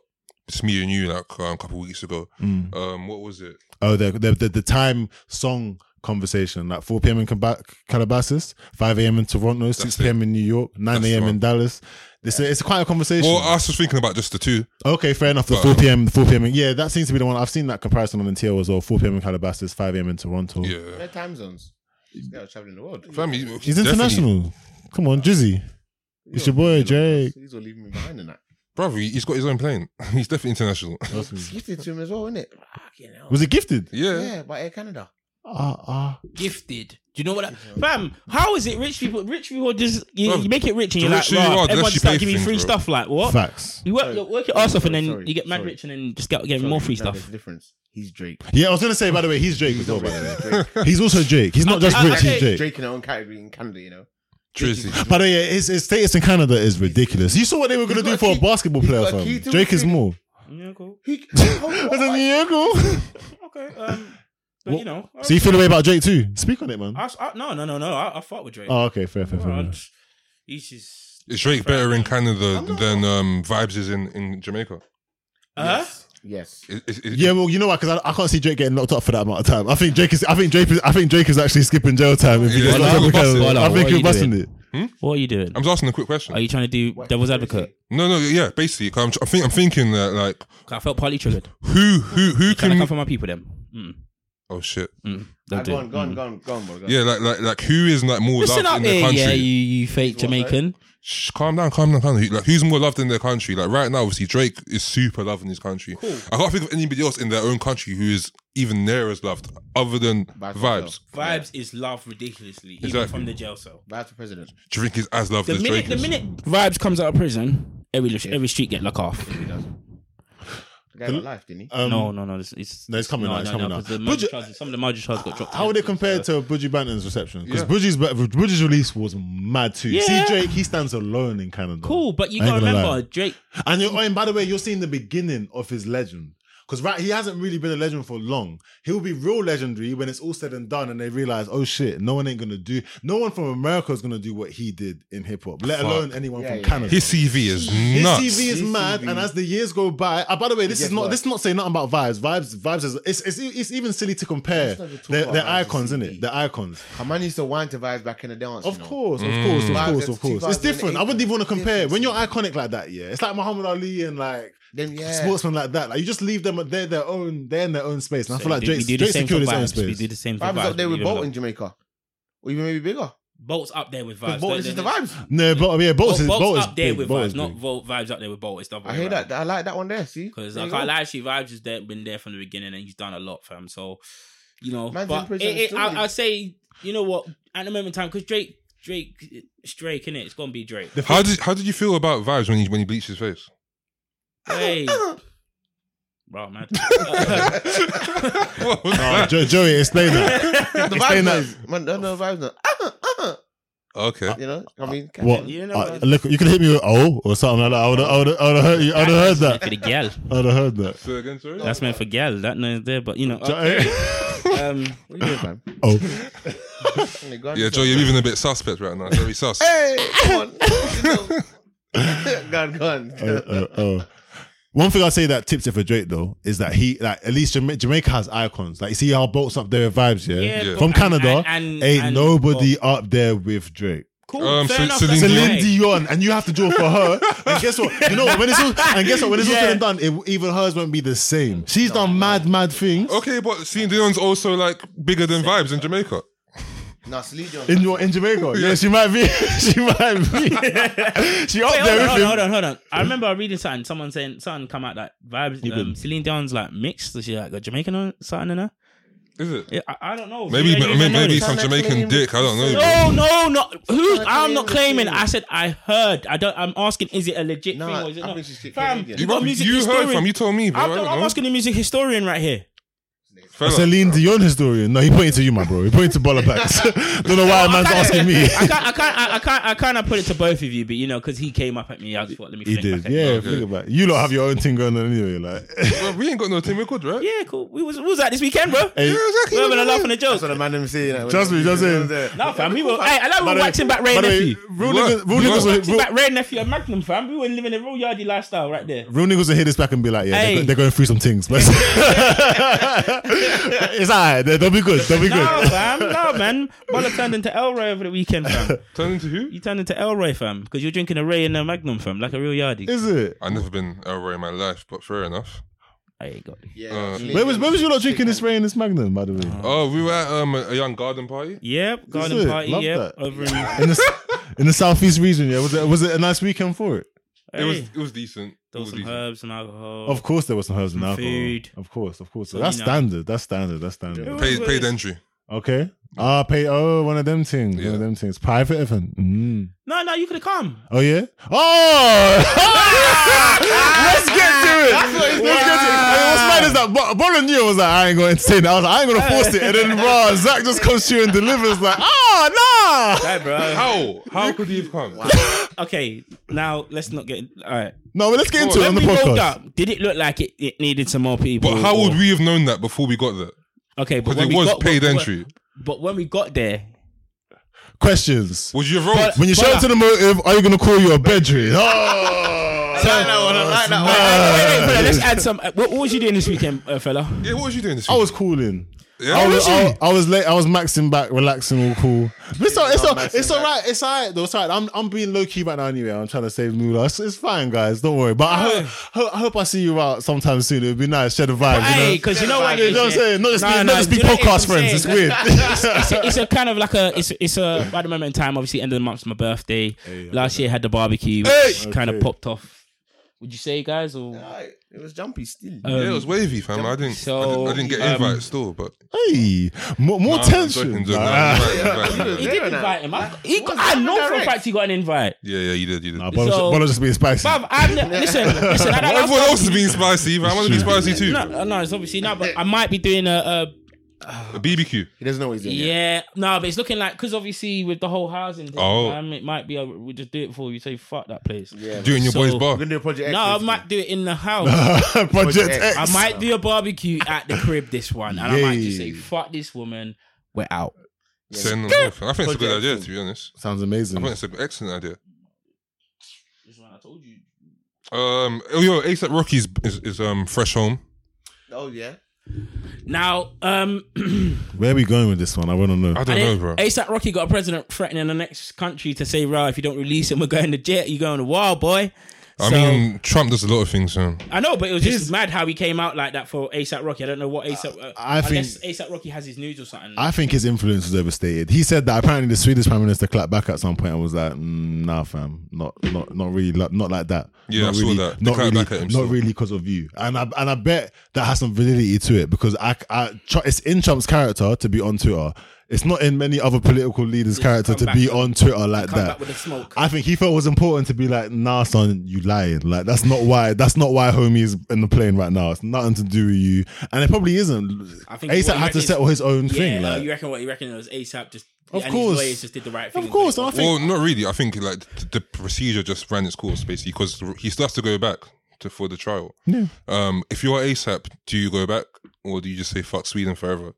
Speaker 3: It's me and you like um, a couple weeks ago.
Speaker 6: Mm.
Speaker 3: Um, what was it?
Speaker 4: Oh, the the the, the time song conversation like 4 p.m. in Caba- Calabasas, 5 a.m. in Toronto, 6
Speaker 3: it.
Speaker 4: p.m. in New York, 9
Speaker 3: That's
Speaker 4: a.m.
Speaker 3: the
Speaker 4: in
Speaker 3: one.
Speaker 4: Dallas. It's a, it's quite a conversation.
Speaker 3: Well, I was just thinking about just the two.
Speaker 4: okay, fair enough. The
Speaker 3: But-
Speaker 4: 4 p.m. 4 p.m. Yeah, that seems to be the one. I've seen that comparison on the TL as well. 4 p.m. in Calabasas, 5 a.m. in Toronto.
Speaker 3: Yeah,
Speaker 5: No time zones. This guy was traveling the world.
Speaker 3: family.
Speaker 4: He's international. Come on, Jizzy. It's your boy Drake.
Speaker 5: He's all leaving me behind in that.
Speaker 3: brother. He's got his own plane. He's definitely international.
Speaker 5: It's gifted to him as well, isn't it? Fucking hell.
Speaker 4: Was it gifted?
Speaker 3: Yeah.
Speaker 5: Yeah, by Air Canada.
Speaker 4: Ah ah.
Speaker 6: Gifted. Do you know what? That, fam, how is it rich people? Rich people just you,
Speaker 3: Bruv,
Speaker 6: you make it rich and
Speaker 3: the
Speaker 6: you're like,
Speaker 3: richer you
Speaker 6: "Rah,
Speaker 3: are, the less
Speaker 6: everyone
Speaker 3: you
Speaker 6: just start
Speaker 3: pay
Speaker 6: giving me
Speaker 3: things,
Speaker 6: free
Speaker 3: bro."
Speaker 6: stuff. Like what?
Speaker 4: Facts.
Speaker 6: You work,
Speaker 5: Sorry.
Speaker 6: work your ass off and
Speaker 5: Sorry,
Speaker 6: then
Speaker 5: sorry,
Speaker 6: you get mad
Speaker 5: sorry.
Speaker 6: rich and then just get getting
Speaker 5: Sorry,
Speaker 6: more free
Speaker 5: no,
Speaker 6: stuff.
Speaker 5: There's a difference. He's Drake.
Speaker 4: Yeah, I was gonna say. By the way, he's Drake as well. By the way, he's also Drake. He's not
Speaker 6: Okay,
Speaker 4: just
Speaker 6: I-
Speaker 4: rich.
Speaker 6: okay.
Speaker 4: He's Drake.
Speaker 5: Drake in our own category in Canada, you know.
Speaker 3: Drizzy.
Speaker 4: By the way, his, his status in Canada is ridiculous. You saw what they were going to
Speaker 5: He's
Speaker 4: do for
Speaker 5: got a
Speaker 4: a
Speaker 5: key-
Speaker 4: basketball
Speaker 5: he's
Speaker 4: player,
Speaker 5: got a
Speaker 4: fam.
Speaker 5: key to
Speaker 4: Drake
Speaker 5: his
Speaker 4: is
Speaker 5: thing.
Speaker 4: more.
Speaker 6: Yeah, cool.
Speaker 5: He,
Speaker 4: That's a miracle.
Speaker 6: Okay. Um, but you know,
Speaker 4: So you feel the way about Drake too? Speak on it, man.
Speaker 6: I, I, no, no, no, no. I, I fought with Drake.
Speaker 4: Oh, okay, fair, fair, fair.
Speaker 6: Bro, I
Speaker 4: fair.
Speaker 6: just- he's just.
Speaker 3: Is Drake better in Canada than um, Vibes is in, in Jamaica?
Speaker 6: Uh,
Speaker 5: yes.
Speaker 3: Is- is- is-
Speaker 4: Yeah, well, you know what? Because I, I can't see Drake getting locked up for that amount of time. I think Drake is. I think Drake is. I think Drake is actually skipping jail time if he
Speaker 3: Yeah,
Speaker 4: gets locked
Speaker 3: he's gonna
Speaker 4: up. for
Speaker 3: bust it.
Speaker 4: Canada.
Speaker 6: Hold on,
Speaker 4: I
Speaker 6: what
Speaker 4: think
Speaker 6: are
Speaker 4: he's
Speaker 6: you
Speaker 4: busting
Speaker 6: doing?
Speaker 4: it.
Speaker 6: What are you doing?
Speaker 3: Hmm? I'm just asking a quick question.
Speaker 6: Are you trying to do devil's advocate?
Speaker 3: no, no, yeah, basically, 'cause I'm, tr- I think I'm thinking that like
Speaker 6: I felt partly triggered.
Speaker 3: who who who
Speaker 6: Can I
Speaker 3: can
Speaker 6: come for my people then? Mm,
Speaker 3: oh shit
Speaker 6: mm,
Speaker 5: Ah,
Speaker 6: don't do
Speaker 5: go
Speaker 6: it.
Speaker 5: on, go on,
Speaker 6: Mm.
Speaker 5: go on, go on, bro. Go on.
Speaker 3: yeah like like like who is like more
Speaker 6: Listen
Speaker 3: loved
Speaker 6: up
Speaker 3: in their
Speaker 6: there,
Speaker 3: country?
Speaker 6: yeah, you, you fake Jamaican.
Speaker 3: Shh, calm down, calm down, calm down. Like who's more loved in their country? Like right now, obviously Drake is super loved in his country. I can't think of anybody else in their own country who is even near as loved other than
Speaker 5: Vibes
Speaker 3: Vibes.
Speaker 6: Vibes is love ridiculously, even
Speaker 3: Exactly.
Speaker 6: from the jail cell.
Speaker 5: Vice for president.
Speaker 3: Do you think he's as loved
Speaker 6: The
Speaker 3: as
Speaker 6: minute,
Speaker 3: Drake?
Speaker 6: the
Speaker 3: is?
Speaker 6: minute Vibes comes out of prison, every every street get locked off.
Speaker 5: He does. The guy got life, didn't he?
Speaker 4: Um,
Speaker 6: no, no, no, it's, it's
Speaker 4: No, it's coming out, it's coming out.
Speaker 6: 'cause the
Speaker 4: But
Speaker 6: murder
Speaker 4: ju-
Speaker 6: charges- some of the murder charges got dropped.
Speaker 4: How would it compare to Budgie Banton's reception? Because
Speaker 3: Yeah.
Speaker 4: Budgie's Budgie's release was mad too. See
Speaker 6: Yeah.
Speaker 4: Drake, he stands alone in Canada.
Speaker 6: Cool, but you
Speaker 4: I ain't
Speaker 6: gotta
Speaker 4: gonna lie.
Speaker 6: remember Drake.
Speaker 4: And you're, oh, and by the way, you're seeing the beginning of his legend. Because right, he hasn't really been a legend for long. He'll be real legendary when it's all said and done, and they realize, oh shit, no one ain't gonna do, no one from America is gonna do what he did in hip hop, let
Speaker 3: Fuck.
Speaker 4: alone anyone
Speaker 5: Yeah,
Speaker 4: from
Speaker 5: yeah,
Speaker 4: Canada.
Speaker 3: his CV is
Speaker 4: His
Speaker 3: nuts.
Speaker 4: CV is
Speaker 5: His
Speaker 4: mad,
Speaker 5: CV.
Speaker 4: and as the years go by, uh, by the way, this is
Speaker 5: gets
Speaker 4: not
Speaker 5: worse.
Speaker 4: this is not saying nothing about vibes. Vibes, vibes is it's it's, it's even silly to compare.
Speaker 5: Let's not even talk
Speaker 4: They're,
Speaker 5: about
Speaker 4: they're
Speaker 5: Vibes'
Speaker 4: icons, isn't it?
Speaker 5: CV.
Speaker 4: They're icons.
Speaker 5: A man used to wine to Vibes back in the dance.
Speaker 4: Of
Speaker 5: you know?
Speaker 4: course,
Speaker 3: Mm.
Speaker 4: of course, of
Speaker 5: Vibes
Speaker 4: course,
Speaker 5: that's
Speaker 4: of course. It's
Speaker 5: 2008.
Speaker 4: different. I wouldn't even want to compare. When you're
Speaker 5: Different.
Speaker 4: iconic like that, yeah, it's like Muhammad Ali and like
Speaker 5: Then yeah.
Speaker 4: sportsmen like that. Like you just leave them. They're their own. They're in their own space. And I feel like
Speaker 6: we
Speaker 4: Drake,
Speaker 6: do the
Speaker 4: Drake
Speaker 6: same for
Speaker 4: secured his own
Speaker 6: Vibes, We
Speaker 4: space.
Speaker 6: do the same for
Speaker 5: Vibes
Speaker 6: vibes.
Speaker 5: up there
Speaker 6: we
Speaker 5: with
Speaker 6: leave it
Speaker 5: Bolt in
Speaker 6: alone.
Speaker 5: Jamaica. Or even maybe bigger.
Speaker 6: Bolt's up there with vibes.
Speaker 5: Bolt is just
Speaker 6: Don't-
Speaker 5: the
Speaker 6: don't-
Speaker 5: Vibes.
Speaker 4: No, but oh, yeah, Bolt
Speaker 6: Bolt-
Speaker 4: is Bolt
Speaker 6: Bolt's
Speaker 4: is
Speaker 6: up there
Speaker 4: big,
Speaker 6: with
Speaker 4: Bolt
Speaker 6: vibes,
Speaker 4: is
Speaker 6: not
Speaker 4: big.
Speaker 6: Volt vibes up there with Bolt. It's double.
Speaker 5: I hear that. I like that one there. See,
Speaker 6: because
Speaker 5: There
Speaker 6: I
Speaker 5: you
Speaker 6: can't
Speaker 5: go.
Speaker 6: lie, actually, vibes has there, been there from the beginning and he's done a lot, fam. So you know,
Speaker 5: Man's in
Speaker 6: but
Speaker 5: prison,
Speaker 6: it, it,
Speaker 5: still
Speaker 6: I,
Speaker 5: living.
Speaker 6: I'd say you know what at the moment in time because Drake, Drake, it's Drake, innit? It's gonna be Drake.
Speaker 3: How did how did you feel about Vibes when he when he bleached his face?
Speaker 6: Hey, Bro, man.
Speaker 3: What was
Speaker 4: Oh,
Speaker 3: that?
Speaker 4: Jo- Joey, explain that.
Speaker 5: The
Speaker 4: Explain
Speaker 5: vibes,
Speaker 4: that.
Speaker 5: man. man. No, no vibes, no.
Speaker 3: Okay.
Speaker 5: You know, I mean, catch
Speaker 4: What?
Speaker 5: it.
Speaker 6: You know
Speaker 4: Uh,
Speaker 6: what?
Speaker 4: look, you could hit me with oh or something like that. I would, I would, I would have heard you. I would have heard that.
Speaker 6: For the gal.
Speaker 4: I would have heard that.
Speaker 3: Say again, sorry.
Speaker 6: That's meant for gal. That no there, but you know.
Speaker 4: Jo-
Speaker 6: Okay. Um,
Speaker 5: What are you doing, fam?
Speaker 4: oh,
Speaker 5: Hey, go on,
Speaker 3: Yeah,
Speaker 5: just
Speaker 3: Joe,
Speaker 5: go.
Speaker 3: you're even a bit suspect right now. Very sus.
Speaker 5: Hey, come on. gone, gone.
Speaker 4: oh, oh, oh. One thing I'll say that tips it for Drake though is that he, like, at least Jama- Jamaica has icons. Like, you see how bolts up there with vibes, yeah.
Speaker 6: yeah,
Speaker 3: Yeah.
Speaker 6: but-
Speaker 4: From
Speaker 6: and-
Speaker 4: Canada,
Speaker 6: and- and-
Speaker 4: ain't
Speaker 6: and-
Speaker 4: nobody up there with Drake.
Speaker 6: Cool.
Speaker 3: Um,
Speaker 6: Fair
Speaker 3: Cel-
Speaker 6: enough.
Speaker 3: Celine
Speaker 6: that's
Speaker 3: Dion.
Speaker 4: Celine
Speaker 6: okay.
Speaker 4: Dion, and you have to do it for her. And guess what? You know what? When it's all and guess what? When it's all said and
Speaker 6: Yeah.
Speaker 4: done, it, even hers won't be the same. She's done mad, mad things
Speaker 3: Okay, but Celine Dion's also like bigger than vibes in Jamaica.
Speaker 5: No, Celine Dion.
Speaker 4: in your in Jamaica. Yeah, she might be. She might be. she up
Speaker 6: Wait, hold
Speaker 4: there
Speaker 6: on,
Speaker 4: with him.
Speaker 6: hold on, hold on, hold on. I remember reading something. Someone saying something come out like vibes. Um, Celine Dion's like mixed. So she like got Jamaican or something in her.
Speaker 3: Is it?
Speaker 6: Yeah, I, I don't know.
Speaker 3: Maybe,
Speaker 6: You don't
Speaker 3: maybe,
Speaker 6: even
Speaker 3: maybe,
Speaker 6: know this.
Speaker 3: some Jamaican dick. I don't know. bro.
Speaker 6: No, no, no. Who? I'm
Speaker 5: Canadian
Speaker 6: not claiming.
Speaker 5: thing.
Speaker 6: I said I heard. I don't. I'm asking. Is it a legit
Speaker 5: Nah,
Speaker 6: thing or is it
Speaker 5: I
Speaker 6: not?
Speaker 5: think she's
Speaker 6: Fam,
Speaker 5: Canadian.
Speaker 6: you
Speaker 3: You,
Speaker 6: got
Speaker 3: got-
Speaker 6: a music
Speaker 3: you heard
Speaker 6: historian.
Speaker 3: from. You told me, bro. I
Speaker 6: I'm,
Speaker 3: don't
Speaker 6: I'm
Speaker 3: know.
Speaker 6: asking a music historian right here.
Speaker 3: Fella.
Speaker 4: Celine Dion historian. No, he pointed to you, my bro. He pointed to Bola Bax. Don't know why a man's asking me.
Speaker 6: I can't, I can't, I, I can't, I kind of put it to both of you, but you know, because he came up at me, I just thought, let me.
Speaker 4: He did.
Speaker 6: think back at
Speaker 4: Yeah,
Speaker 6: you.
Speaker 4: think about it. You lot have your own thing going on anyway. Like,
Speaker 3: Bro, we ain't got no team record, right?
Speaker 6: yeah, cool. We was, we was at this weekend, bro.
Speaker 4: Hey,
Speaker 6: We were having a laugh and a
Speaker 5: That's what a
Speaker 6: joke.
Speaker 5: man them say. Like,
Speaker 4: Trust me, just saying.
Speaker 6: No, fam, we were. Hey, I love
Speaker 4: By
Speaker 6: we were
Speaker 4: the way-
Speaker 6: waxing back Ray
Speaker 4: by
Speaker 6: and
Speaker 4: the way,
Speaker 6: Nephew.
Speaker 4: real
Speaker 3: What?
Speaker 4: niggas, real
Speaker 3: You
Speaker 4: niggas,
Speaker 3: what?
Speaker 4: will-
Speaker 6: Waxing
Speaker 4: real,
Speaker 6: back Ray and Nephew and Magnum, fam. We were living a real yardy lifestyle right there.
Speaker 4: real niggas will hear this back and be like, yeah,
Speaker 6: Hey.
Speaker 4: they're, go- they're going through some things, but it's alright. They- They'll be good. They'll be
Speaker 6: No,
Speaker 4: good.
Speaker 6: fam, no, man. Bola turned into Elroy over the weekend, fam.
Speaker 3: Turn into who?
Speaker 6: You turned into Elroy, fam, because you're drinking a Ray and a Magnum, fam, like a real yardie.
Speaker 4: Is it?
Speaker 3: I've never been Elroy in my life, but fair enough.
Speaker 6: Hey, God.
Speaker 5: Yeah, Celine
Speaker 4: Uh, Where was
Speaker 5: Dion.
Speaker 4: where was you lot drinking this Ray and this Magnum, by the way?
Speaker 3: Oh, we were at um, a young garden party.
Speaker 6: Yep, garden
Speaker 4: it.
Speaker 6: party.
Speaker 4: Love
Speaker 6: yep,
Speaker 4: that.
Speaker 6: over in.
Speaker 4: In the s- in the southeast region, yeah. Was it was it a nice weekend for it?
Speaker 3: It was
Speaker 6: Hey,
Speaker 3: it was decent. It
Speaker 6: there was
Speaker 3: was
Speaker 6: some
Speaker 3: decent.
Speaker 6: herbs, some alcohol.
Speaker 4: Of course, there was some herbs and alcohol.
Speaker 6: food.
Speaker 4: Of course, of course.
Speaker 6: So,
Speaker 4: that's
Speaker 6: you know.
Speaker 4: standard. That's standard. That's standard.
Speaker 6: Yeah.
Speaker 3: Paid paid entry.
Speaker 4: Okay. Ah, pay. Oh, one of them things. One
Speaker 3: Yeah.
Speaker 4: of them things. Private event. Mm.
Speaker 6: No, no, you could have come.
Speaker 4: Oh yeah. Oh. Let's get to it. Let's get to it. I mean, what's mad is that Bo- Bono knew I was like, I ain't gonna entertain. it. I was like, I ain't gonna force it. And then raw Zach just comes through and delivers like, oh nah.
Speaker 6: Hey, bro.
Speaker 3: How? How could he have come?
Speaker 6: Okay, now let's not get. All right.
Speaker 4: No, but let's get into it on
Speaker 6: When
Speaker 4: the
Speaker 6: we rolled
Speaker 4: podcast.
Speaker 6: up, did it look like it, it needed some more people?
Speaker 3: But how
Speaker 6: or-
Speaker 3: would we have known that before we got there?
Speaker 6: Okay, but
Speaker 3: Because
Speaker 6: when
Speaker 3: it
Speaker 6: we
Speaker 3: was
Speaker 6: got,
Speaker 3: paid
Speaker 6: but-
Speaker 3: entry.
Speaker 6: But, but when we got there,
Speaker 4: Questions.
Speaker 3: Would you have rolled?
Speaker 4: When you show up
Speaker 6: Bola.
Speaker 4: to the motive, are you gonna call you a bedroom? Oh.
Speaker 6: wait, wait, brother, let's add some. uh, What, what was you doing this weekend, uh, fella?
Speaker 3: yeah, what was you doing this
Speaker 4: I
Speaker 6: Oh,
Speaker 3: week?
Speaker 4: was cooling.
Speaker 3: Yeah?
Speaker 4: I, was,
Speaker 3: Was
Speaker 4: I, I was late. I was maxing back, relaxing, all cool. But it's all, it's all, it's all right. It's all right though. It's all right. I'm, I'm being low key right now anyway. I'm trying to save moolah. It's, it's fine, guys. Don't worry. But I hope, hope, I hope I see you out sometime soon. It would be nice. Share the vibe.
Speaker 6: Hey,
Speaker 4: you know?
Speaker 6: because you know what?
Speaker 4: You know what I'm saying? Not just be, not just be
Speaker 6: do you know what
Speaker 4: podcast
Speaker 6: I'm saying?
Speaker 4: friends. It's weird.
Speaker 6: it's, a, it's a kind of like a it's it's a at the moment in time. Obviously, end of the month's my birthday. Last year had the barbecue, which kind of
Speaker 4: Okay.
Speaker 6: popped off. Would you say, guys? Or
Speaker 5: Alright, It was jumpy still.
Speaker 6: um,
Speaker 3: yeah, it was wavy, fam. I didn't. I didn't, I
Speaker 6: So,
Speaker 3: didn't get
Speaker 6: um,
Speaker 3: invites still, but
Speaker 4: hey, more, more
Speaker 3: Nah, I'm
Speaker 4: tension.
Speaker 3: joking, joking.
Speaker 4: Nah.
Speaker 3: Nah, invite, invite,
Speaker 6: he
Speaker 3: invite.
Speaker 6: did invite him. I, he got, I know for a fact he got an invite.
Speaker 3: Yeah, yeah, you did. You did.
Speaker 4: Nah, Bono's-
Speaker 6: So-
Speaker 4: Bono's just being spicy.
Speaker 6: Bruv, I'm not- listen, listen. at
Speaker 3: Well,
Speaker 6: that last
Speaker 3: everyone
Speaker 6: time-
Speaker 3: else is being spicy. but I want to be spicy too.
Speaker 6: No, no, it's obviously not. But I might be doing a. a
Speaker 3: A BBQ.
Speaker 5: He doesn't know what he's doing. yet.
Speaker 6: Yeah, no, but it's looking like because obviously with the whole housing, thing,
Speaker 3: Oh.
Speaker 6: man, it might be. A, we just do it for you. Say fuck that place.
Speaker 5: Yeah.
Speaker 3: Doing your
Speaker 6: So-
Speaker 3: boy's
Speaker 5: We're
Speaker 3: bar.
Speaker 5: gonna do a project. X
Speaker 6: No, I
Speaker 5: basically.
Speaker 6: might do it in the house.
Speaker 4: Project X.
Speaker 5: X.
Speaker 6: I might do a barbecue at the crib this one, and I might just say fuck this woman. We're out.
Speaker 3: Send them off. I think it's a good
Speaker 5: Project
Speaker 3: idea,
Speaker 5: X.
Speaker 3: to be honest.
Speaker 4: Sounds
Speaker 3: I
Speaker 4: amazing.
Speaker 3: think it's an excellent idea.
Speaker 6: This one I told you.
Speaker 3: Um, oh, yo, ASAP Rocky's is, is um fresh home.
Speaker 5: Oh yeah.
Speaker 6: Now, um,
Speaker 4: Where are we going with this one? I want to know.
Speaker 3: I don't know, bro.
Speaker 6: ASAP Rocky got a president threatening the next country to say, "Raw, if you don't release him, we're going to jail. You're going to wild, boy."
Speaker 3: I
Speaker 6: So-
Speaker 3: mean, Trump does a lot of things, man.
Speaker 6: I know, but it was just mad how he came out like that for ASAP Rocky. I don't know what ASAP. Uh,
Speaker 4: I think-
Speaker 6: unless ASAP Rocky has his news or something.
Speaker 4: I think his influence was overstated. He said that apparently the Swedish prime minister clapped back at some point and was like, mm, "Nah, fam, not not not really, like, not like that.
Speaker 3: Yeah,
Speaker 4: not
Speaker 3: I saw
Speaker 4: really,
Speaker 3: that. They
Speaker 4: Not
Speaker 3: clapped
Speaker 4: really,
Speaker 3: back at him still.
Speaker 4: not really because of you." And I and I bet that has some validity to it because I, I tr- it's in Trump's character to be on Twitter. It's not in many other political leaders' character
Speaker 6: come
Speaker 4: to
Speaker 6: back
Speaker 4: be
Speaker 6: with-
Speaker 4: on Twitter like
Speaker 6: Come
Speaker 4: that.
Speaker 6: back with the smoke.
Speaker 4: I think he felt it was important to be like, nah, son, you lying. Like that's not why. That's not why homie is in the plane right now. It's nothing to do with you, and it probably isn't.
Speaker 6: I
Speaker 4: I think ASAP
Speaker 6: think what he
Speaker 4: had to
Speaker 6: reckons-
Speaker 4: settle his own
Speaker 6: yeah,
Speaker 4: thing.
Speaker 6: like,
Speaker 4: Like,
Speaker 6: you reckon what? You reckon it was ASAP just.
Speaker 4: Of
Speaker 6: and
Speaker 4: course.
Speaker 6: his lawyers just did the right thing.
Speaker 4: of course, and I
Speaker 3: Well,
Speaker 4: think
Speaker 3: not really. I think like th- the procedure just ran its course basically because he still has to go back to for the trial.
Speaker 4: Yeah.
Speaker 3: Um, if you're ASAP, do you go back or do you just say fuck Sweden forever?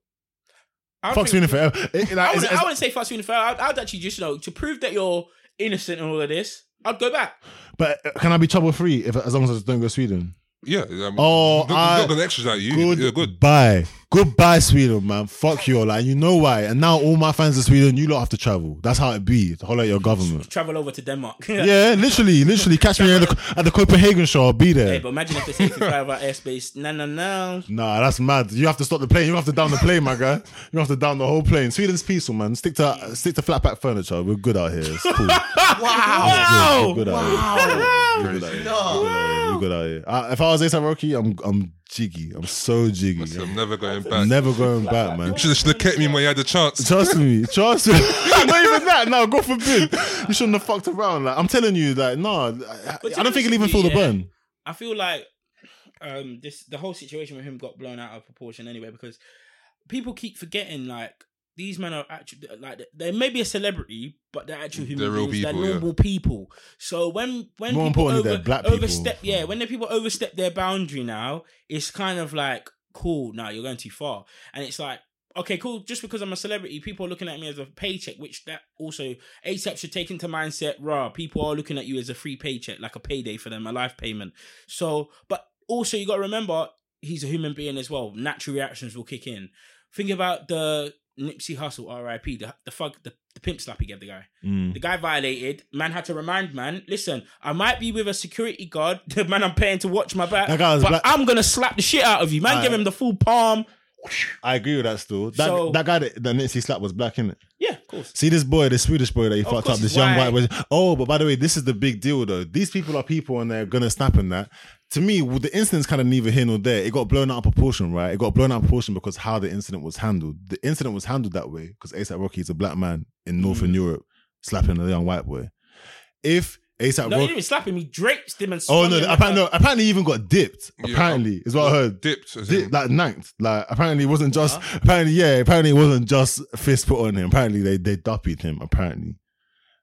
Speaker 6: I
Speaker 4: fuck
Speaker 6: think-
Speaker 4: Sweden forever. It- like,
Speaker 6: I
Speaker 4: it's-
Speaker 6: wouldn't,
Speaker 4: it's-
Speaker 6: I wouldn't say fuck Sweden fair. I'd, I'd actually just you know to prove that you're innocent and all of this. I'd go back.
Speaker 4: but uh, can I be trouble free if as long as I just don't go to Sweden?
Speaker 3: Yeah. I mean,
Speaker 4: Oh,
Speaker 3: not, not
Speaker 4: I-
Speaker 3: gonna extradite you. yeah, good.
Speaker 4: Goodbye. Goodbye, Sweden, man. Fuck you all. Like, you know why. And now all my fans in Sweden, you lot have to travel. That's how it be. To holler at your government.
Speaker 6: Travel over to Denmark.
Speaker 4: Yeah, literally, literally. Catch me at the, at the Copenhagen show. I'll be
Speaker 6: Hey,
Speaker 4: there.
Speaker 6: but imagine if they say fly over our airspace. No, no, no.
Speaker 4: Nah, that's mad. You have to stop the plane. You have to down the plane, my guy. You have to down the whole plane. Sweden's peaceful, man. Stick to stick to flat pack furniture. We're good out here. It's cool.
Speaker 6: Wow.
Speaker 4: We're good out here. We're good out here. We're good out here. Uh, if I was ASAP Rocky, I'm I'm jiggy. I'm so jiggy.
Speaker 3: So I'm never going
Speaker 4: I'm
Speaker 3: back.
Speaker 4: never going back, man.
Speaker 3: Should have kept me when you had the chance.
Speaker 4: Trust me, trust me. Not even that. No, God forbid. You shouldn't have fucked around. Like I'm telling you, like no, I,
Speaker 6: But
Speaker 4: I don't think he'll even
Speaker 6: honestly,
Speaker 4: feel the
Speaker 6: yeah.
Speaker 4: burn.
Speaker 6: I feel like um this the whole situation with him got blown out of proportion anyway because people keep forgetting like these men are actually like they may be a celebrity, but they're actual human
Speaker 3: They're real
Speaker 6: beings.
Speaker 3: people,
Speaker 6: they're
Speaker 3: yeah.
Speaker 6: normal people. So when when
Speaker 4: More
Speaker 6: people
Speaker 4: importantly,
Speaker 6: over,
Speaker 4: they're black people.
Speaker 6: overstep, yeah, when the people overstep their boundary now, it's kind of like cool. Now you're going too far, and it's like okay, cool. Just because I'm a celebrity, people are looking at me as a paycheck, which that also ASAP should take into mindset. Raw, people are looking at you as a free paycheck, like a payday for them, a life payment. So, but also you got to remember he's a human being as well. Natural reactions will kick in. Think about the Nipsey Hussle, R.I.P. The the fuck the, the pimp slap he gave the guy.
Speaker 4: Mm.
Speaker 6: The guy violated. Man had to remind man, listen, I might be with a security guard, the man I'm paying to watch my back,
Speaker 4: That guy was
Speaker 6: but
Speaker 4: black-
Speaker 6: I'm gonna slap the shit out of you. Man, give him the full palm.
Speaker 4: I agree with that. Still, that
Speaker 6: So-
Speaker 4: that guy that, that Nipsey slapped was black, innit?
Speaker 6: Yeah, of course.
Speaker 4: See this boy, the Swedish boy that he
Speaker 6: Of
Speaker 4: fucked
Speaker 6: course
Speaker 4: up. This
Speaker 6: he's
Speaker 4: young white.
Speaker 6: white.
Speaker 4: boy. Oh, but by the way, this is the big deal though. These people are people, and they're gonna snap in that. To me, well, the incident's kind of neither here nor there. It got blown out of proportion, right? It got blown out of proportion because how the incident was handled. The incident was handled that way because ASAP Rocky is a black man in
Speaker 6: Mm.
Speaker 4: Northern Europe slapping a young white boy. If ASAP
Speaker 6: No, he
Speaker 4: Rocky,
Speaker 6: didn't even slap him. He drapes him and.
Speaker 4: Oh
Speaker 6: swung
Speaker 4: no!
Speaker 6: him
Speaker 4: Apparently, no,
Speaker 6: like
Speaker 4: apparently, he even got dipped.
Speaker 3: Yeah.
Speaker 4: apparently, is what I heard.
Speaker 3: Dipped. as
Speaker 4: Dip,
Speaker 3: in-
Speaker 4: like ninth. Like apparently, it wasn't just. Apparently, yeah. Apparently, it wasn't just fist put on him. Apparently, they they duppied him. Apparently,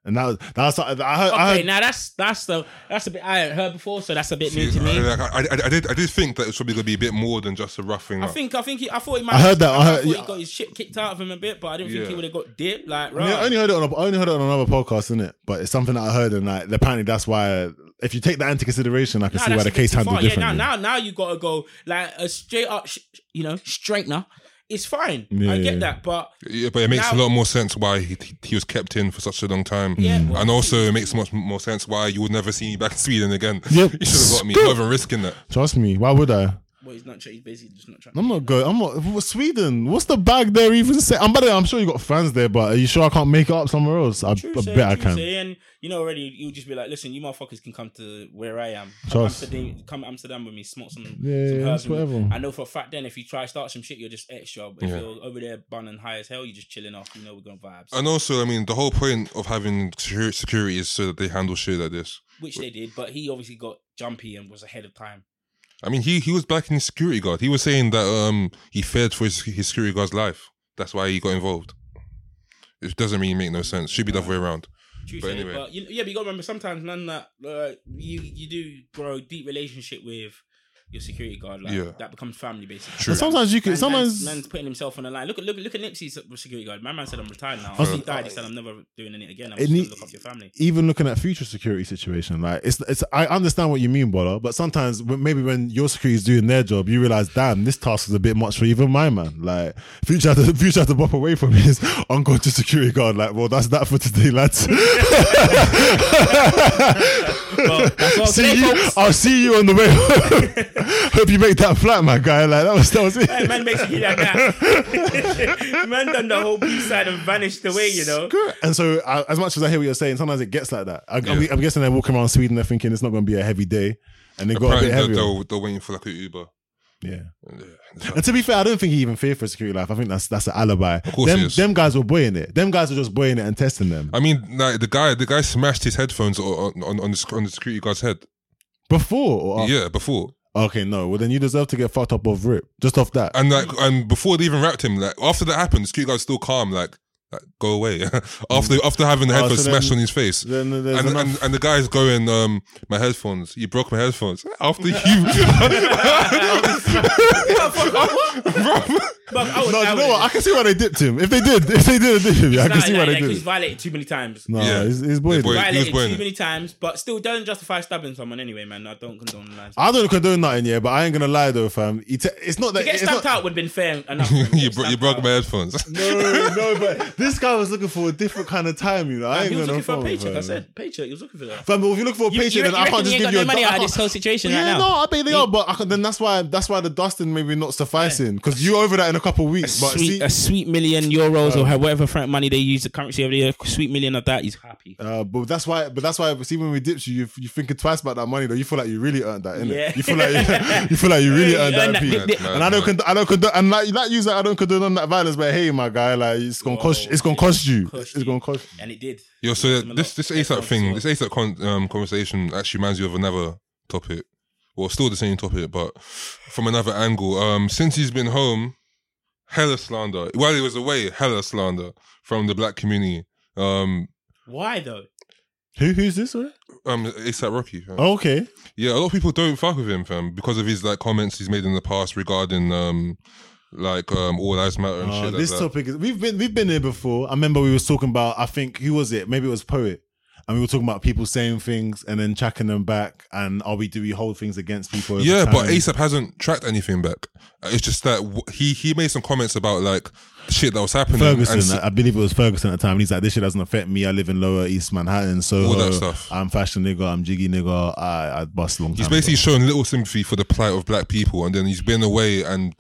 Speaker 4: and that was that's I heard.
Speaker 6: a-
Speaker 4: I
Speaker 6: Okay,
Speaker 4: heard
Speaker 6: now that's that's the that's a bit I hadn't heard before, so that's a bit new
Speaker 3: See,
Speaker 6: to me.
Speaker 3: I, I, I- I did. I did think that it was probably gonna be a bit more than just a roughing
Speaker 6: I
Speaker 3: up.
Speaker 6: think I think he, I thought he might.
Speaker 4: I heard that, I heard-
Speaker 6: thought
Speaker 4: yeah.
Speaker 6: he got his shit kicked out of him a bit, but I didn't think he
Speaker 3: Yeah.
Speaker 6: would have got dipped. Like,
Speaker 4: I, mean, I
Speaker 6: right?
Speaker 4: only heard it on a, I only heard it on another podcast, isn't it? But it's something that I heard, and like apparently that's why. If you take that into consideration, I can
Speaker 6: Nah,
Speaker 4: see why
Speaker 6: that's
Speaker 4: the
Speaker 6: a bit
Speaker 4: case
Speaker 6: too
Speaker 4: handled
Speaker 6: far.
Speaker 4: differently.
Speaker 6: Yeah, now, now, now you gotta go like a straight up, sh- you know, straightener. It's fine.
Speaker 4: Yeah,
Speaker 6: I get
Speaker 4: yeah.
Speaker 6: that, but
Speaker 3: Yeah, but it makes
Speaker 6: Now-
Speaker 3: a lot more sense why he, he, he was kept in for such a long time.
Speaker 6: Yeah,
Speaker 4: Mm.
Speaker 6: well-
Speaker 3: and also it makes much more sense why you would never see me back in Sweden again.
Speaker 4: Yep.
Speaker 3: You should have got me. Not even risking that.
Speaker 4: Trust me. Why would I?
Speaker 6: well, he's not. tr- He's basically just not trying.
Speaker 4: I'm not good. I'm not what- Sweden. What's the bag there even say? I'm by the way, I'm sure you got fans there, but are you sure I can't make it up somewhere else? I, I
Speaker 6: True
Speaker 4: bet
Speaker 6: say,
Speaker 4: I
Speaker 6: true
Speaker 4: can.
Speaker 6: say, and you know already, you'll just be like, listen, you motherfuckers can come to where I am. Come
Speaker 4: Trust.
Speaker 6: Amsterdam, come Amsterdam with me, smoke some,
Speaker 4: Yeah,
Speaker 6: some
Speaker 4: yeah,
Speaker 6: herbs.
Speaker 4: that's
Speaker 6: with me."
Speaker 4: whatever.
Speaker 6: I know for a fact then if you try to start some shit, you're just extra. But if
Speaker 3: Yeah.
Speaker 6: you're over there bunning high as hell, you're just chilling off. You know we're going vibes,
Speaker 3: And also, I mean, the whole point of having secu- security is so that they handle shit like this.
Speaker 6: which they did. But he obviously got jumpy and was ahead of time.
Speaker 3: I mean, he he was backing his security guard. He was saying that um he feared for his, his security guard's life. That's why he got involved. It doesn't really make no sense. Should be the other way around.
Speaker 6: True
Speaker 3: But
Speaker 6: say,
Speaker 3: anyway.
Speaker 6: but you, yeah, but you got to remember sometimes, man, that uh, you you do grow deep relationship with your security guard. Like,
Speaker 3: Yeah.
Speaker 6: That becomes family basically.
Speaker 3: True. But
Speaker 4: sometimes you can-
Speaker 6: Man's-
Speaker 4: sometimes-
Speaker 6: man's, man's putting himself on the line. Look at look at- look at Nipsey's security guard. My man said I'm retired now.
Speaker 4: Also-
Speaker 6: he died. He said I'm never doing it again. I'm
Speaker 4: It
Speaker 6: just gonna
Speaker 4: need-
Speaker 6: look after your family.
Speaker 4: even looking at future security situation, like it's it's I understand what you mean, brother, but sometimes when- maybe when your security is doing their job, you realize, damn, this task is a bit much for even my man. Like future had to future had to bop away from his unconscious security guard. Like, well, that's that for today, lads.
Speaker 6: Well, that's what I'm
Speaker 4: see
Speaker 6: saying,
Speaker 4: you,
Speaker 6: folks.
Speaker 4: I'll see you on the way. home. Hope you make that flat, my guy. Like that was that was it.
Speaker 6: Hey, man makes you hear that guy. man done the whole B side and vanished away. You know.
Speaker 4: Screw it. And so, I, as much as I hear what you're saying, sometimes it gets like that. I, I'm, I'm guessing they're walking around Sweden, they're thinking it's not going to be a heavy day, and they got a
Speaker 3: Apparently,
Speaker 4: bit
Speaker 3: they're,
Speaker 4: heavier.
Speaker 3: they're, they're waiting for like an Uber.
Speaker 4: Yeah. And to be fair, I don't think he even feared for security life. I think that's that's an alibi. Of
Speaker 3: course
Speaker 4: them,
Speaker 3: he is. Uh,
Speaker 4: them guys were buoying it. Them guys were just buoying it and testing them.
Speaker 3: I mean, like the guy, the guy smashed his headphones on on, on, the, sec- on the security guard's head.
Speaker 4: Before or after?
Speaker 3: Yeah, before
Speaker 4: Okay, no. Well then you deserve to get fucked up off rip. Just off that.
Speaker 3: and like and before they even wrapped him. Like after that happened, the security guard's still calm. Like, like go away. after after having the
Speaker 4: Oh,
Speaker 3: headphones
Speaker 4: so
Speaker 3: smashed
Speaker 4: then-
Speaker 3: on his face.
Speaker 4: then there's
Speaker 3: and,
Speaker 4: enough-
Speaker 3: and, and the guy's going, um, my headphones. You broke my headphones after you. Bruv.
Speaker 6: But I would,
Speaker 4: no,
Speaker 6: I
Speaker 4: you
Speaker 6: would-
Speaker 4: know what? I can see why they dipped him. If they did, if they did, they did him. Yeah, I
Speaker 6: Nah,
Speaker 4: can see
Speaker 6: nah,
Speaker 4: why
Speaker 6: yeah,
Speaker 4: they
Speaker 6: 'cause
Speaker 4: did.
Speaker 6: he's
Speaker 4: it.
Speaker 6: violated too many times.
Speaker 4: No,
Speaker 3: Yeah.
Speaker 4: he's, he's buoyed.
Speaker 3: boy-
Speaker 4: it.
Speaker 3: he was
Speaker 6: Violated
Speaker 3: wearing
Speaker 6: too
Speaker 3: it.
Speaker 6: many times, but still doesn't justify stabbing someone anyway, man. I don't condone lies.
Speaker 4: I don't condone nothing, yeah, but I ain't gonna lie though, fam. He te- it's not that
Speaker 6: to get
Speaker 4: it's
Speaker 6: stabbed
Speaker 4: not-
Speaker 6: out would have been fair enough.
Speaker 3: you, bro- you broke my
Speaker 6: man.
Speaker 3: headphones.
Speaker 4: No, no, but this guy was looking for a different kind of time, you know. I
Speaker 6: He
Speaker 4: ain't
Speaker 6: was
Speaker 4: gonna
Speaker 6: looking for a
Speaker 4: front,
Speaker 6: paycheck. I
Speaker 4: fam.
Speaker 6: said paycheck. He was looking for that.
Speaker 4: Fam, but if you look for a paycheck, then I can't just give you a
Speaker 6: money
Speaker 4: du- I
Speaker 6: out of
Speaker 4: can't-
Speaker 6: this whole situation
Speaker 4: yeah,
Speaker 6: right now.
Speaker 4: no, I bet they are, but I can, then that's why that's why the dusting maybe not sufficing because you over that in a couple of weeks. But
Speaker 6: sweet,
Speaker 4: see,
Speaker 6: a sweet million euros or
Speaker 3: uh,
Speaker 6: or whatever franc money they use the currency over there. Sweet million of that, he's happy.
Speaker 4: uh, but that's why, but that's why. See, when we dipped you, you, you thinking twice about that money though. You feel like you really earned that, innit?
Speaker 6: Yeah.
Speaker 4: You feel like you, you feel like you really
Speaker 6: You
Speaker 4: earned
Speaker 6: earned
Speaker 4: that.
Speaker 6: that.
Speaker 4: P.
Speaker 6: They- they-
Speaker 4: and I don't,
Speaker 3: No,
Speaker 4: con- I don't condone, and like, like you said, I don't condone on that violence. But hey, my guy, like it's gonna cost,
Speaker 6: Whoa,
Speaker 4: it's gonna
Speaker 6: Oh, yeah.
Speaker 4: cost you,
Speaker 6: Cost
Speaker 4: it's
Speaker 6: you.
Speaker 4: gonna cost.
Speaker 6: And it did.
Speaker 3: Yo, so this this
Speaker 6: Yeah,
Speaker 3: ASAP
Speaker 6: thanks a
Speaker 3: thing,
Speaker 6: lot.
Speaker 3: this ASAP con- um, conversation actually reminds you of another topic. Well, still the same topic, but from another angle. Um, since he's been home, hella slander. While he was away, hella slander from the black community. Um,
Speaker 6: Why though?
Speaker 4: Who, who's this? One?
Speaker 3: um, ASAP Rocky. fam.
Speaker 4: Oh, okay,
Speaker 3: Yeah, a lot of people don't fuck with him, fam, because of his like comments he's made in the past regarding um, like um, all lives matter and
Speaker 4: Uh,
Speaker 3: shit. Like
Speaker 4: this
Speaker 3: that.
Speaker 4: topic is we've been we've been here before. I remember we was talking about I think who was it? Maybe it was poet, and we were talking about people saying things and then tracking them back. And are we do we hold things against people? over
Speaker 3: Yeah, but
Speaker 4: time?
Speaker 3: ASAP hasn't tracked anything back. Uh, It's just that w- he he made some comments about like shit that was happening.
Speaker 4: Ferguson, uh,
Speaker 3: and s-
Speaker 4: I I believe it was Ferguson at the time. and He's like, this shit doesn't affect me. I live in Lower East Manhattan, so
Speaker 3: All that stuff.
Speaker 4: I'm fashion nigga. I'm jiggy nigga. I I bust long.
Speaker 3: he's
Speaker 4: time ago.
Speaker 3: basically shown little sympathy for the plight of black people, and then he's been away, and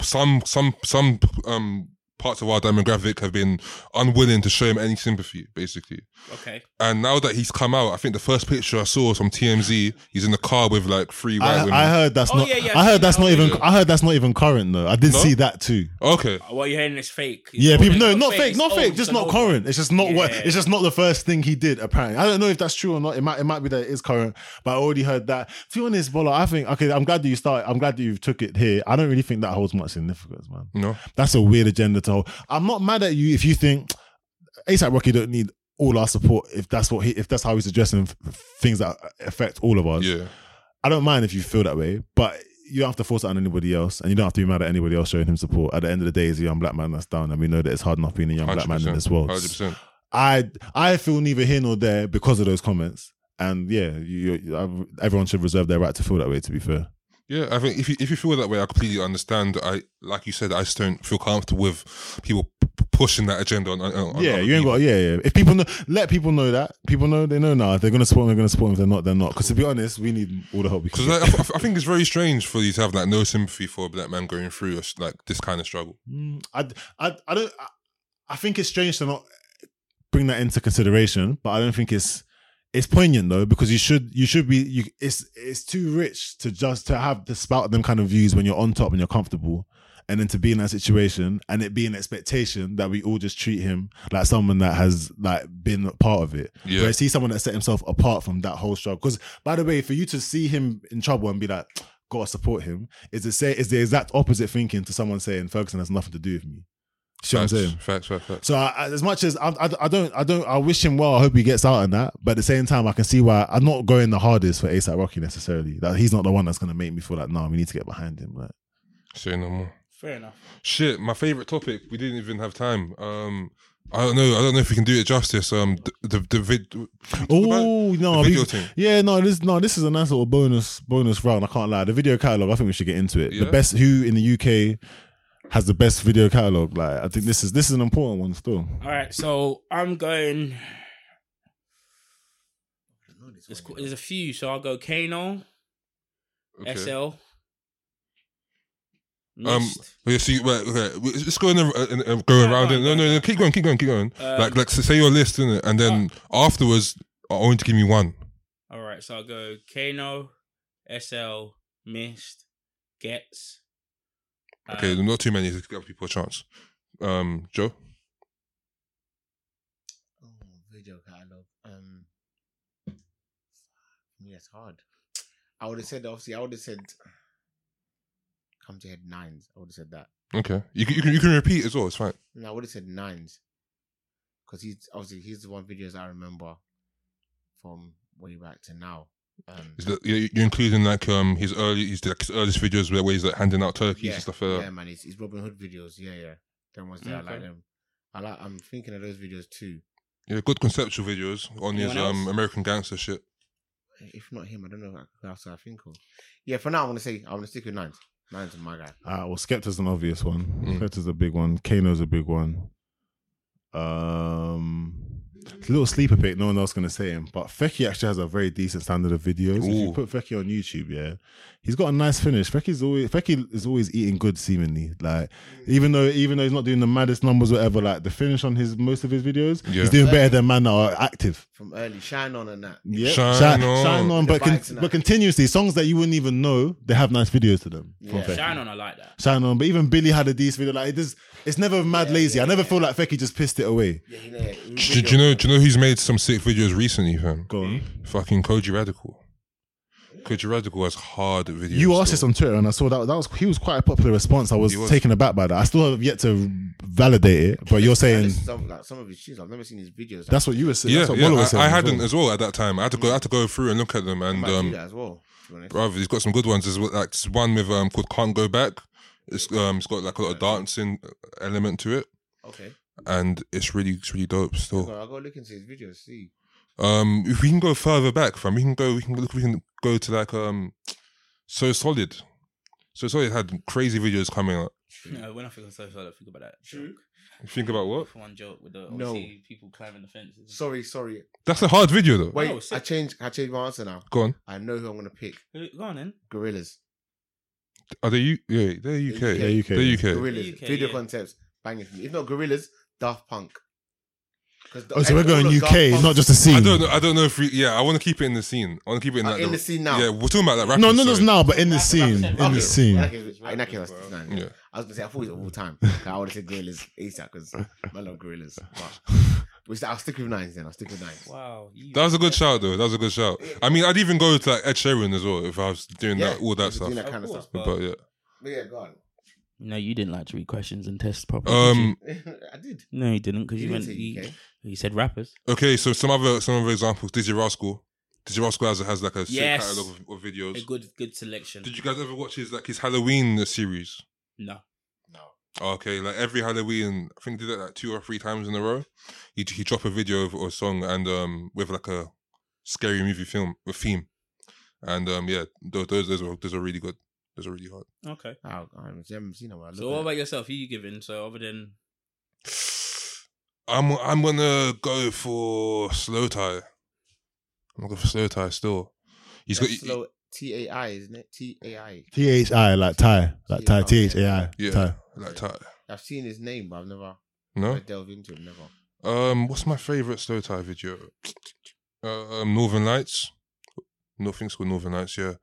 Speaker 3: some some some um parts of our demographic have been unwilling to show him any sympathy, basically.
Speaker 6: Okay.
Speaker 3: And now that he's come out, I think the first picture I saw was from TMZ. He's in the car with like three white
Speaker 4: I,
Speaker 3: women.
Speaker 4: I heard that's
Speaker 6: Oh,
Speaker 4: not.
Speaker 6: yeah, yeah,
Speaker 4: I
Speaker 6: I've
Speaker 4: heard
Speaker 6: seen
Speaker 4: that's
Speaker 6: that
Speaker 4: not
Speaker 6: on
Speaker 4: even.
Speaker 6: video.
Speaker 4: I heard that's not even current though. I did
Speaker 3: No?
Speaker 4: see that too.
Speaker 3: okay.
Speaker 6: What you're hearing is fake. It's
Speaker 4: Yeah,
Speaker 6: old,
Speaker 4: people.
Speaker 6: it's
Speaker 4: No, not fake,
Speaker 6: it's
Speaker 4: not
Speaker 6: old,
Speaker 4: fake,
Speaker 6: it's
Speaker 4: just
Speaker 6: an
Speaker 4: not
Speaker 6: old
Speaker 4: current. It's just not what.
Speaker 6: Yeah.
Speaker 4: It's just not the first thing he did. Apparently, I don't know if that's true or not. It might. It might be that it is current, but I already heard that. To be honest, Bola, I think okay. I'm glad that you started. I'm glad that you took it here. I don't really think that holds much significance, man.
Speaker 3: No.
Speaker 4: That's a weird agenda to hold. I'm not mad at you if you think ASAP Rocky don't need all our support. If that's what he, if that's how he's addressing f- things that affect all of us,
Speaker 3: Yeah.
Speaker 4: I don't mind if you feel that way, but you don't have to force it on anybody else, and you don't have to be mad at anybody else showing him support. At the end of the day, he's a young black man that's down, and we know that it's hard enough being a young black man in this world.
Speaker 3: 100%.
Speaker 4: I I feel neither here nor there because of those comments, and yeah, you, you, I, everyone should reserve their right to feel that way. To be fair,
Speaker 3: Yeah, I think if you if you feel that way, I completely understand. I like you said, I just don't feel comfortable with people p- p- pushing that agenda on. on on
Speaker 4: Oh, yeah,
Speaker 3: other
Speaker 4: you ain't
Speaker 3: people.
Speaker 4: got yeah, yeah. If people know, let people know that people know they know now. If they're gonna support, them, they're gonna support. Them. If they're not, they're not. Because to be honest, we need all the help we can.
Speaker 3: Because
Speaker 4: get.
Speaker 3: like, I, th- I think it's very strange for you to have like no sympathy for a black man going through a, like this kind of struggle.
Speaker 4: Mm, I, I, I don't. I, I think it's strange to not bring that into consideration, but I don't think it's it's poignant though because you should you should be you. It's it's too rich to just to have to spout them kind of views when you're on top and you're comfortable, and then to be in that situation and it be an expectation that we all just treat him like someone that has like been a part of it.
Speaker 3: Yeah.
Speaker 4: Whereas he's someone that set himself apart from that whole struggle. Because by the way, for you to see him in trouble and be like. Gotta support him is the say is the exact opposite thinking to someone saying Ferguson has nothing to do with me. See what I'm
Speaker 3: Facts,
Speaker 4: saying?
Speaker 3: facts, facts, facts.
Speaker 4: So I, I- as much as I, I, I don't, I don't, I wish him well. I hope he gets out on that. But at the same time, I can see why I'm not going the hardest for ASAP Rocky necessarily. That he's not the one that's going to make me feel like, no, we need to get behind him. Like,
Speaker 3: Say no more.
Speaker 6: Fair enough.
Speaker 3: Shit, my favorite topic. We didn't even have time. Um, I don't know. I don't know if we can do it justice. Um, the the, the vid.
Speaker 4: oh no,
Speaker 3: the video
Speaker 4: we-
Speaker 3: thing.
Speaker 4: yeah, no, this, no, this is a nice little bonus, bonus round. I can't lie. The video catalog, I think we should get into it.
Speaker 3: Yeah.
Speaker 4: The best who in the UK has the best video catalog. Like, I think this is this is an important one still.
Speaker 6: All right, so I'm going. There's, qu- there's a few, so I'll go Kano,
Speaker 3: Okay.
Speaker 6: SL.
Speaker 3: Um,
Speaker 6: Mist.
Speaker 3: yeah, see, right, okay. we- Let's go in a, in a, go
Speaker 6: Yeah,
Speaker 3: uh, around
Speaker 6: go
Speaker 3: it.
Speaker 6: on,
Speaker 3: No,
Speaker 6: go
Speaker 3: no, no, keep going, keep going, keep going.
Speaker 6: Um,
Speaker 3: like, like, say your list, innit? And then afterwards, I want you to give me one.
Speaker 6: All right, so I'll go Kano, SL, Mist, gets.
Speaker 3: Okay,
Speaker 6: Um,
Speaker 3: not too many to give people a chance. Um, Joe,
Speaker 5: Oh, video catalog. Um, for me, that's hard. I would have said obviously. I would have said, come to head nines. I would have said that.
Speaker 3: okay, you can, you can you can repeat as well. It's fine.
Speaker 5: No, I would have said nines, because he's obviously he's the one videos I remember from way back to now. Um,
Speaker 3: Is that, you- you're including like um his early his, like, his earliest videos where, where he's like handing out turkeys
Speaker 5: yeah,
Speaker 3: and stuff. Uh,
Speaker 5: yeah, man, it's, it's Robin Hood videos. Yeah, yeah, them ones there. I like
Speaker 6: Mm, Okay.
Speaker 5: them. I like. I'm thinking of those videos too.
Speaker 3: yeah. good conceptual videos on his
Speaker 6: Anyone
Speaker 3: um
Speaker 6: else?
Speaker 3: American Gangster shit.
Speaker 5: If not him, I don't know who else I think of. Yeah, for now, I'm gonna say I'm gonna stick with nines. Nines is my guy.
Speaker 4: Uh, well, Skepta's an obvious one.
Speaker 3: Mm.
Speaker 4: Skepta's a big one. Kano's a big one. Um, it's a little sleeper pick. No one else gonna say him, but Fecky actually has a very decent standard of videos. If
Speaker 3: Ooh.
Speaker 4: you put Fecky on YouTube, yeah, he's got a nice finish. Fecky's always Fecky is always eating good, seemingly. Like
Speaker 5: Mm.
Speaker 4: even though even though he's not doing the maddest numbers, or whatever. Like the finish on his most of his videos,
Speaker 3: Yeah.
Speaker 4: he's doing better than man that are active.
Speaker 5: from early Shine On and that.
Speaker 4: Yeah,
Speaker 3: Shine On.
Speaker 4: shine on,
Speaker 5: The
Speaker 4: but con-
Speaker 5: bikes and that.
Speaker 4: but continuously songs that you wouldn't even know they have nice videos to them. from
Speaker 5: Yeah.
Speaker 4: Fecky.
Speaker 6: Shine on, I like that.
Speaker 4: Shine on, but even Billy had a decent video. Like it is, it's never mad lazy. I never feel like Fecky just pissed it away.
Speaker 5: Yeah, yeah, yeah.
Speaker 3: Do, do you know do you know who's made some sick videos recently, fam?
Speaker 4: Go on.
Speaker 3: Fucking Koji Radical. Koji Radical has hard videos.
Speaker 4: You asked
Speaker 3: still.
Speaker 4: this on Twitter, and I saw that that was he was quite a popular response. I was,
Speaker 3: He was.
Speaker 4: taken aback by that. I still have yet to validate it, but you're
Speaker 5: I
Speaker 4: saying
Speaker 5: listen to some, like, some of his tunes. I've never seen his videos.
Speaker 4: that's what you were saying.
Speaker 3: Yeah,
Speaker 4: that's what
Speaker 3: yeah
Speaker 4: Wallah was
Speaker 3: I,
Speaker 4: saying
Speaker 3: I
Speaker 4: as
Speaker 3: hadn't
Speaker 4: well.
Speaker 3: as well at that time. I had to go, I had to go through and look at them,
Speaker 5: I
Speaker 3: and
Speaker 5: might do
Speaker 3: um,
Speaker 5: that as well. to be honest.
Speaker 3: brother, he's got some good ones. There's like this one with um called "Can't Go Back." It's um, it's got like a lot of dancing element to it,
Speaker 5: Okay,
Speaker 3: and it's really, it's really dope.
Speaker 5: I'll
Speaker 3: Still,
Speaker 5: go, I'll go look into his videos. See,
Speaker 3: um, if we can go further back from, we can go, we can look, we can go to like um, so solid. So solid had crazy videos coming up.
Speaker 6: No, when I think of social, I think about that. True.
Speaker 3: Think about what?
Speaker 6: One joke with the
Speaker 5: No.
Speaker 6: obviously people climbing the fences.
Speaker 5: sorry, sorry.
Speaker 3: That's a hard video though.
Speaker 5: Wait,
Speaker 6: No,
Speaker 5: I
Speaker 6: sit-
Speaker 5: changed. I changed my answer now.
Speaker 3: Go on.
Speaker 5: I know who I'm gonna pick.
Speaker 6: Go on then.
Speaker 5: Gorillas.
Speaker 3: Are they U? Yeah, they're UK.
Speaker 5: Yeah,
Speaker 4: UK.
Speaker 3: They're UK.
Speaker 5: Gorillas.
Speaker 6: UK,
Speaker 5: Video
Speaker 6: yeah.
Speaker 5: concepts. Banging. For me. If not gorillas, Daft Punk. 'Cause the-
Speaker 4: Oh, so we're
Speaker 5: all
Speaker 4: going
Speaker 5: of Daft
Speaker 4: UK,
Speaker 5: Punk
Speaker 4: not just a scene.
Speaker 3: I don't know. I don't know if we. Yeah, I want to keep it in the scene. I want to keep it in,
Speaker 5: are
Speaker 3: like,
Speaker 5: in the scene now.
Speaker 3: Yeah, we're talking about that. Rapping,
Speaker 4: No, no, no,
Speaker 3: sorry.
Speaker 4: no, but in the
Speaker 6: That's
Speaker 4: scene,
Speaker 6: about
Speaker 4: in
Speaker 6: the
Speaker 4: the
Speaker 5: Okay.
Speaker 4: scene.
Speaker 5: In that case- In that case, it's nine.
Speaker 3: Yeah.
Speaker 5: I was gonna say I thought it was all the time. 'Cause I would have said gorillas ASAP because I love gorillas. But which I'll stick with nines then. I'll stick with nines.
Speaker 6: Wow. You,
Speaker 3: That was a good shout, though. That was a good shout. I mean, I'd even go to like Ed Sheeran as well if I was doing that, uh, all that
Speaker 5: if you're
Speaker 3: stuff.
Speaker 5: doing
Speaker 6: Of
Speaker 5: that kind of
Speaker 6: course,
Speaker 5: stuff.
Speaker 3: But yeah,
Speaker 5: But yeah, go on.
Speaker 6: No, you didn't like to read questions and tests properly. did you?
Speaker 3: um,
Speaker 5: I did.
Speaker 6: No, you didn't because
Speaker 5: You
Speaker 6: you,
Speaker 5: didn't
Speaker 6: went.
Speaker 5: say
Speaker 6: You,
Speaker 5: UK.
Speaker 6: you said rappers.
Speaker 3: okay. So some other some other examples. Digi Rascal. Digi Rascal has, has like a sick
Speaker 6: Yes.
Speaker 3: catalog of, of videos.
Speaker 6: good, good selection.
Speaker 3: Did you guys ever watch his like his Halloween series?
Speaker 6: No.
Speaker 3: Okay, like every Halloween, I think he did that like two or three times in a row. He he drop a video of, or song and um with like a scary movie film with theme, and um yeah, those those those are those are really good. Those are really hard.
Speaker 6: Okay.
Speaker 5: Oh, I haven't I haven't seen them. I
Speaker 6: So what about yourself? Who you giving? So other than
Speaker 3: I'm I'm gonna go for slow tie. I'm gonna go for slow tie still. He's got
Speaker 5: slow T A I, isn't it? T A I.
Speaker 4: T H I like Thai, like Thai. T H A I.
Speaker 3: yeah,
Speaker 4: Thai.
Speaker 3: like tie.
Speaker 5: I've seen his name, but I've never
Speaker 3: No,
Speaker 5: I delved into him. Never.
Speaker 3: um, what's my favorite slow tie video? Uh, um, Northern Lights. Nothing's called Northern Lights. Yeah,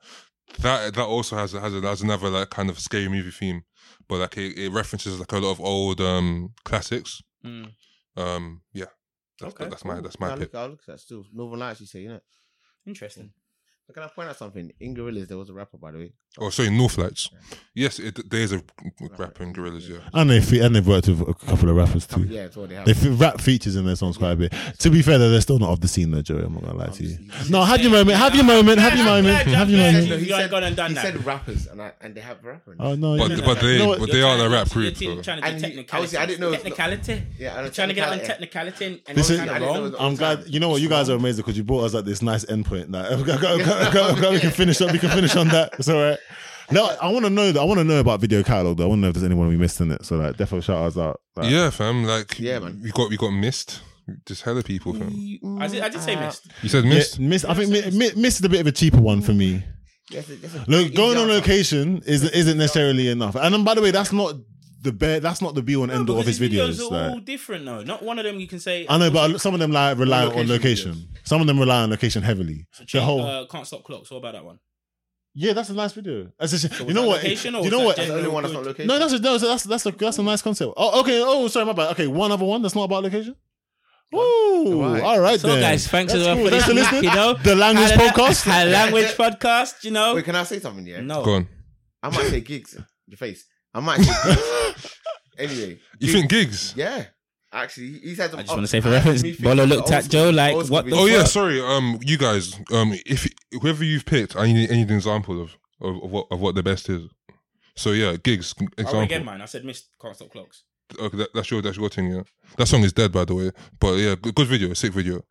Speaker 3: that that also has has, has another like kind of scary movie theme, but like it, it references like a lot of old um classics.
Speaker 6: Mm.
Speaker 3: Um, yeah, that's,
Speaker 6: Okay,
Speaker 3: that's my
Speaker 5: Ooh,
Speaker 3: that's my
Speaker 5: nah,
Speaker 3: pick.
Speaker 5: look, I'll look at that still. Northern Lights, you say, you know.
Speaker 6: interesting.
Speaker 5: But can I point out something? In Gorillas, there was a rapper, by the way.
Speaker 3: Oh, sorry, North Lights. Yes, it, there's a rapper in Gorillas. Yeah.
Speaker 4: And they fe- and they've worked with a couple of rappers too.
Speaker 5: Yeah, it's what they have.
Speaker 4: They fe- rap features in their songs quite a bit. To be fair, though, they're still not of the scene, though, Joey. I'm not gonna
Speaker 5: Um,
Speaker 4: lie to you. No, have your moment. Have your moment. Have your moment. Have your
Speaker 6: No,
Speaker 4: moment.
Speaker 6: he You ain't gone and done
Speaker 5: he
Speaker 6: that.
Speaker 5: said rappers, and I, and they have rappers.
Speaker 4: Oh no,
Speaker 3: But-
Speaker 4: you-
Speaker 3: but they-
Speaker 4: you know what?
Speaker 3: but they are the rap group, though.
Speaker 6: You're trying to
Speaker 5: And you-
Speaker 6: do technicality.
Speaker 5: obviously, I didn't know it's not-
Speaker 6: technicality.
Speaker 5: Yeah, and
Speaker 6: You're
Speaker 5: a
Speaker 6: trying to get on
Speaker 5: technicality.
Speaker 6: technicality and
Speaker 4: This is-
Speaker 6: it's kind
Speaker 5: I
Speaker 6: of
Speaker 5: didn't know
Speaker 6: wrong.
Speaker 5: it was-
Speaker 4: I'm glad. You know what? You guys are amazing because you brought us at this nice endpoint. Like, go, go, go, go, go, we can finish up. We can finish on that. It's all right. No, I want to know. that- I want to know about video catalog. Though I want to know if there's anyone we missed in it. So like, definitely shout us out. Like,
Speaker 3: Yeah, fam. Like,
Speaker 5: Yeah, man.
Speaker 3: We got we got missed. Just hella people, fam.
Speaker 6: I did, I did say missed.
Speaker 3: You said
Speaker 4: Yeah,
Speaker 3: missed.
Speaker 4: miss. I think mi- mi- miss is a bit of a cheaper one for me.
Speaker 5: That's a- that's a
Speaker 4: Look,
Speaker 5: big
Speaker 4: going on
Speaker 5: answer.
Speaker 4: location is isn't necessarily enough. And then, by the way, that's not the bare. That's not the be on
Speaker 6: No,
Speaker 4: end all
Speaker 6: because
Speaker 4: of his videos.
Speaker 6: are
Speaker 4: like.
Speaker 6: all different though. Not one of them you can say.
Speaker 4: I know, but some of them like rely
Speaker 5: Location
Speaker 4: on location. Some of them rely on location heavily.
Speaker 6: Check,
Speaker 4: The whole
Speaker 6: uh, can't stop clocks. What about that one?
Speaker 4: Yeah, that's a nice video. That's a,
Speaker 6: So
Speaker 4: you
Speaker 6: was
Speaker 4: know
Speaker 6: that
Speaker 4: what?
Speaker 6: location or
Speaker 4: you
Speaker 6: was
Speaker 4: know
Speaker 6: that
Speaker 4: what?
Speaker 5: That's the only one that's not location.
Speaker 4: No, that's a, no, that's that's a that's a nice concept. Oh, okay. Oh, sorry, my bad. Okay, one other one that's not about location. Ooh,
Speaker 5: Right.
Speaker 4: all right
Speaker 6: So,
Speaker 4: then.
Speaker 6: guys, thanks
Speaker 4: That's
Speaker 6: as well
Speaker 4: cool.
Speaker 6: for
Speaker 4: Thanks
Speaker 6: listening, you know.
Speaker 4: the language
Speaker 6: Had a-
Speaker 4: podcast.
Speaker 6: had a language podcast, you know.
Speaker 5: Wait, can I say something? Yeah.
Speaker 6: No.
Speaker 3: Go on.
Speaker 5: I might say gigs. Your face. I might. Say gigs. anyway.
Speaker 3: You
Speaker 5: gigs-
Speaker 3: think gigs?
Speaker 5: Yeah. Actually, he- he's had. Some,
Speaker 6: I just want to say for reference, Bolo looked at Joe like, what the
Speaker 3: Oh yeah,
Speaker 6: fuck?
Speaker 3: sorry. Um, you guys. Um, if whoever you've picked, I need, I need an example of, of of what of what the best is. So yeah, gigs. Example.
Speaker 6: Oh, again, man. I said missed can't stop clocks.
Speaker 3: okay, that, that's your that's your thing. Yeah, that song is dead by the way. But yeah, good, good video, sick video.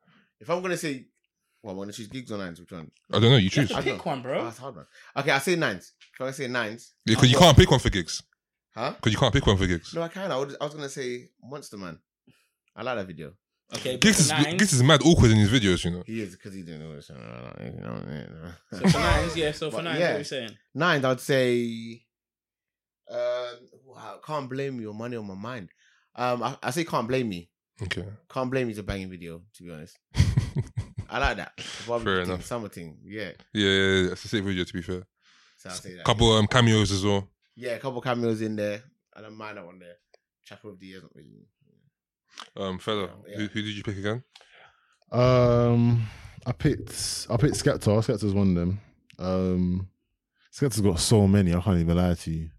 Speaker 5: If I'm gonna say, well, I'm gonna choose gigs or nines. Which one?
Speaker 3: I don't know. You
Speaker 6: You
Speaker 3: choose.
Speaker 6: have to pick one,
Speaker 5: Oh,
Speaker 6: bro.
Speaker 5: that's a hard one. Okay, I say nines. If I say nines,
Speaker 3: Yeah, 'cause you can't pick one for gigs.
Speaker 5: huh?
Speaker 3: Because you can't pick one for gigs.
Speaker 5: No, I can. I, would, I was gonna say Monster Man. I like that video.
Speaker 6: Okay,
Speaker 3: Gigs is
Speaker 6: nines.
Speaker 3: gigs is mad awkward in his videos. You know.
Speaker 5: He is because he didn't know this.
Speaker 6: So for nines, yeah. So for
Speaker 5: But
Speaker 6: nines,
Speaker 5: yeah.
Speaker 6: what are we saying?
Speaker 5: Nines, I'd say. Um, wow, can't blame you. Money on my mind. Um, I, I say can't blame me.
Speaker 3: Okay.
Speaker 5: Can't blame me's a banging video. To be honest, I like that. The barbecue
Speaker 3: Fair
Speaker 5: thing,
Speaker 3: enough.
Speaker 5: Summer thing. Yeah.
Speaker 3: yeah, yeah, yeah, it's a sick video. To be fair,
Speaker 5: So I'll say that.
Speaker 3: couple um cameos as well.
Speaker 5: Yeah, a couple cameos in there. I don't mind that one there. Chapel of the Year's not really.
Speaker 3: Um, fella, who,
Speaker 5: Yeah.
Speaker 3: who did you pick again?
Speaker 4: Um, I picked I picked Skepta. Skepta's one of them. Um, Skepta's got so many. I can't even lie to you.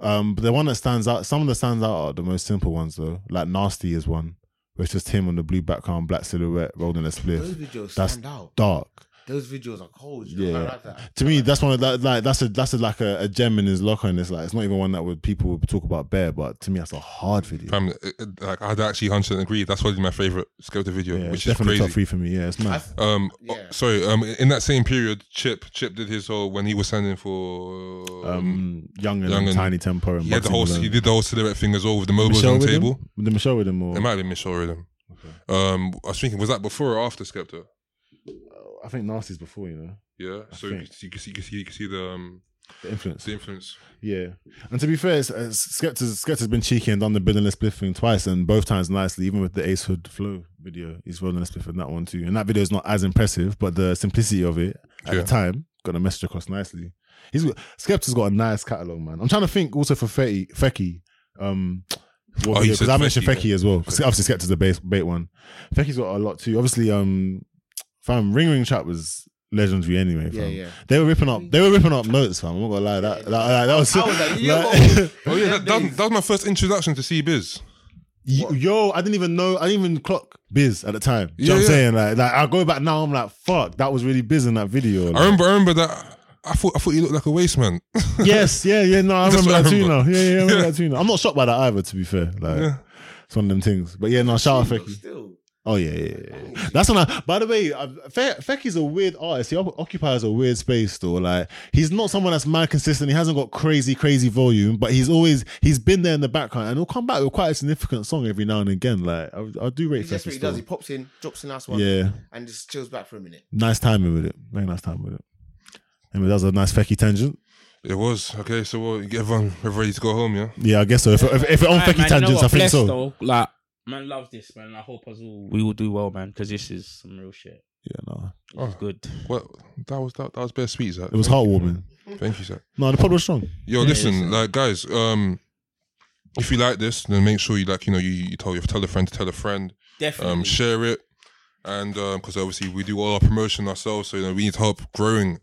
Speaker 4: Um, but the one that stands out, some of the stands out are the most simple ones though. Like nasty is one, where it's just him on the blue background, black silhouette, rolling a
Speaker 5: Those
Speaker 4: spliff.
Speaker 5: videos
Speaker 4: That's
Speaker 5: stand out.
Speaker 4: Dark.
Speaker 5: Those videos are cold. You know? I
Speaker 4: Yeah.
Speaker 5: like that.
Speaker 4: To me, that's one of that like that's a that's a, like a, a gem in his locker, and it's like it's not even one that would people would talk about bare. But to me, that's a hard video.
Speaker 3: Fam, it- it- uh, like I'd actually 100 agree. That's probably my favorite Skepta video,
Speaker 4: Yeah, it's
Speaker 3: which is
Speaker 4: definitely
Speaker 3: crazy.
Speaker 4: top three for me. Yeah, it's
Speaker 5: I
Speaker 4: mad.
Speaker 5: th-
Speaker 3: Um,
Speaker 5: Yeah.
Speaker 3: oh, sorry. Um, in that same period, Chip Chip did his whole when he was standing for um,
Speaker 4: Um, young and,
Speaker 3: Young and-
Speaker 4: tiny temper and
Speaker 3: he had the
Speaker 4: Bugsy
Speaker 3: whole
Speaker 4: Malone.
Speaker 3: he did the whole silhouette thing as well with the mobiles on the
Speaker 4: with
Speaker 3: table.
Speaker 4: Him? With the Michelle with him or
Speaker 3: It might have been Michelle Rhythm. Um, I was thinking, was that before or after Skepta?
Speaker 4: I think Nasty's before, you know.
Speaker 3: Yeah.
Speaker 4: I
Speaker 3: So you,
Speaker 4: think.
Speaker 3: could see- you can see you can see you can see the um,
Speaker 4: The influence.
Speaker 3: the influence.
Speaker 4: Yeah. And to be fair, it's- it's- Skepta's, Skepta's been cheeky and done the Bidding Split thing twice and both times nicely, even with the Ace Hood Flow video. He's rolling a spliff in that one too. And that video is not as impressive, but the simplicity of it at
Speaker 3: Yeah.
Speaker 4: the time got a message across nicely. He's got, Skepta's got a nice catalogue, man. I'm trying to think also for Feki. Feki um, what
Speaker 3: Oh, you
Speaker 4: video?
Speaker 3: said
Speaker 4: Because I mentioned
Speaker 3: Feki,
Speaker 4: Feki
Speaker 3: yeah.
Speaker 4: as well. 'Cause Obviously, Skepta's the base, bait one. Feki's got a lot too. Obviously, um, fam, Ring Ring Chat was legendary anyway.
Speaker 5: yeah,
Speaker 4: fam.
Speaker 5: yeah.
Speaker 4: They were ripping up. They were ripping up notes, fam. I'm not gonna lie. That that, that, that was.
Speaker 5: I was like, yo.
Speaker 3: Oh yeah,
Speaker 5: Them
Speaker 3: that, that,
Speaker 5: days.
Speaker 3: that was my first introduction to C Biz.
Speaker 4: yo, yo, I didn't even know. I didn't even clock biz at the time. Do you
Speaker 3: Yeah,
Speaker 4: know what I'm
Speaker 3: yeah.
Speaker 4: saying? Like, like, I go back now. I'm like, fuck, that was really biz in that video. Like,
Speaker 3: I remember I remember that. I thought I thought you looked like a waste man.
Speaker 4: Yes, yeah, yeah. No, I
Speaker 3: That's
Speaker 4: remember
Speaker 3: what I
Speaker 4: that too now.
Speaker 3: remember.
Speaker 4: Yeah, yeah, I remember
Speaker 3: Yeah.
Speaker 4: that too now. I'm not shocked by that either. To be fair, like.
Speaker 3: Yeah.
Speaker 4: It's one of them things, but yeah, no, shout out
Speaker 5: Still,
Speaker 4: Fecky.
Speaker 5: Still.
Speaker 4: Oh yeah, yeah, yeah, yeah. That's when I. By the way, I- Fe- Fecky's a weird artist. He o- occupies a weird space, though. Like he's not someone that's mad consistent. He hasn't got crazy, crazy volume, but he's always he's been there in the background, and he'll come back with quite a significant song every now and again. Like I, I do
Speaker 5: He
Speaker 4: rate
Speaker 5: just
Speaker 4: Fecky.
Speaker 5: what he does. He
Speaker 4: still.
Speaker 5: pops in, drops a nice one,
Speaker 4: Yeah,
Speaker 5: and just chills back for a minute.
Speaker 4: nice timing with it. Very nice timing with it. Anyway, that was a nice Fecky tangent.
Speaker 3: It was okay. So what? Everyone, everyone ready to go home? Yeah.
Speaker 4: Yeah, I guess so. If, if, if it on
Speaker 6: Alright,
Speaker 4: Fecky
Speaker 6: man, you know
Speaker 4: tangents,
Speaker 6: what?
Speaker 4: I think
Speaker 6: Blessed,
Speaker 4: so.
Speaker 6: though, like, man loves this, man. I hope us all we will do well, man, because this is some real shit.
Speaker 4: Yeah, no,
Speaker 6: This is
Speaker 3: Oh.
Speaker 6: good.
Speaker 3: Well, that was that, that was bare sweet, Zach.
Speaker 4: it was heartwarming.
Speaker 3: Thank you, Zach.
Speaker 4: No, the pod was strong.
Speaker 3: Yo, listen, like guys, um, if you like this, then make sure you like, you know, you, you tell your tell a friend to tell a friend,
Speaker 6: Definitely.
Speaker 3: um, share it, and um, because obviously we do all our promotion ourselves, so you know we need help growing.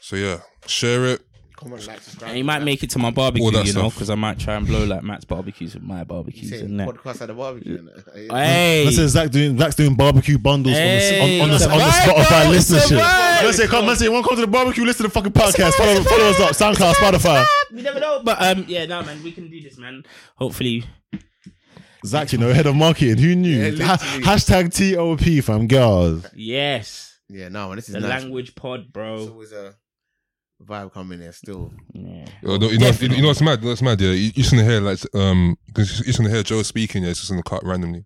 Speaker 3: So yeah, share it.
Speaker 5: Comment, like, subscribe.
Speaker 6: and he might make it to my barbecue,
Speaker 3: All that
Speaker 6: you know,
Speaker 3: stuff.
Speaker 6: because I might try and blow like Matt's barbecues with my barbecues
Speaker 5: Say
Speaker 6: and that.
Speaker 5: podcast at the barbecue. innit? Yeah.
Speaker 6: Hey,
Speaker 4: Let's say Zach doing Zach's doing barbecue bundles
Speaker 6: Hey,
Speaker 4: on the on, on, the, on the
Speaker 6: survive,
Speaker 4: Spotify
Speaker 6: bro,
Speaker 4: listenership.
Speaker 6: survive.
Speaker 4: Let's say come, let's say you want to come to the barbecue, listen to the fucking podcast, follow, follow us up, SoundCloud, Spotify.
Speaker 6: we never know, but um, yeah, no, man, we can do this, man. Hopefully,
Speaker 4: Zach, you know, head of marketing, who knew?
Speaker 5: Yeah,
Speaker 4: Ha- hashtag TOP fam girls.
Speaker 6: yes,
Speaker 5: Yeah, no, man, this is
Speaker 6: the
Speaker 5: nice.
Speaker 6: language pod,
Speaker 5: It's
Speaker 6: bro.
Speaker 5: always a vibe coming there. Still,
Speaker 6: Yeah.
Speaker 3: Yo, Uh, no, you, know, you, know what's mad? You know what's mad? Yeah, you, you're just gonna hear like um, 'cause you're just gonna hear Joe speaking. Yeah, it's just gonna cut randomly.